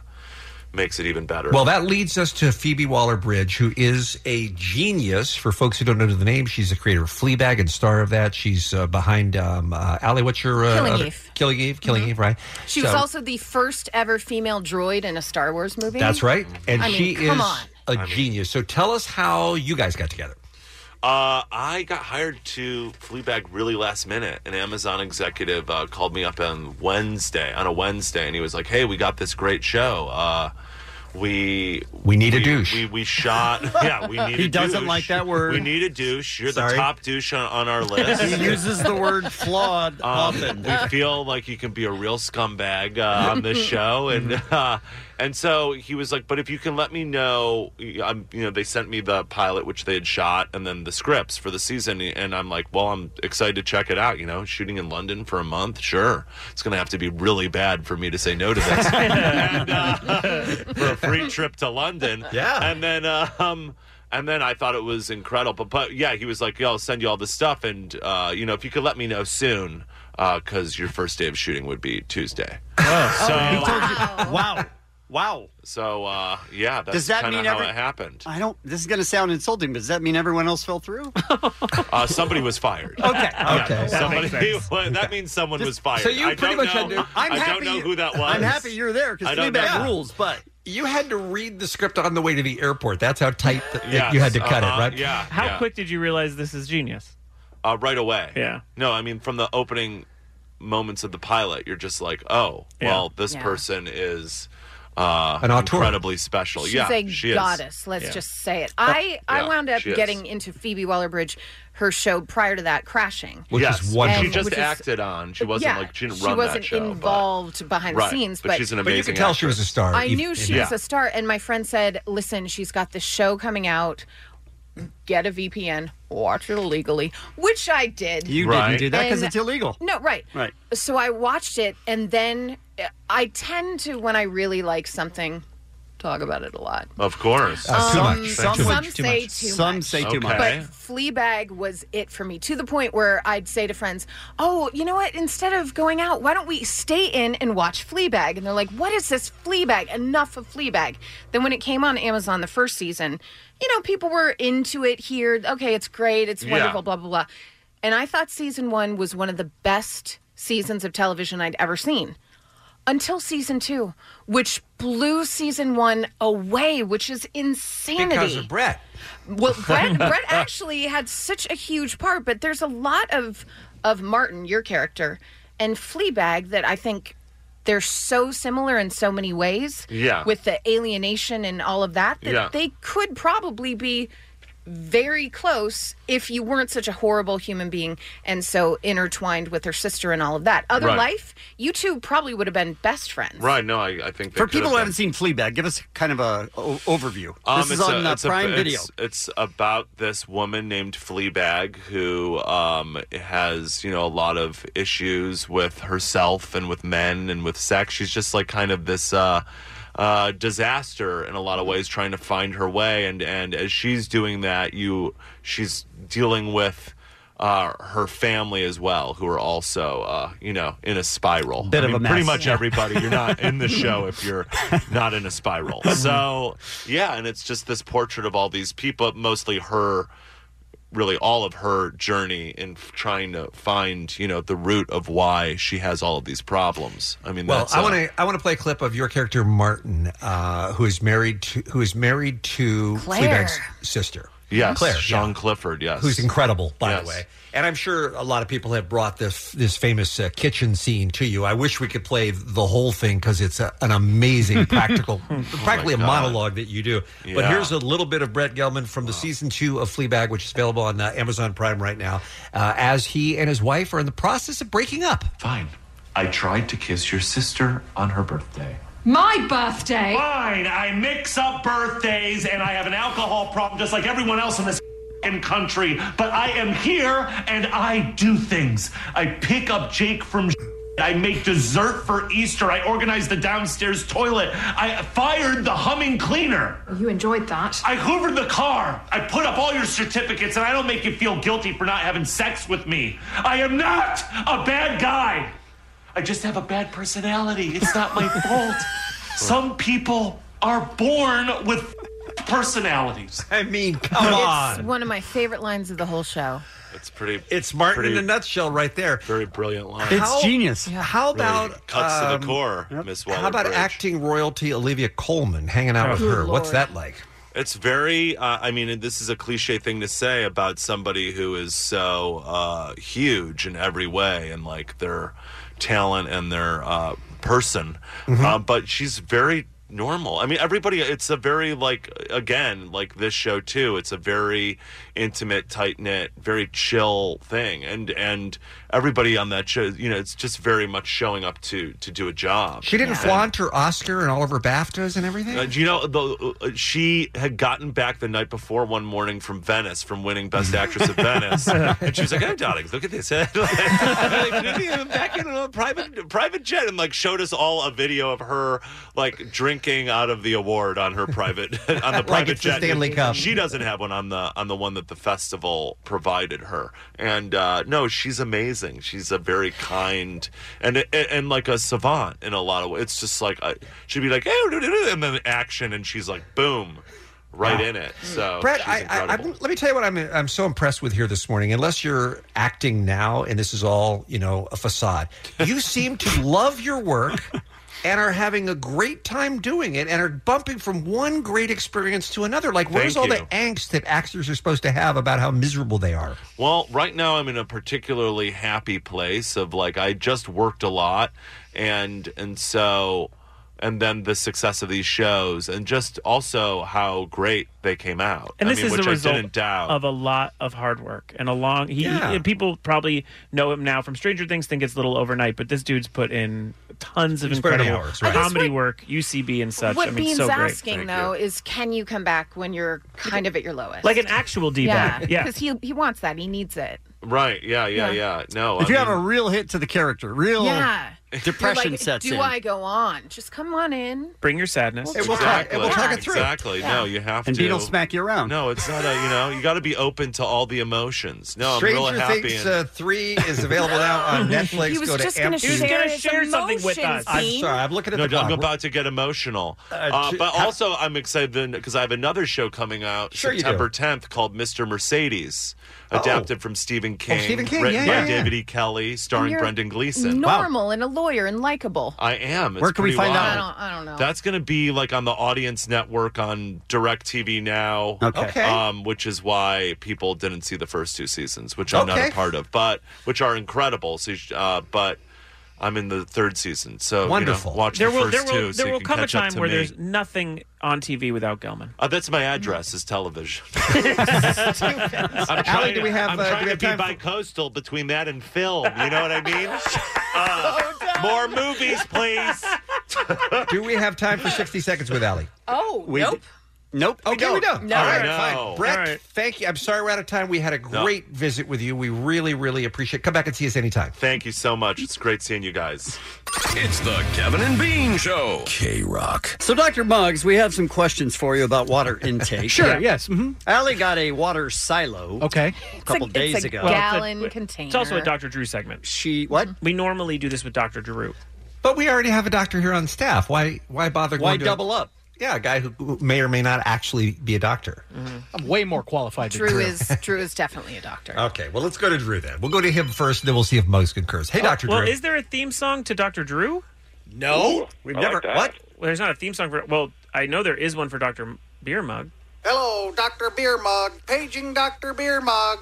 [SPEAKER 15] makes it even better.
[SPEAKER 12] Well, that leads us to Phoebe Waller Bridge, who is a genius. For folks who don't know the name, she's the creator of Fleabag and star of that. She's uh, behind um, uh, Allie. What's your uh,
[SPEAKER 11] Killing
[SPEAKER 12] other-
[SPEAKER 11] Eve. Mm-hmm.
[SPEAKER 12] Killing Eve, Killing Eve, right?
[SPEAKER 11] She
[SPEAKER 12] So-
[SPEAKER 11] was also the first ever female droid in a Star Wars movie.
[SPEAKER 12] That's right, and
[SPEAKER 11] I mean,
[SPEAKER 12] she
[SPEAKER 11] come
[SPEAKER 12] is
[SPEAKER 11] on.
[SPEAKER 12] a genius. So tell us how you guys got together.
[SPEAKER 15] Uh, I got hired to Fleabag really last minute. An Amazon executive uh, called me up on Wednesday, on a Wednesday, and he was like, "Hey, we got this great show. Uh, we
[SPEAKER 12] We need a douche.
[SPEAKER 15] We,
[SPEAKER 12] *laughs*
[SPEAKER 15] we shot. Yeah, we need.
[SPEAKER 10] He
[SPEAKER 15] a
[SPEAKER 10] doesn't
[SPEAKER 15] douche.
[SPEAKER 10] like that word.
[SPEAKER 15] We need a douche. You're
[SPEAKER 10] Sorry.
[SPEAKER 15] the top douche on,
[SPEAKER 10] *laughs*
[SPEAKER 15] on our *laughs* list.
[SPEAKER 10] He uses the
[SPEAKER 15] *laughs*
[SPEAKER 10] word flawed
[SPEAKER 15] Um,
[SPEAKER 10] often.
[SPEAKER 15] we feel like you can be a real scumbag uh, on this show, and uh, and so he was like, "But if you can let me know, I'm, you know, they sent me the pilot which they had shot, and then the scripts for the season, and I'm like, well, I'm excited to check it out. You know, shooting in London for a month, sure, it's going to have to be really bad for me to say no to this and, uh, for a
[SPEAKER 10] *laughs*
[SPEAKER 15] free trip to London,
[SPEAKER 12] yeah,
[SPEAKER 15] and then uh, um. And then I thought it was incredible. But, but yeah, he was like, "Yo, I'll send you all this stuff, and uh, you know, if you could let me know soon, because your first day of shooting would be Tuesday."
[SPEAKER 10] Oh,
[SPEAKER 15] So uh,
[SPEAKER 10] wow, wow.
[SPEAKER 15] So uh, yeah, that's
[SPEAKER 10] Does that
[SPEAKER 15] kind of
[SPEAKER 10] mean
[SPEAKER 15] how
[SPEAKER 10] every-
[SPEAKER 15] it happened.
[SPEAKER 10] I don't. This is going to sound insulting, but does that mean everyone else fell through?
[SPEAKER 15] Uh, somebody was fired.
[SPEAKER 10] *laughs* Okay,
[SPEAKER 15] Yeah,
[SPEAKER 10] okay. That
[SPEAKER 15] somebody.
[SPEAKER 10] makes
[SPEAKER 15] *laughs* That, means someone was fired.
[SPEAKER 12] So you
[SPEAKER 15] I
[SPEAKER 12] pretty
[SPEAKER 15] don't
[SPEAKER 12] much
[SPEAKER 15] know,
[SPEAKER 12] had to.
[SPEAKER 15] I don't know who that was. I don't know.
[SPEAKER 10] but
[SPEAKER 12] you had to read the script on the way to the airport. That's how tight the, you had to cut it,
[SPEAKER 15] uh-huh,
[SPEAKER 12] right?
[SPEAKER 15] Yeah.
[SPEAKER 7] How
[SPEAKER 15] yeah.
[SPEAKER 7] quick did you realize this is genius?
[SPEAKER 15] Uh, right away.
[SPEAKER 7] Yeah.
[SPEAKER 15] No, I mean from the opening moments of the pilot, you're just like, oh,
[SPEAKER 7] Yeah.
[SPEAKER 15] well, this
[SPEAKER 11] Yeah.
[SPEAKER 15] person is uh,
[SPEAKER 12] An auteur.
[SPEAKER 15] incredibly special.
[SPEAKER 11] She's
[SPEAKER 15] yeah,
[SPEAKER 11] a
[SPEAKER 15] she is.
[SPEAKER 11] goddess. Let's
[SPEAKER 15] Yeah. Oh,
[SPEAKER 11] just say it. I I
[SPEAKER 15] Yeah,
[SPEAKER 11] wound up
[SPEAKER 15] she is.
[SPEAKER 11] getting into Phoebe Waller-Bridge, her show prior to that, crashing.
[SPEAKER 15] yes.
[SPEAKER 11] wonderful.
[SPEAKER 15] She just
[SPEAKER 11] Which is-
[SPEAKER 15] acted on. She wasn't
[SPEAKER 11] yeah,
[SPEAKER 15] like she didn't
[SPEAKER 11] she
[SPEAKER 15] run
[SPEAKER 11] wasn't
[SPEAKER 15] that show.
[SPEAKER 11] involved behind the
[SPEAKER 15] Right,
[SPEAKER 11] scenes, but,
[SPEAKER 15] but she's an But you could amazing tell she actress. was a star,
[SPEAKER 11] I
[SPEAKER 15] even-
[SPEAKER 11] knew she
[SPEAKER 15] yeah.
[SPEAKER 11] was a star, and my friend said, "Listen, she's got this show coming out. Get a VPN, watch it illegally," which I did.
[SPEAKER 10] You didn't do that because
[SPEAKER 11] And-
[SPEAKER 10] it's illegal.
[SPEAKER 11] No, right.
[SPEAKER 10] Right.
[SPEAKER 11] So I watched it, and then uh, I tend to, when I really like something, talk about it a lot.
[SPEAKER 15] Of course.
[SPEAKER 11] Um, Some, say too much.
[SPEAKER 10] Some say too much.
[SPEAKER 11] But Fleabag was it for me to the point where I'd say to friends, "Oh, you know what? Instead of going out, why don't we stay in and watch Fleabag?" And they're like, "What is this Fleabag? Enough of Fleabag." Then when it came on Amazon the first season, you know, people were into it here. Okay, it's great. It's
[SPEAKER 21] Yeah.
[SPEAKER 11] wonderful. Blah blah blah. And I thought season one was one of the best seasons of television I'd ever seen until season two, which blew season one away, which is insanity.
[SPEAKER 12] Because of Brett.
[SPEAKER 11] Well,
[SPEAKER 15] *laughs*
[SPEAKER 11] Brett, Brett actually had such a huge part, but there's a lot of of Martin, your character, and Fleabag that I think they're so similar in so many ways.
[SPEAKER 15] Yeah.
[SPEAKER 11] With the alienation and all of that, that
[SPEAKER 15] Yeah.
[SPEAKER 11] they could probably be very close if you weren't such a horrible human being and so intertwined with her sister and all of that. Other
[SPEAKER 15] Right.
[SPEAKER 11] life, you two probably would have been best friends.
[SPEAKER 15] Right. No, I, I think they
[SPEAKER 10] For
[SPEAKER 15] could
[SPEAKER 10] people who
[SPEAKER 15] have
[SPEAKER 10] haven't seen Fleabag, give us kind of a o- overview. this is
[SPEAKER 15] Um, it's
[SPEAKER 10] on uh,
[SPEAKER 15] it's
[SPEAKER 10] Prime Video.
[SPEAKER 15] It's, it's about this woman named Fleabag who um, has, you know, a lot of issues with herself and with men and with sex. She's just like kind of this uh, uh, disaster in a lot of ways, trying to find her way. And and as she's doing that, you she's dealing with. Uh, her family as well, who are also, uh, you know, in a spiral.
[SPEAKER 10] Bit
[SPEAKER 15] I
[SPEAKER 10] of
[SPEAKER 15] mean,
[SPEAKER 10] a
[SPEAKER 15] Pretty
[SPEAKER 10] mess.
[SPEAKER 15] much
[SPEAKER 10] Yeah.
[SPEAKER 15] everybody. You're
[SPEAKER 10] *laughs*
[SPEAKER 15] not in the show if you're not in
[SPEAKER 12] *laughs*
[SPEAKER 15] a spiral. So, yeah, and it's just this portrait of all these people, mostly her, really all of her journey in f- trying to find, you know, the root of why she has all of these problems. I mean,
[SPEAKER 12] Well,
[SPEAKER 15] that's,
[SPEAKER 12] I
[SPEAKER 15] uh,
[SPEAKER 12] want to I want to play a clip of your character Martin, uh, who is married to who is married to
[SPEAKER 15] Claire.
[SPEAKER 12] Fleabag's sister.
[SPEAKER 15] Yes,
[SPEAKER 12] Claire,
[SPEAKER 15] Sean Clifford. Yes,
[SPEAKER 12] who's incredible, by
[SPEAKER 15] Yes.
[SPEAKER 12] the way. And I'm sure a lot of people have brought this this famous uh, kitchen scene to you. I wish we could play the whole thing because it's a, an
[SPEAKER 15] *laughs*
[SPEAKER 12] amazing practical,
[SPEAKER 15] Oh my
[SPEAKER 12] practically a
[SPEAKER 15] God.
[SPEAKER 12] monologue that you do. But
[SPEAKER 15] Yeah.
[SPEAKER 12] here's a little bit of Brett Gelman from the season two of Fleabag, which is available on uh, Amazon Prime right now. Uh, as he and his wife are in the process of breaking up.
[SPEAKER 21] Fine. I tried to kiss your sister on her birthday.
[SPEAKER 16] My birthday.
[SPEAKER 17] Fine. I mix up birthdays and I have an alcohol problem just like everyone else in this f***ing country. But I am here and I do things. I pick up Jake from I make dessert for Easter. I organize the downstairs toilet. I fired the humming cleaner.
[SPEAKER 16] You enjoyed that.
[SPEAKER 17] I hoovered the car. I put up all your certificates and I don't make you feel guilty for not having sex with me. I am not a bad guy. I just have a bad personality. It's not my fault. Some people are born with personalities.
[SPEAKER 12] I mean,
[SPEAKER 11] It's one of my favorite lines of the whole show.
[SPEAKER 15] it's pretty.
[SPEAKER 12] It's Martin
[SPEAKER 15] pretty-
[SPEAKER 12] in a nutshell, right there.
[SPEAKER 15] Very brilliant line.
[SPEAKER 12] How- How
[SPEAKER 15] Really
[SPEAKER 12] about
[SPEAKER 15] cuts to
[SPEAKER 12] um,
[SPEAKER 15] the core, Miss Waller?
[SPEAKER 12] How about acting royalty Olivia Coleman hanging out with
[SPEAKER 15] Oh. Good
[SPEAKER 12] her? What's
[SPEAKER 15] Lord.
[SPEAKER 12] that like?
[SPEAKER 15] It's very. Uh, I mean, this is a cliche thing to say about somebody who is so uh, huge in every way and like their talent and their uh, person.
[SPEAKER 12] Mm-hmm.
[SPEAKER 6] Mhm.
[SPEAKER 15] Uh, but she's very normal. I mean, everybody. It's a very like again like this show too. It's a very intimate, tight knit, very chill thing, and and everybody on that show. You know, it's just very much showing up to to do a job.
[SPEAKER 12] She didn't
[SPEAKER 15] And-
[SPEAKER 12] flaunt her Oscar and all of her BAFTAs and everything.
[SPEAKER 15] uh, do you know, the, uh, she had gotten back the night before one morning from Venice, from winning Best Actress of Venice, and she was like, "Hey, darling, look at this." *laughs* like, back in a private private jet, and like showed us all a video of her like drinking out of the award on her private *laughs* on the
[SPEAKER 12] Like
[SPEAKER 15] private
[SPEAKER 12] it's the
[SPEAKER 15] jet.
[SPEAKER 12] Stanley Cup.
[SPEAKER 15] She doesn't have one on the on the one that the festival provided her, and uh, no, she's amazing. She's a very kind and and, and like a savant in a lot of ways. It's just like uh she'd be like, "Hey," and then action, and she's like, boom, right
[SPEAKER 12] Wow.
[SPEAKER 15] in it. So
[SPEAKER 12] Brett,
[SPEAKER 15] she's
[SPEAKER 12] I, I,
[SPEAKER 15] incredible.
[SPEAKER 12] I'm, let me tell you what I'm I'm so impressed with here this morning. Unless you're acting now, and this is all you know a facade,
[SPEAKER 15] *laughs*
[SPEAKER 12] you seem to love your work and are having a great time doing it, and are bumping from one great experience to another. Like, where's all
[SPEAKER 15] Thank
[SPEAKER 12] the angst that actors are supposed to have about how miserable they are?
[SPEAKER 15] Well, right now I'm in a particularly happy place of like I just worked a lot and and so and then the success of these shows and just also how great they came out.
[SPEAKER 7] And
[SPEAKER 15] I
[SPEAKER 7] this
[SPEAKER 15] mean,
[SPEAKER 7] is
[SPEAKER 15] which
[SPEAKER 7] the
[SPEAKER 15] I
[SPEAKER 7] result
[SPEAKER 15] didn't doubt.
[SPEAKER 7] of a lot of hard work and a long. He,
[SPEAKER 15] Yeah.
[SPEAKER 7] and people probably know him now from Stranger Things. Think it's a little overnight, but this dude's put in tons of
[SPEAKER 12] He's put in
[SPEAKER 7] incredible
[SPEAKER 12] hours, right. I guess
[SPEAKER 7] comedy work, UCB and such.
[SPEAKER 11] what
[SPEAKER 7] I mean,
[SPEAKER 11] Bean's
[SPEAKER 7] so great.
[SPEAKER 11] asking though is, can you come back when you're kind of at your lowest?
[SPEAKER 7] like an actual d
[SPEAKER 11] yeah,
[SPEAKER 7] yeah.
[SPEAKER 11] because he he wants that. He needs it.
[SPEAKER 15] right, yeah, yeah, yeah.
[SPEAKER 10] if
[SPEAKER 15] No. oh, I
[SPEAKER 10] you
[SPEAKER 15] mean-
[SPEAKER 10] have a real hit to the character, real
[SPEAKER 11] Yeah. You're
[SPEAKER 10] depression
[SPEAKER 11] *laughs* like,
[SPEAKER 10] sets
[SPEAKER 11] Do
[SPEAKER 10] in.
[SPEAKER 11] I go on? Just come on in.
[SPEAKER 7] Bring your sadness.
[SPEAKER 11] Hey, we'll talk-
[SPEAKER 15] exactly.
[SPEAKER 11] we'll talk it
[SPEAKER 10] through.
[SPEAKER 15] Exactly. No, you have
[SPEAKER 10] And
[SPEAKER 15] to.
[SPEAKER 10] Bean will smack you around.
[SPEAKER 15] No, it's not a, you know, you got to be open to all the emotions. No, I'm
[SPEAKER 12] Stranger
[SPEAKER 15] real happy.
[SPEAKER 12] Things
[SPEAKER 15] and-
[SPEAKER 12] uh, three is available now on Netflix.
[SPEAKER 15] He was
[SPEAKER 12] Go to
[SPEAKER 15] just gonna
[SPEAKER 12] Empty.
[SPEAKER 15] share He was gonna
[SPEAKER 7] his share something with us.
[SPEAKER 12] I'm sorry, I'm looking at
[SPEAKER 15] no,
[SPEAKER 12] the
[SPEAKER 15] I'm
[SPEAKER 12] clock.
[SPEAKER 15] about to get emotional.
[SPEAKER 12] Uh,
[SPEAKER 15] Uh,
[SPEAKER 12] t-
[SPEAKER 15] but
[SPEAKER 12] how-
[SPEAKER 15] also, I'm excited because I have another show coming out
[SPEAKER 12] Sure you do. Oh.
[SPEAKER 15] September 10th called Mr. Mercedes, adapted from Stephen King,
[SPEAKER 11] Stephen King,
[SPEAKER 15] written
[SPEAKER 11] yeah,
[SPEAKER 15] by
[SPEAKER 11] yeah, yeah.
[SPEAKER 15] David E. Kelly, starring
[SPEAKER 11] You're
[SPEAKER 15] Brendan Gleeson.
[SPEAKER 11] Normal and a lawyer and likable.
[SPEAKER 15] I am. It's
[SPEAKER 11] Where can we
[SPEAKER 15] pretty
[SPEAKER 11] find
[SPEAKER 15] wild.
[SPEAKER 11] out? I don't- I don't know.
[SPEAKER 15] That's going to be like on the Audience Network on DirecTV now.
[SPEAKER 12] Okay. Okay.
[SPEAKER 15] Um, which is why people didn't see the first two seasons, which I'm not
[SPEAKER 12] Okay.
[SPEAKER 15] a part of, but which are incredible. So, you sh- uh, but I'm in the third season, so Oh, You know, watch
[SPEAKER 7] there
[SPEAKER 15] the
[SPEAKER 7] will
[SPEAKER 15] first
[SPEAKER 7] there will
[SPEAKER 15] two. so
[SPEAKER 7] there
[SPEAKER 15] you
[SPEAKER 7] will
[SPEAKER 15] can
[SPEAKER 7] come a
[SPEAKER 15] catch up
[SPEAKER 7] time
[SPEAKER 15] to
[SPEAKER 7] where
[SPEAKER 15] me.
[SPEAKER 7] there's nothing on TV without Gelman.
[SPEAKER 15] Uh, that's my address is
[SPEAKER 7] *laughs*
[SPEAKER 15] television. *laughs* I'm
[SPEAKER 7] Allie,
[SPEAKER 15] trying,
[SPEAKER 7] do we have,
[SPEAKER 15] I'm
[SPEAKER 7] uh, do
[SPEAKER 15] trying
[SPEAKER 7] we
[SPEAKER 15] to
[SPEAKER 7] have
[SPEAKER 15] be
[SPEAKER 7] time for-
[SPEAKER 15] bi-coastal between that and film. You know what I
[SPEAKER 7] *laughs*
[SPEAKER 15] mean? Uh, more movies, please.
[SPEAKER 12] *laughs* Do we have time for 60 seconds with Allie?
[SPEAKER 11] Oh,
[SPEAKER 12] We-
[SPEAKER 11] nope.
[SPEAKER 12] Nope. Okay, we don't.
[SPEAKER 11] No.
[SPEAKER 12] All right,
[SPEAKER 11] No.
[SPEAKER 12] fine. Brett,
[SPEAKER 11] All right.
[SPEAKER 12] thank you. I'm sorry we're out of time. We had a
[SPEAKER 15] No.
[SPEAKER 12] great visit with you. We really, really appreciate it. Come back and see us anytime.
[SPEAKER 15] Thank you so much. It's great seeing you guys.
[SPEAKER 13] It's the Kevin and Bean Show. K Rock.
[SPEAKER 10] So, Dr. Muggs, we have some questions for you about water intake.
[SPEAKER 22] Sure, yes,
[SPEAKER 10] Allie got a water silo.
[SPEAKER 22] Okay.
[SPEAKER 10] A couple days ago.
[SPEAKER 11] gallon container.
[SPEAKER 7] It's also a Dr. Drew segment.
[SPEAKER 10] She what?
[SPEAKER 7] We normally do this with Dr. Drew.
[SPEAKER 12] But we already have a doctor here on staff. Why why bother
[SPEAKER 7] Why
[SPEAKER 12] going to-
[SPEAKER 7] double up?
[SPEAKER 12] Yeah, a guy who, who may or may not actually be a doctor.
[SPEAKER 22] I'm way more qualified than
[SPEAKER 11] Drew is Drew is definitely a doctor.
[SPEAKER 12] Okay, well, let's go to Drew then. We'll go to him first, and then we'll see if Muggs concurs. Hey, Dr.
[SPEAKER 7] Oh, Well,
[SPEAKER 12] Drew.
[SPEAKER 7] is there a theme song to Dr. Drew?
[SPEAKER 12] No. We've I never- like that. what?
[SPEAKER 7] Well, there's not a theme song for. Well, I know there is one for Dr. Beer Mug.
[SPEAKER 28] Hello, Dr. Beer Mug. Paging Dr. Beer Mug.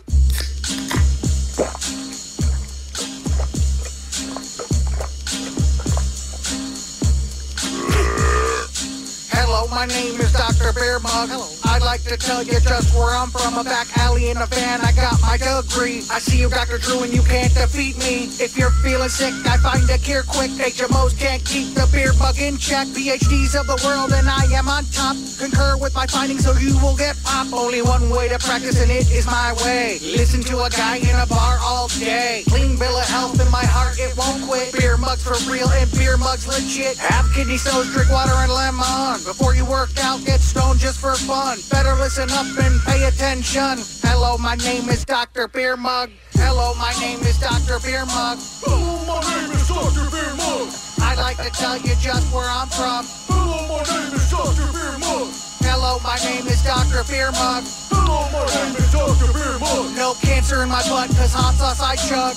[SPEAKER 28] Hello, my name is Dr. Beer Mug. I'd like to tell you just where I'm from, a back alley in a van. I got my degree. I see you, Dr. Drew, and you can't defeat me. If you're feeling sick, I find a cure quick. HMOs can't keep the beer mug in check. PhDs of the world, and I am on top. Concur with my findings, so you will get pop. Only one way to practice, and it is my way. Listen to a guy in a bar all day. Clean bill of health in my heart, it won't quit. Beer mugs for real, and beer mugs legit. Have kidney stones, drink water and lemon. Before you work out, get stoned just for fun. Better listen up and pay attention. Hello, my name is Dr. Beer Mug. Hello, my name is Dr. Beer Mug. Hello, my name is Dr. Beer Mug. I'd like to tell you just where I'm from. Hello, my name is Dr. Beer Mug. Hello, my name is Dr. Beer Mug. Hello, my name is Dr. Beer Mug. No cancer in my blood, cause hot sauce I chug.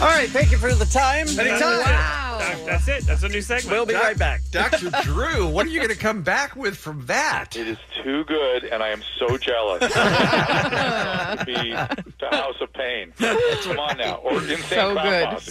[SPEAKER 10] All right, thank you for the time.
[SPEAKER 7] Doc- That's it. That's a new segment.
[SPEAKER 10] We'll be right back. *laughs*
[SPEAKER 12] Dr. Drew, what are you going to come back with from that?
[SPEAKER 6] It is too good, and I am so jealous.
[SPEAKER 12] *laughs*
[SPEAKER 6] to be the House of Pain. Come on now, or Insane
[SPEAKER 12] So
[SPEAKER 6] Clown
[SPEAKER 12] good.
[SPEAKER 6] Posse.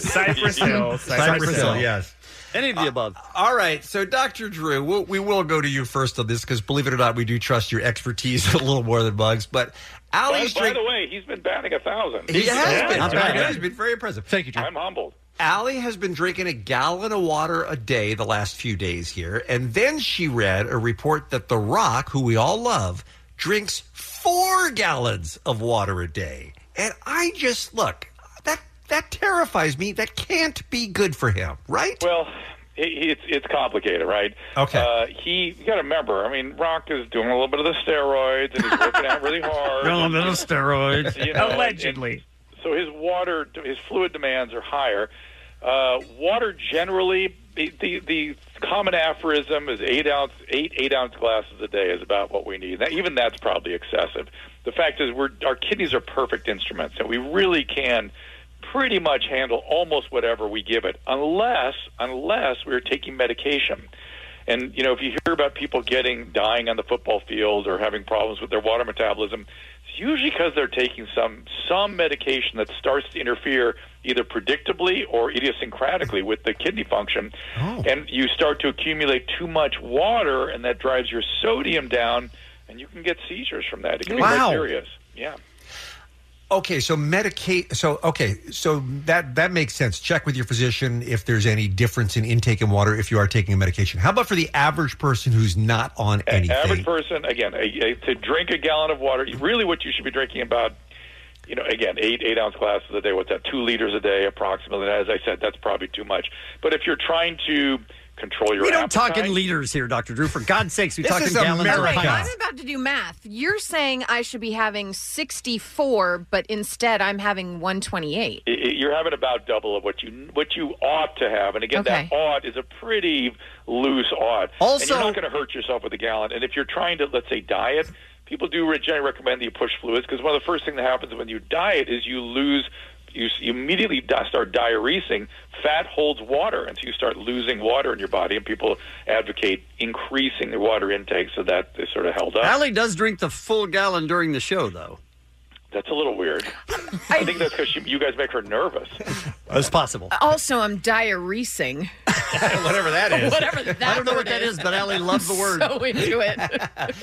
[SPEAKER 10] *laughs*
[SPEAKER 12] Cypress Hill. Cypress Hill, yes. Uh,
[SPEAKER 10] Any of the above.
[SPEAKER 12] All right, so Dr. Drew, we'll, we will go to you first on this because believe it or not, we do trust your expertise *laughs* a little more than Bugs. But
[SPEAKER 6] By,
[SPEAKER 12] Allie's
[SPEAKER 6] by
[SPEAKER 12] drink.
[SPEAKER 6] the way, he's been batting a thousand.
[SPEAKER 12] He has been.
[SPEAKER 6] Not bad.
[SPEAKER 12] He's been very impressive. Thank you, Drew.
[SPEAKER 6] I'm humbled.
[SPEAKER 12] Allie has been drinking a gallon of water a day the last few days here, and then she read a report that The Rock, who we all love, drinks four gallons of water a day. And I just look that that terrifies me. That can't be good for him, right?
[SPEAKER 6] Well, he- he- it's it's complicated, right?
[SPEAKER 12] Okay.
[SPEAKER 6] Uh, he you got to remember. I mean, Rock is doing a little bit of the steroids, and he's working out really hard.
[SPEAKER 17] Doing *laughs* a little steroids.
[SPEAKER 6] You know, and-
[SPEAKER 7] Allegedly.
[SPEAKER 6] so his water, his fluid demands are higher. Uh, water generally, the, the the common aphorism is eight ounce, eight eight ounce glasses a day is about what we need. That, even that's probably excessive. The fact is, we're our kidneys are perfect instruments, and we really can pretty much handle almost whatever we give it, unless unless we're taking medication. And you know, if you hear about people getting dying on the football field or having problems with their water metabolism, it's usually because they're taking some some medication that starts to interfere either predictably or idiosyncratically with the kidney function, and you start to accumulate too much water, and that drives your sodium down, and you can get seizures from that. It can be
[SPEAKER 12] Wow.
[SPEAKER 6] quite serious. Yeah.
[SPEAKER 12] Okay, so medicate. So okay, so that that makes sense. Check with your physician if there's any difference in intake in water if you are taking a medication. How about for the average person who's not on
[SPEAKER 6] An
[SPEAKER 12] anything?
[SPEAKER 6] average person, again, a, a, to drink a gallon of water, really what you should be drinking about, you know, again, eight eight ounce glasses a day. What's that? Two liters a day, approximately. And As I said, that's probably too much. But if you're trying to control your,
[SPEAKER 10] We don't talk
[SPEAKER 6] appetite-
[SPEAKER 10] in liters here, Dr. Drew. For God's sakes, we
[SPEAKER 6] This
[SPEAKER 10] talk in
[SPEAKER 6] is
[SPEAKER 10] gallons
[SPEAKER 6] America.
[SPEAKER 10] of
[SPEAKER 11] I'm about to do math. You're saying I should be having 64, but instead I'm having 128.
[SPEAKER 6] I- I- You're having about double of what you what you ought to have, and again, that ought is a pretty loose ought. and
[SPEAKER 10] Also-
[SPEAKER 6] you're not going to hurt yourself with a gallon. And if you're trying to, let's say, diet, people do re- generally recommend that you push fluids because one of the first things that happens when you diet is you lose. You, s- you immediately di- start diuresing. Fat holds water, and so you start losing water in your body. And people advocate increasing the water intake so that is sort of held up.
[SPEAKER 10] Allie does drink the full gallon during the show, though.
[SPEAKER 6] That's a little weird. I think that's because you guys make her nervous. Uh,
[SPEAKER 10] It's possible.
[SPEAKER 11] Also, I'm diuresing.
[SPEAKER 12] *laughs* Whatever that is.
[SPEAKER 11] Whatever that
[SPEAKER 10] I don't know
[SPEAKER 11] word
[SPEAKER 10] what that is, but Allie
[SPEAKER 11] I'm
[SPEAKER 10] loves the word.
[SPEAKER 11] *laughs* So into
[SPEAKER 10] *laughs*
[SPEAKER 11] it.
[SPEAKER 6] It's-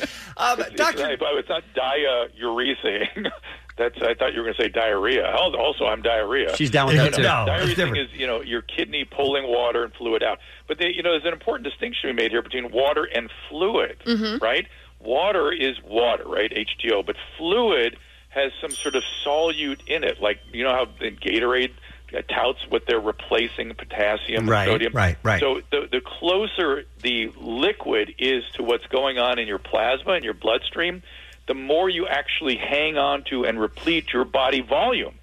[SPEAKER 6] it's not- but it's not diuresing. *laughs* That's I thought you were going to say diarrhea. Al- Also, I'm diarrhea.
[SPEAKER 10] She's down with that, too. No, it's
[SPEAKER 6] diuresing
[SPEAKER 10] different.
[SPEAKER 6] is you know your kidney pulling water and fluid out. But they, you know, there's an important distinction we made here between water and fluid,
[SPEAKER 14] Mhm.
[SPEAKER 6] right? Water is water, right? H2O, but fluid has some sort of solute in it. Like you know how in Gatorade uh, touts what they're replacing potassium
[SPEAKER 12] Right,
[SPEAKER 6] and sodium.
[SPEAKER 12] right, right.
[SPEAKER 6] So the, the closer the liquid is to what's going on in your plasma in your bloodstream, the more you actually hang on to and replete your body volume.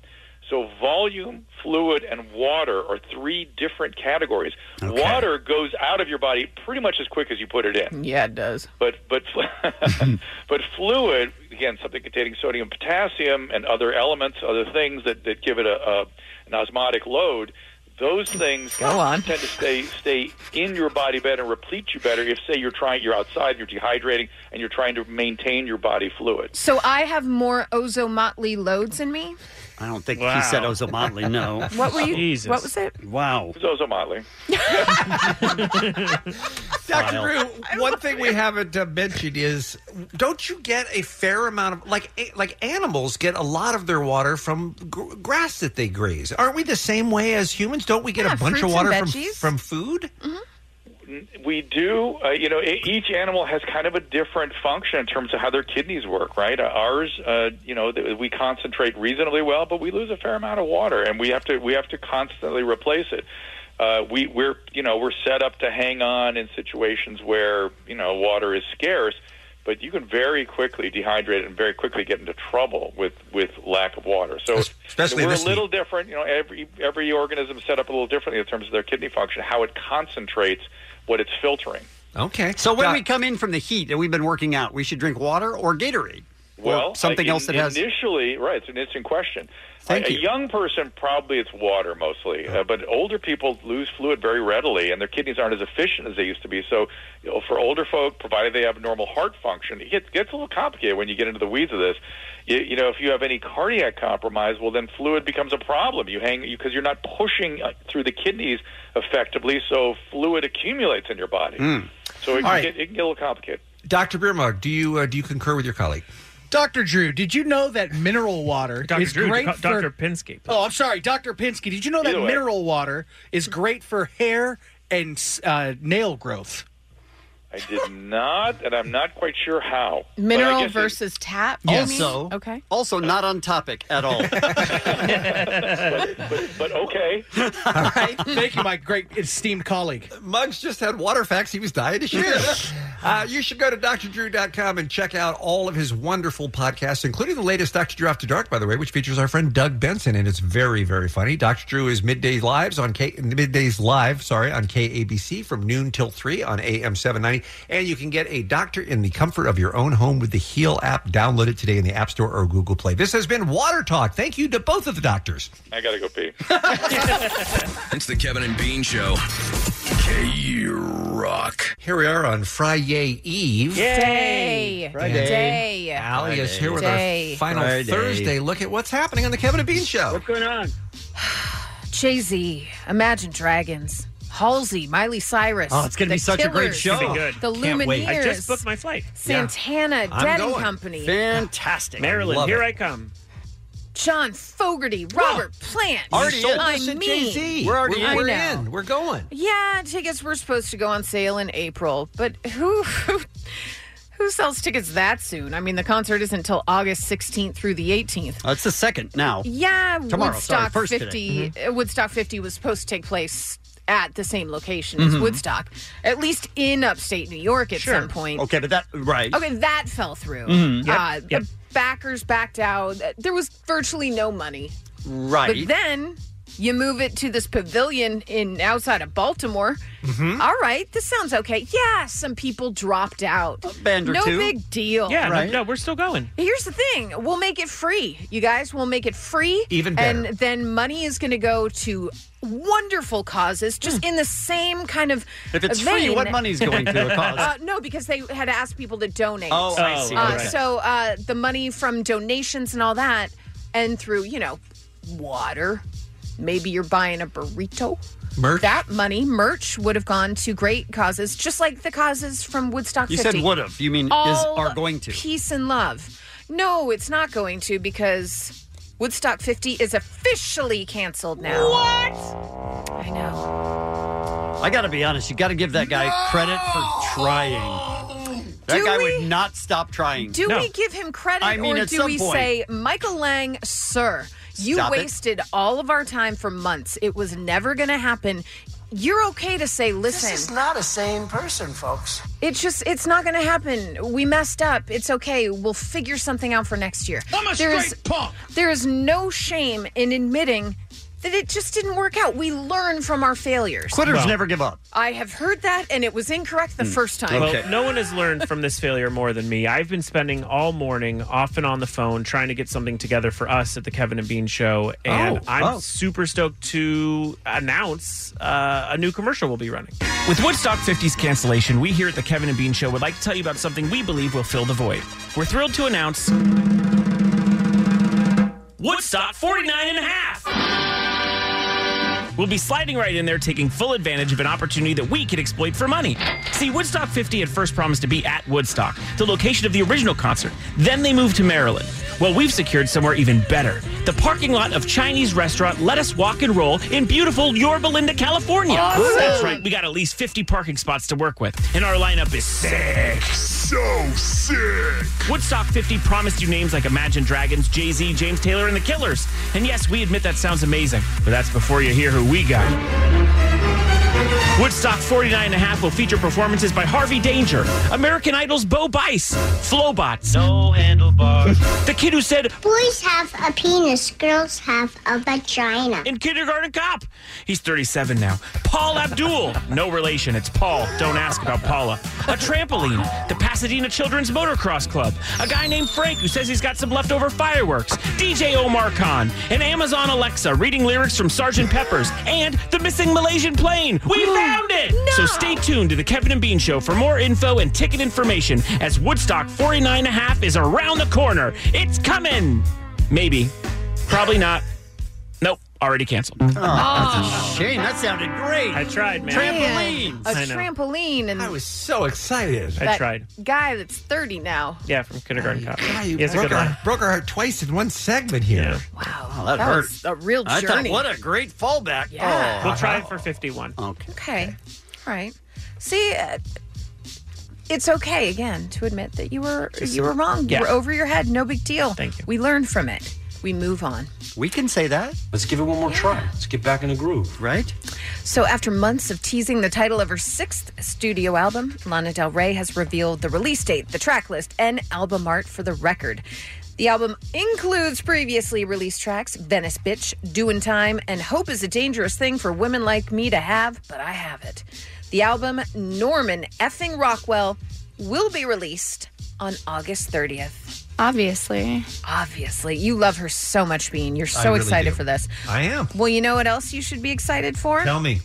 [SPEAKER 6] So volume, fluid, and water are three different categories. Water goes out of your body pretty much as quick as you put it in.
[SPEAKER 11] Yeah, it does.
[SPEAKER 6] But
[SPEAKER 12] *laughs*
[SPEAKER 6] but *laughs* but fluid again, something containing sodium, potassium, and other elements, other things that, that give it a, a an osmotic load. Those things
[SPEAKER 11] Go on.
[SPEAKER 6] tend to stay stay in your body better and replete you better. If say you're trying you're outside, you're dehydrating, and you're trying to maintain your body fluid.
[SPEAKER 11] So I have more ozomotley loads in me.
[SPEAKER 10] I don't think she said Ozomotley. No.
[SPEAKER 11] *laughs* What were you- Jesus. what was it?
[SPEAKER 10] Wow.
[SPEAKER 6] It was Ozomotley.
[SPEAKER 12] Dr. Drew, one thing we haven't uh, mentioned is don't you get a fair amount of like a- like animals get a lot of their water from gr- grass that they graze. Aren't we the same way as humans? Don't we get
[SPEAKER 6] Yeah,
[SPEAKER 12] a bunch
[SPEAKER 6] fruits
[SPEAKER 12] of
[SPEAKER 6] and
[SPEAKER 12] water from
[SPEAKER 6] veggies.
[SPEAKER 12] from food?
[SPEAKER 6] We do. Uh, you know, e- each animal has kind of a different function in terms of how their kidneys work, right? Uh, Ours, uh, you know, th- we concentrate reasonably well, but we lose a fair amount of water, and we have to we have to constantly replace it. Uh, we we're you know we're set up to hang on in situations where you know water is scarce, but you can very quickly dehydrate and very quickly get into trouble with with lack of water. So
[SPEAKER 12] especially
[SPEAKER 6] we're
[SPEAKER 12] this
[SPEAKER 6] a little different. You know, every every organism is set up a little differently in terms of their kidney function, how it concentrates what it's filtering.
[SPEAKER 12] Okay.
[SPEAKER 10] So when we come in from the heat and we've been working out, we should drink water or Gatorade.
[SPEAKER 6] Well,
[SPEAKER 10] or something
[SPEAKER 6] uh,
[SPEAKER 10] else that
[SPEAKER 6] in-
[SPEAKER 10] has.
[SPEAKER 6] initially right. It's an interesting question.
[SPEAKER 10] Thank
[SPEAKER 6] a, a
[SPEAKER 10] you.
[SPEAKER 6] young person probably it's water mostly, uh, but older people lose fluid very readily, and their kidneys aren't as efficient as they used to be. So, you know, for older folk, provided they have normal heart function, it gets, gets a little complicated when you get into the weeds of this. You, you know, if you have any cardiac compromise, well, then fluid becomes a problem. You hang because you, are not pushing uh, through the kidneys effectively, so fluid accumulates in your body.
[SPEAKER 10] Hmm.
[SPEAKER 12] Mm.
[SPEAKER 6] So it can,
[SPEAKER 12] All right.
[SPEAKER 6] get, it can get a little complicated.
[SPEAKER 12] Dr. Bierma, do you uh, do you concur with your colleague?
[SPEAKER 22] Dr. Drew, did you know that mineral water
[SPEAKER 7] Dr.
[SPEAKER 22] is
[SPEAKER 7] Drew,
[SPEAKER 22] great
[SPEAKER 7] Dr.
[SPEAKER 22] for
[SPEAKER 7] Pinsky.
[SPEAKER 22] Oh, I'm sorry, Dr. Pinsky. Did you know
[SPEAKER 7] Either
[SPEAKER 22] that
[SPEAKER 7] way.
[SPEAKER 22] mineral water is great for hair and uh, nail growth?
[SPEAKER 6] I did not, and I'm not quite sure how. But I
[SPEAKER 11] Mineral
[SPEAKER 6] guess it-
[SPEAKER 11] versus tap. you mean?
[SPEAKER 10] Also,
[SPEAKER 11] okay.
[SPEAKER 10] Also, not on topic at
[SPEAKER 11] *laughs*
[SPEAKER 10] all.
[SPEAKER 6] but okay.
[SPEAKER 22] *laughs* All right. Thank you, my great esteemed colleague.
[SPEAKER 12] Muggs just had water facts he was dying to share. uh, you should go to drdrew.com and check out all of his wonderful podcasts, including the latest Dr. Drew After Dark, by the way, which features our friend Doug Benson, and it's very, very funny. Dr. Drew is midday lives on K middays live, sorry, on KABC from noon till three on AM seven ninety, and you can get a doctor in the comfort of your own home with the Heal app. Download it today in the App Store or Google Play. This has been Water Talk. Thank you to both of the doctors.
[SPEAKER 6] I gotta go pee.
[SPEAKER 13] *laughs* It's the Kevin and Bean Show. K Rock.
[SPEAKER 12] Here we are on Friday Eve.
[SPEAKER 11] Day.
[SPEAKER 12] Friday.
[SPEAKER 11] Day.
[SPEAKER 12] Allie is here with
[SPEAKER 11] Day.
[SPEAKER 12] our final Thursday look at what's happening on the Kevin and Bean Show. What's
[SPEAKER 11] *sighs*
[SPEAKER 7] going on?
[SPEAKER 11] Jay Z, Imagine Dragons, Halsey, Miley Cyrus.
[SPEAKER 10] Oh, it's gonna be
[SPEAKER 11] The
[SPEAKER 10] such a great
[SPEAKER 11] Killers,
[SPEAKER 10] show. It's gonna be good.
[SPEAKER 11] The
[SPEAKER 10] Can't
[SPEAKER 11] Lumineers.
[SPEAKER 10] wait. I just booked
[SPEAKER 7] my flight.
[SPEAKER 11] Santana,
[SPEAKER 10] I'm
[SPEAKER 11] Dead
[SPEAKER 10] going.
[SPEAKER 11] and Company.
[SPEAKER 10] Fantastic.
[SPEAKER 7] Marilyn, here I come.
[SPEAKER 11] John Fogerty, Robert Plant.
[SPEAKER 7] Already in.
[SPEAKER 11] I
[SPEAKER 7] Listen,
[SPEAKER 11] mean,
[SPEAKER 7] Jay-Z. We're already
[SPEAKER 11] I
[SPEAKER 7] in. We're
[SPEAKER 11] know.
[SPEAKER 7] in.
[SPEAKER 12] We're going.
[SPEAKER 11] Yeah, tickets were supposed to go on sale in April, but who *laughs* who who sells tickets that soon? I mean, the concert isn't until August 16th through the 18th.
[SPEAKER 10] Uh, it's the second now.
[SPEAKER 11] Yeah,
[SPEAKER 10] Tomorrow,
[SPEAKER 11] Woodstock
[SPEAKER 10] sorry, first today. Mm-hmm.
[SPEAKER 11] 50. uh, Woodstock 50 was supposed to take place at the same location as
[SPEAKER 10] Mhm.
[SPEAKER 11] Woodstock, at least in upstate New York at some point.
[SPEAKER 10] Okay, but that right.
[SPEAKER 11] Okay, that fell through.
[SPEAKER 10] Mhm. Yep,
[SPEAKER 11] Uh,
[SPEAKER 10] yep.
[SPEAKER 11] The backers backed out. There was virtually no money.
[SPEAKER 10] Right.
[SPEAKER 11] But then You move it to this pavilion in outside of Baltimore.
[SPEAKER 17] Mhm.
[SPEAKER 11] All right, this sounds okay. Yeah, some people dropped out.
[SPEAKER 17] band or
[SPEAKER 11] no
[SPEAKER 17] two.
[SPEAKER 11] big deal.
[SPEAKER 17] Yeah, no- no, we're still going.
[SPEAKER 11] Here's the thing. We'll make it free. You guys, we'll make it free.
[SPEAKER 17] Even better.
[SPEAKER 11] And then money is going to go to wonderful causes, just in the same kind of.
[SPEAKER 10] Hmm. If it's free,
[SPEAKER 11] vein.
[SPEAKER 10] what money's going
[SPEAKER 11] *laughs*
[SPEAKER 10] to a cause?
[SPEAKER 11] Uh, no, because they had asked people to donate.
[SPEAKER 10] Oh, I see.
[SPEAKER 11] Uh,
[SPEAKER 10] Okay.
[SPEAKER 11] So uh, the money from donations and all that, and through, you know, water, maybe you're buying a burrito.
[SPEAKER 12] Merch?
[SPEAKER 11] That money, merch, would have gone to great causes, just like the causes from Woodstock
[SPEAKER 10] You
[SPEAKER 11] 50.
[SPEAKER 10] said would have. You mean is
[SPEAKER 11] All
[SPEAKER 10] are going to?
[SPEAKER 11] Peace and love. No, it's not going to because Woodstock 50 is officially canceled now. What? I know.
[SPEAKER 10] I got to be honest. You got to give that guy credit for trying. That
[SPEAKER 11] Do
[SPEAKER 10] guy would not stop trying.
[SPEAKER 11] Do we give him credit
[SPEAKER 10] I mean,
[SPEAKER 11] or
[SPEAKER 10] at
[SPEAKER 11] do
[SPEAKER 10] some
[SPEAKER 11] we
[SPEAKER 10] point-
[SPEAKER 11] say, Michael Lang, sir, you
[SPEAKER 10] Stop it.
[SPEAKER 11] wasted all of our time for months. It was never going to happen. You're okay to say, listen.
[SPEAKER 26] This is not a sane person, folks.
[SPEAKER 11] It's just, it's not going to happen. We messed up. It's okay. We'll figure something out for next year.
[SPEAKER 26] I'm a
[SPEAKER 11] There
[SPEAKER 26] straight punk.
[SPEAKER 11] There is no shame in admitting that it just didn't work out. We learn from our failures.
[SPEAKER 10] Quitters never give up.
[SPEAKER 11] I have heard that, and it was incorrect the first time.
[SPEAKER 17] Well, no one has learned from this failure more than me. I've been spending all morning off and on the phone trying to get something together for us at the Kevin and Bean show, and
[SPEAKER 7] Oh,
[SPEAKER 17] I'm
[SPEAKER 7] wow.
[SPEAKER 17] super stoked to announce uh, a new commercial we'll be running.
[SPEAKER 7] With Woodstock 50's cancellation, we here at the Kevin and Bean Show would like to tell you about something we believe will fill the void. We're thrilled to announce Woodstock 49 and a half. We'll be sliding right in there, taking full advantage of an opportunity that we could exploit for money. See, Woodstock 50 had first promised to be at Woodstock, the location of the original concert. Then they moved to Maryland. Well, we've secured somewhere even better the parking lot of Chinese restaurant Let Us Walk and Roll in beautiful Yorba Linda, California.
[SPEAKER 26] Awesome.
[SPEAKER 7] That's right, we got at least 50 parking spots to work with, and our lineup is sick. So sick. Woodstock 50 promised you names like Imagine Dragons, Jay Z, James Taylor, and The Killers. And yes, we admit that sounds amazing, but that's before you hear who we got. Woodstock 49 and a half will feature performances by Harvey Danger, American Idol's Bo Bice, Flowbots, No Handlebars, The Kid Who Said,
[SPEAKER 3] Boys have a penis, girls have a vagina.
[SPEAKER 7] In Kindergarten Cop. He's 37 now. Paul Abdul. No relation. It's Paul. Don't ask about Paula. A trampoline. The Pasadena Children's Motocross Club. A guy named Frank who says he's got some leftover fireworks. DJ Omar Khan. An Amazon Alexa reading lyrics from Sgt. Pepper's. And the missing Malaysian plane. We found it! So stay tuned to the Kevin and Bean Show for more info and ticket information as Woodstock 49 and a half is around the corner. It's coming! Maybe. Probably not. Nope. Already canceled.
[SPEAKER 10] Oh, Shane, that sounded great.
[SPEAKER 17] I tried, man.
[SPEAKER 11] Man, A
[SPEAKER 17] I know.
[SPEAKER 11] trampoline. And I was
[SPEAKER 12] So excited.
[SPEAKER 17] I tried.
[SPEAKER 11] Guy that's 30 now.
[SPEAKER 17] Yeah, from Kindergarten Cop.
[SPEAKER 12] You
[SPEAKER 17] He has a
[SPEAKER 12] broke,
[SPEAKER 17] good line.
[SPEAKER 12] our, broke our heart twice in one segment here. Oh,
[SPEAKER 11] Wow.
[SPEAKER 17] that hurt.
[SPEAKER 11] was a real
[SPEAKER 17] I
[SPEAKER 11] journey.
[SPEAKER 17] thought, what a
[SPEAKER 10] great fallback. Oh.
[SPEAKER 11] Yeah.
[SPEAKER 17] We'll try it for 51.
[SPEAKER 10] Okay.
[SPEAKER 11] Okay. All right. See, uh, it's okay again to admit that you were
[SPEAKER 10] Just-
[SPEAKER 11] you were wrong.
[SPEAKER 10] Yeah.
[SPEAKER 11] You were over your head. No big deal.
[SPEAKER 10] Thank you.
[SPEAKER 11] We learn from it. We move on.
[SPEAKER 10] We can say that.
[SPEAKER 29] Let's give it one more try. Let's get back in the groove.
[SPEAKER 10] Right?
[SPEAKER 11] So, after months of teasing the title of her sixth studio album, Lana Del Rey has revealed the release date, the track list, and album art for the record. The album includes previously released tracks Venice Bitch, Doin' Time, and Hope is a Dangerous Thing for Women Like Me to Have, but I have it. The album Norman Effing Rockwell will be released on August 30th.
[SPEAKER 30] Obviously.
[SPEAKER 11] Obviously, you love her so much, Bean. You're
[SPEAKER 30] I
[SPEAKER 11] so
[SPEAKER 30] really
[SPEAKER 11] excited
[SPEAKER 30] do.
[SPEAKER 11] for this.
[SPEAKER 12] I am.
[SPEAKER 11] Well, you know what else you should be excited for?
[SPEAKER 12] Tell me.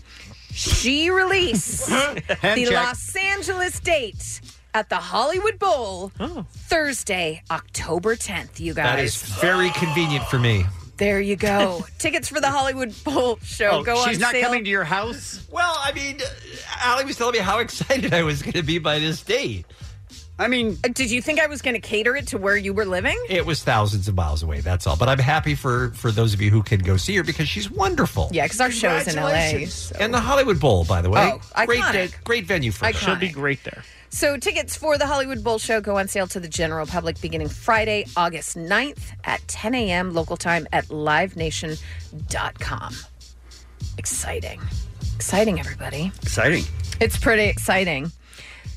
[SPEAKER 11] She released the
[SPEAKER 12] *laughs* Hand check.
[SPEAKER 11] Los Angeles date at the Hollywood Bowl Thursday, October 10th, you guys.
[SPEAKER 12] Oh. That is very convenient for me.
[SPEAKER 11] there
[SPEAKER 12] *laughs*
[SPEAKER 11] you go. Tickets for the Hollywood Bowl show
[SPEAKER 12] Oh,
[SPEAKER 11] go on
[SPEAKER 12] she's not
[SPEAKER 11] sale.
[SPEAKER 12] coming
[SPEAKER 10] to your house?
[SPEAKER 12] Well, I mean, uh, Allie was telling me how *laughs* excited I was going to be by this date.
[SPEAKER 10] I mean,
[SPEAKER 11] Uh, Did you think I was going to cater it to where you were living?
[SPEAKER 12] it was thousands of miles away. That's all. But I'm happy for for those of you who can go see her because she's wonderful.
[SPEAKER 11] Yeah, because our show is in LA.
[SPEAKER 12] Congratulations. And the Hollywood Bowl, by the way,
[SPEAKER 11] Oh,
[SPEAKER 12] great,
[SPEAKER 11] iconic.
[SPEAKER 12] de- great venue for her.
[SPEAKER 11] Iconic. She'll be
[SPEAKER 17] great there.
[SPEAKER 11] So, tickets for the Hollywood Bowl show go on sale to the general public beginning Friday, August 9th at 10 a.m. local time at livenation.com. Exciting. Exciting, everybody.
[SPEAKER 10] Exciting.
[SPEAKER 11] It's pretty exciting.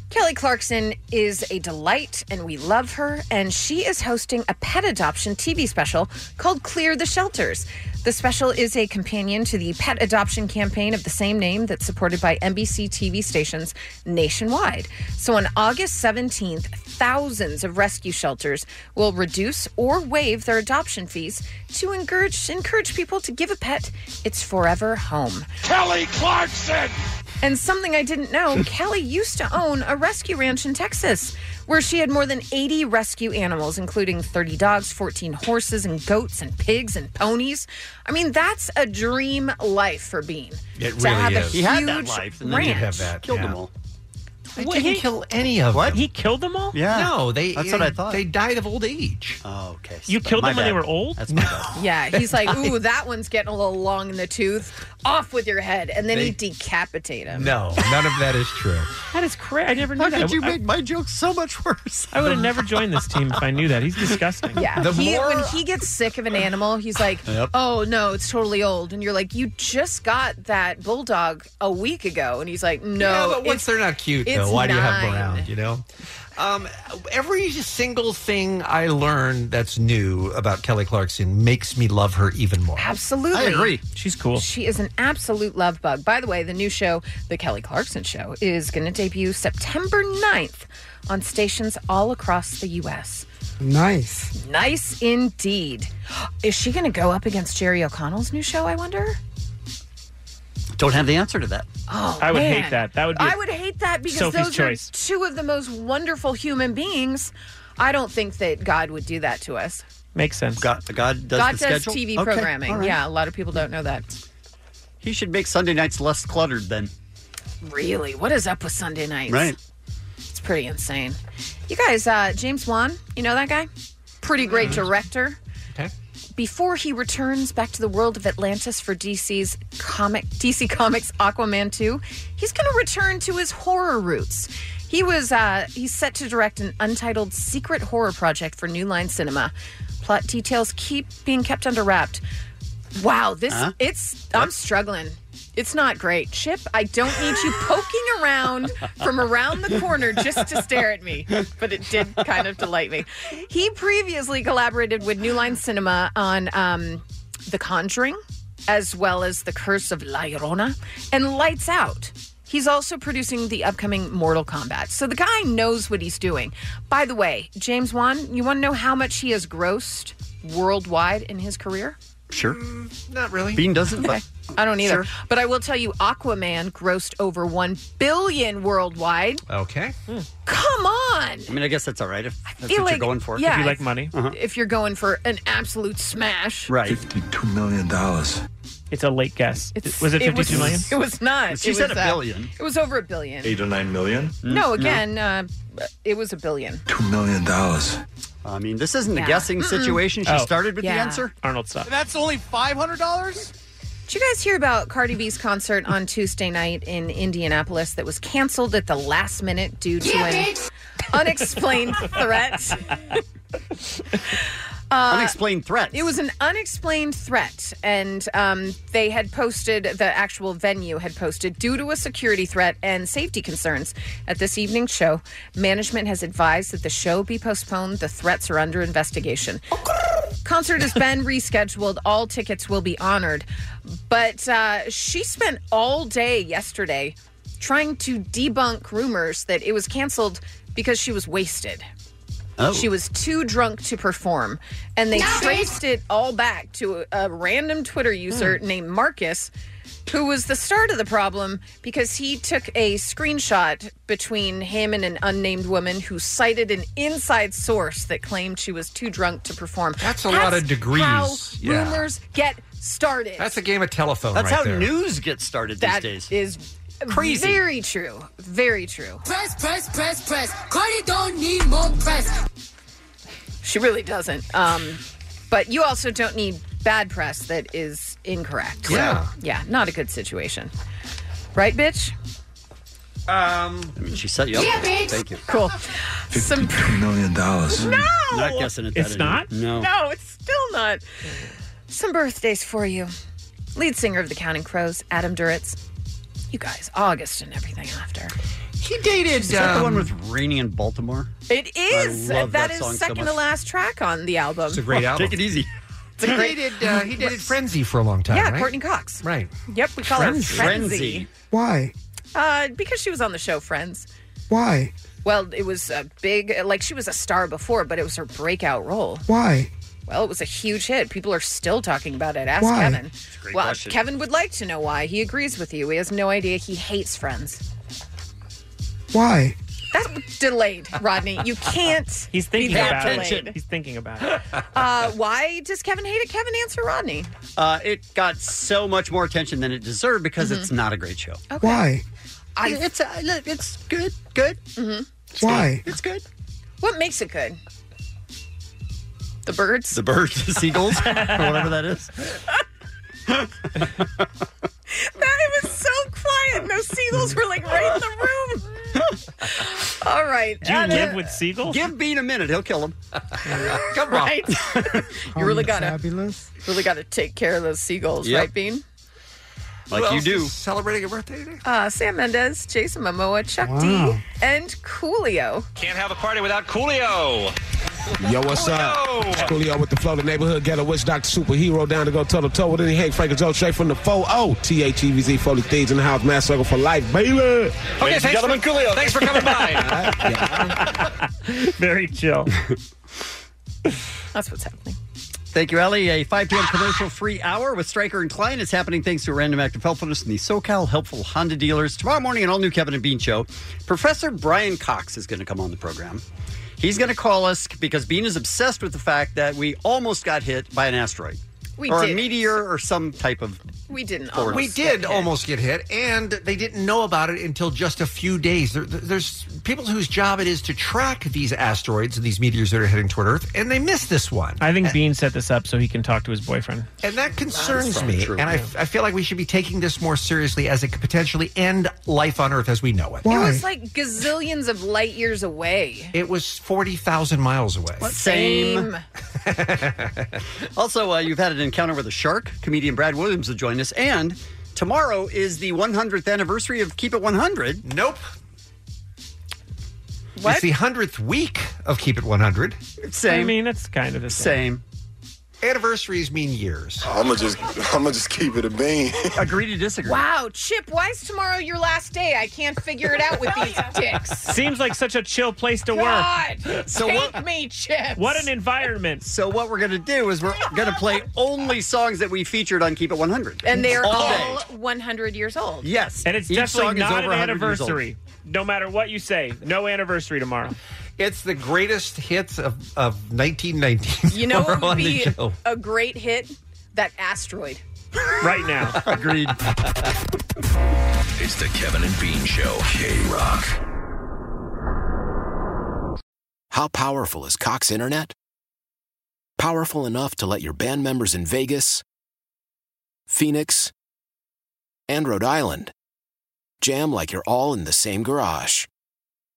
[SPEAKER 11] Kelly Clarkson is a delight and we love her, and she is hosting a pet adoption TV special called Clear the Shelters. The special is a companion to the pet adoption campaign of the same name that's supported by NBC TV stations nationwide. So on August 17th, thousands of rescue shelters will reduce or waive their adoption fees to encourage, encourage people to give a pet its forever home.
[SPEAKER 1] Kelly Clarkson!
[SPEAKER 11] And something I didn't
[SPEAKER 1] *laughs*
[SPEAKER 11] know Kelly used to own a rescue ranch in Texas where she had more than 80 rescue animals, including 30 dogs, 14 horses, and goats, and pigs, and ponies. I mean, that's a dream life for Bean.
[SPEAKER 12] It
[SPEAKER 11] to
[SPEAKER 12] really
[SPEAKER 11] have
[SPEAKER 12] is.
[SPEAKER 11] a
[SPEAKER 12] He had that
[SPEAKER 11] huge
[SPEAKER 12] life, and then
[SPEAKER 11] ranch.
[SPEAKER 12] you have that, Killed them yeah. all. I
[SPEAKER 11] What,
[SPEAKER 12] didn't
[SPEAKER 11] he-
[SPEAKER 12] kill any of them.
[SPEAKER 7] He killed them all?
[SPEAKER 12] Yeah. No, they.
[SPEAKER 10] That's what I thought.
[SPEAKER 12] They died of old age.
[SPEAKER 10] Oh, okay.
[SPEAKER 7] You killed
[SPEAKER 12] My
[SPEAKER 7] them when they
[SPEAKER 12] bad.
[SPEAKER 7] were old?
[SPEAKER 10] That's my bad.
[SPEAKER 11] Yeah, he's like, ooh, that one's getting a little long in the tooth. Off with your head. And then
[SPEAKER 12] They-
[SPEAKER 11] he decapitate him.
[SPEAKER 12] No, none of that is true.
[SPEAKER 7] That is crazy. I never knew
[SPEAKER 11] How
[SPEAKER 7] that.
[SPEAKER 11] could you
[SPEAKER 7] I-
[SPEAKER 11] make
[SPEAKER 10] my joke so much worse?
[SPEAKER 7] I would have never joined this team if I knew that. He's disgusting.
[SPEAKER 11] Yeah. he, when he gets sick of an animal, he's like,
[SPEAKER 7] Yep.
[SPEAKER 11] oh, no, it's totally old. And you're like, you just got that bulldog a week ago. And he's like, no.
[SPEAKER 12] Yeah, but once
[SPEAKER 11] it's-
[SPEAKER 12] they're not cute,
[SPEAKER 11] it's
[SPEAKER 12] though, why do you have them
[SPEAKER 11] nine."
[SPEAKER 12] around? You know. Um, every single thing I learn that's new about Kelly Clarkson makes me love her even more.
[SPEAKER 11] Absolutely.
[SPEAKER 7] She's cool.
[SPEAKER 11] She is an absolute love bug. By the way, the new show, The Kelly Clarkson Show, is going to debut September 9th on stations all across the U.S.
[SPEAKER 26] Nice.
[SPEAKER 11] Nice indeed. Is she going to go up against Jerry O'Connell's new show, I wonder?
[SPEAKER 10] Don't have the answer to that.
[SPEAKER 11] Oh,
[SPEAKER 10] I would
[SPEAKER 11] man.
[SPEAKER 10] hate that. That would be
[SPEAKER 11] I would hate that because
[SPEAKER 10] Sophie's
[SPEAKER 11] those
[SPEAKER 10] choice.
[SPEAKER 11] are two of the most wonderful human beings. I don't think that God would do that to us.
[SPEAKER 7] Makes sense.
[SPEAKER 10] God, God does
[SPEAKER 11] God
[SPEAKER 10] the
[SPEAKER 11] does
[SPEAKER 10] schedule?
[SPEAKER 11] TV
[SPEAKER 10] Okay,
[SPEAKER 11] programming.
[SPEAKER 10] all right.
[SPEAKER 11] Yeah, a lot of people don't know that.
[SPEAKER 10] He should make Sunday nights less cluttered then.
[SPEAKER 11] Really, what is up with Sunday nights?
[SPEAKER 10] Right.
[SPEAKER 11] It's pretty insane. You guys, uh, James Wan, you know that guy? Pretty great director.
[SPEAKER 12] Okay.
[SPEAKER 11] Before he returns back to the world of Atlantis for DC's comic DC Comics Aquaman 2, he's going to return to his horror roots. He was uh, he's set to direct an untitled secret horror project for New Line Cinema. Plot details keep being kept under wrapped. Wow, this
[SPEAKER 1] Huh?
[SPEAKER 11] it's I'm struggling. It's not great. Chip, I don't need you poking around from around the corner just to stare at me. But it did kind of delight me. He previously collaborated with New Line Cinema on um, The Conjuring, as well as The Curse of La Llorona and Lights Out. He's also producing the upcoming Mortal Kombat. So the guy knows what he's doing. By the way, James Wan, you want to know how much he has grossed worldwide in his career?
[SPEAKER 10] Sure.
[SPEAKER 12] Mm, Not really.
[SPEAKER 10] Bean doesn't,
[SPEAKER 11] Okay.
[SPEAKER 10] but
[SPEAKER 11] I don't either.
[SPEAKER 10] Sure.
[SPEAKER 11] But I will tell you, Aquaman grossed over one billion worldwide.
[SPEAKER 12] Okay.
[SPEAKER 11] Come on!
[SPEAKER 10] I mean, I guess that's all right if that's
[SPEAKER 11] feel
[SPEAKER 10] what
[SPEAKER 11] like-
[SPEAKER 10] you're going for. Uh-huh.
[SPEAKER 11] yeah, If you like
[SPEAKER 7] money.
[SPEAKER 18] Uh-huh.
[SPEAKER 11] If you're going for an absolute smash,
[SPEAKER 10] Right.
[SPEAKER 18] $52 million.
[SPEAKER 7] It's a late guess.
[SPEAKER 11] It's-
[SPEAKER 7] was it
[SPEAKER 11] it was-
[SPEAKER 7] fifty-two million?
[SPEAKER 11] *laughs* it was not.
[SPEAKER 18] She
[SPEAKER 11] It
[SPEAKER 18] said
[SPEAKER 11] was,
[SPEAKER 18] a
[SPEAKER 11] uh,
[SPEAKER 18] billion.
[SPEAKER 11] it was over a billion.
[SPEAKER 18] Eight or nine million?
[SPEAKER 10] Hmm?
[SPEAKER 11] No, again, Uh, it was a billion.
[SPEAKER 18] $2 million.
[SPEAKER 10] I mean, this isn't
[SPEAKER 11] Yeah.
[SPEAKER 10] a guessing
[SPEAKER 11] Mm-mm.
[SPEAKER 10] situation. She
[SPEAKER 11] Oh.
[SPEAKER 10] started with the
[SPEAKER 11] Yeah.
[SPEAKER 10] answer.
[SPEAKER 7] Arnold stopped.
[SPEAKER 11] That's only five hundred dollars. Did you guys hear about Cardi B's concert on Tuesday night in Indianapolis that was canceled at the last minute due to an unexplained *laughs* threat? Uh,
[SPEAKER 10] Unexplained threat.
[SPEAKER 11] It was an unexplained threat, and um, they had posted the actual venue had posted due to a security threat and safety concerns at this evening's show. Management has advised that the show be postponed. The threats are under investigation. Concert has been rescheduled. All tickets will be honored, but uh, she spent all day yesterday trying to debunk rumors that it was canceled because she was wasted.
[SPEAKER 1] Oh.
[SPEAKER 11] She was too drunk to perform. And they traced it all back to a, a random Twitter user
[SPEAKER 12] Hmm.
[SPEAKER 11] named Marcus, who was the start of the problem because he took a screenshot between him and an unnamed woman who cited an inside source that claimed she was too drunk to perform. That's
[SPEAKER 12] a lot of degrees.
[SPEAKER 11] How
[SPEAKER 12] Yeah.
[SPEAKER 11] rumors get started.
[SPEAKER 12] That's a game of telephone.
[SPEAKER 10] That's
[SPEAKER 12] right
[SPEAKER 10] how
[SPEAKER 12] there.
[SPEAKER 10] news gets started
[SPEAKER 11] That
[SPEAKER 10] these days.
[SPEAKER 11] is
[SPEAKER 10] Crazy.
[SPEAKER 11] Very true. Very true.
[SPEAKER 1] Press, press, press, press. Cardi don't need more press.
[SPEAKER 11] She really doesn't. Um, but you also don't need bad press that is incorrect. So,
[SPEAKER 10] Yeah.
[SPEAKER 11] yeah, not a good situation. Right, bitch?
[SPEAKER 12] Um,
[SPEAKER 10] I mean, she set you up.
[SPEAKER 11] Yeah, bitch.
[SPEAKER 10] Thank you.
[SPEAKER 11] Cool. Some
[SPEAKER 18] $2 million.
[SPEAKER 11] No!
[SPEAKER 10] Not guessing at that.
[SPEAKER 11] It's
[SPEAKER 10] anymore.
[SPEAKER 11] not?
[SPEAKER 10] No.
[SPEAKER 11] No, it's still not. Some birthdays for you. Lead singer of the Counting Crows, Adam Duritz. You guys, August and everything after. He dated.
[SPEAKER 10] Is that the
[SPEAKER 12] um,
[SPEAKER 10] one with Rainy in Baltimore?
[SPEAKER 11] It is.
[SPEAKER 10] I love that
[SPEAKER 11] that is
[SPEAKER 10] song so
[SPEAKER 11] second to
[SPEAKER 10] much.
[SPEAKER 11] last track on the album.
[SPEAKER 12] It's a great album.
[SPEAKER 10] Take it
[SPEAKER 12] *laughs*
[SPEAKER 10] easy.
[SPEAKER 11] It's a
[SPEAKER 12] he
[SPEAKER 11] great-
[SPEAKER 12] dated uh, he
[SPEAKER 11] *laughs*
[SPEAKER 12] dated Frenzy for a long time.
[SPEAKER 11] yeah,
[SPEAKER 12] right?
[SPEAKER 11] Courtney Cox.
[SPEAKER 12] Right.
[SPEAKER 11] Yep, we call
[SPEAKER 12] Frenzy.
[SPEAKER 11] her Frenzy.
[SPEAKER 26] Why?
[SPEAKER 11] Uh, because she was on the show Friends.
[SPEAKER 26] Why?
[SPEAKER 11] Well, it was a big, like she was a star before, but it was her breakout role.
[SPEAKER 26] Why?
[SPEAKER 11] Well, it was a huge hit. People are still talking about it. Ask
[SPEAKER 26] Why?
[SPEAKER 11] Kevin.
[SPEAKER 26] a great
[SPEAKER 11] Well,
[SPEAKER 26] question.
[SPEAKER 11] Kevin would like to know why. He agrees with you. He has no idea. He hates Friends.
[SPEAKER 26] Why?
[SPEAKER 11] That's delayed, Rodney. You can't.
[SPEAKER 7] He's thinking
[SPEAKER 11] be that
[SPEAKER 7] about
[SPEAKER 11] delayed.
[SPEAKER 7] it. He's thinking about it.
[SPEAKER 11] Uh, why does Kevin hate it? Kevin, answer Rodney.
[SPEAKER 10] Uh, it got so much more attention than it deserved because it's
[SPEAKER 11] Mm-hmm.
[SPEAKER 10] not a great show.
[SPEAKER 26] Why?
[SPEAKER 10] I, it's uh, look, it's good, good.
[SPEAKER 11] Mm-hmm.
[SPEAKER 10] Why?
[SPEAKER 11] It's good. What makes it good? The birds.
[SPEAKER 10] The birds, the *laughs*
[SPEAKER 11] *laughs*
[SPEAKER 10] seagulls, or whatever that is.
[SPEAKER 11] That it was so quiet. And those seagulls were like right in the room. All right. Anna-
[SPEAKER 10] seagulls? Give Bean a minute; he'll
[SPEAKER 12] *laughs*
[SPEAKER 10] kill him. Come
[SPEAKER 11] Right.
[SPEAKER 10] *laughs*
[SPEAKER 11] you really
[SPEAKER 12] Oh,
[SPEAKER 10] got
[SPEAKER 11] gotta really gotta take care of those seagulls,
[SPEAKER 10] Yep.
[SPEAKER 11] right, Bean?
[SPEAKER 10] Like you do.
[SPEAKER 12] Celebrating a birthday today?
[SPEAKER 11] Uh, Sam Mendes, Jason Momoa, Chuck
[SPEAKER 27] Wow.
[SPEAKER 11] D, and Coolio.
[SPEAKER 27] Can't have a party without Coolio. Yo, what's up? It's Coolio with the flow, the neighborhood ghetto witch doctor superhero down to go toe to toe with any Hank Frank and Joe straight from the oh. 4-0. T-H-E-V-Z, E Foley Thieves in the house, Mass Circle for life, baby. Okay, Ladies and gentlemen, Coolio. Thanks for coming by.
[SPEAKER 10] *laughs*
[SPEAKER 7] Very chill.
[SPEAKER 11] *laughs* That's what's happening.
[SPEAKER 10] Thank you, Ellie. A 5 p.m. commercial free hour with Stryker and Klein is happening thanks to a random act of helpfulness and the SoCal helpful Honda dealers. Tomorrow morning, an all new Kevin and Bean show. Professor Brian Cox is going to come on the program. He's going to call us because Bean is obsessed with the fact that we almost got hit by an asteroid
[SPEAKER 11] We
[SPEAKER 10] or a
[SPEAKER 11] did.
[SPEAKER 10] meteor or some type of. *laughs*
[SPEAKER 11] We didn't.
[SPEAKER 10] Forward.
[SPEAKER 11] almost
[SPEAKER 12] we did
[SPEAKER 11] get hit.
[SPEAKER 12] almost get hit, and they didn't know about it until just a few days. There, there's people whose job it is to track these asteroids and these meteors that are heading toward Earth, and they missed this one.
[SPEAKER 7] I think Bean set this up so he can talk to his boyfriend.
[SPEAKER 12] And that concerns
[SPEAKER 7] probably
[SPEAKER 12] me.
[SPEAKER 7] true,
[SPEAKER 12] and I, I feel like we should be taking this more seriously as it could potentially end life on Earth as we know it.
[SPEAKER 11] It was like gazillions of light years away.
[SPEAKER 12] It was 40,000 miles away.
[SPEAKER 10] Same. Also, uh, you've had an encounter with a shark. Comedian Brad Williams will join us. And tomorrow is the 100th anniversary of Keep It 100.
[SPEAKER 12] Nope. It's the 100th week of Keep It 100.
[SPEAKER 10] Same. I mean,
[SPEAKER 7] it's kind of the
[SPEAKER 10] same.
[SPEAKER 12] Anniversaries mean years.
[SPEAKER 19] I'm gonna just, *laughs* I'm gonna just keep it a
[SPEAKER 7] *laughs*
[SPEAKER 19] bean.
[SPEAKER 10] Agree to disagree.
[SPEAKER 11] Wow, Chip, why is tomorrow your last day? I can't figure it out with
[SPEAKER 7] *laughs*
[SPEAKER 11] these dicks.
[SPEAKER 7] Seems like such a chill place to
[SPEAKER 11] God,
[SPEAKER 7] work.
[SPEAKER 11] take me, Chip.
[SPEAKER 7] What an
[SPEAKER 10] *laughs*
[SPEAKER 7] environment.
[SPEAKER 10] So what we're going to do is we're going to play only songs that we featured on Keep It 100.
[SPEAKER 11] And they are all,
[SPEAKER 10] day.
[SPEAKER 11] 100 years old.
[SPEAKER 10] Yes.
[SPEAKER 7] And it's
[SPEAKER 10] Each song
[SPEAKER 7] definitely
[SPEAKER 10] is
[SPEAKER 7] not
[SPEAKER 10] over
[SPEAKER 7] an
[SPEAKER 10] 100 years old.
[SPEAKER 7] anniversary. No matter what you say, no anniversary tomorrow.
[SPEAKER 12] It's the greatest hits of, of 1919.
[SPEAKER 11] You know
[SPEAKER 12] *laughs* We're
[SPEAKER 11] what would
[SPEAKER 12] on the
[SPEAKER 11] be
[SPEAKER 12] show.
[SPEAKER 11] a great hit? That asteroid.
[SPEAKER 7] right now.
[SPEAKER 10] Agreed.
[SPEAKER 13] *laughs* It's the Kevin and Bean Show. K Rock.
[SPEAKER 31] How powerful is Cox Internet? Powerful enough to let your band members in Vegas, Phoenix, and Rhode Island jam like you're all in the same garage.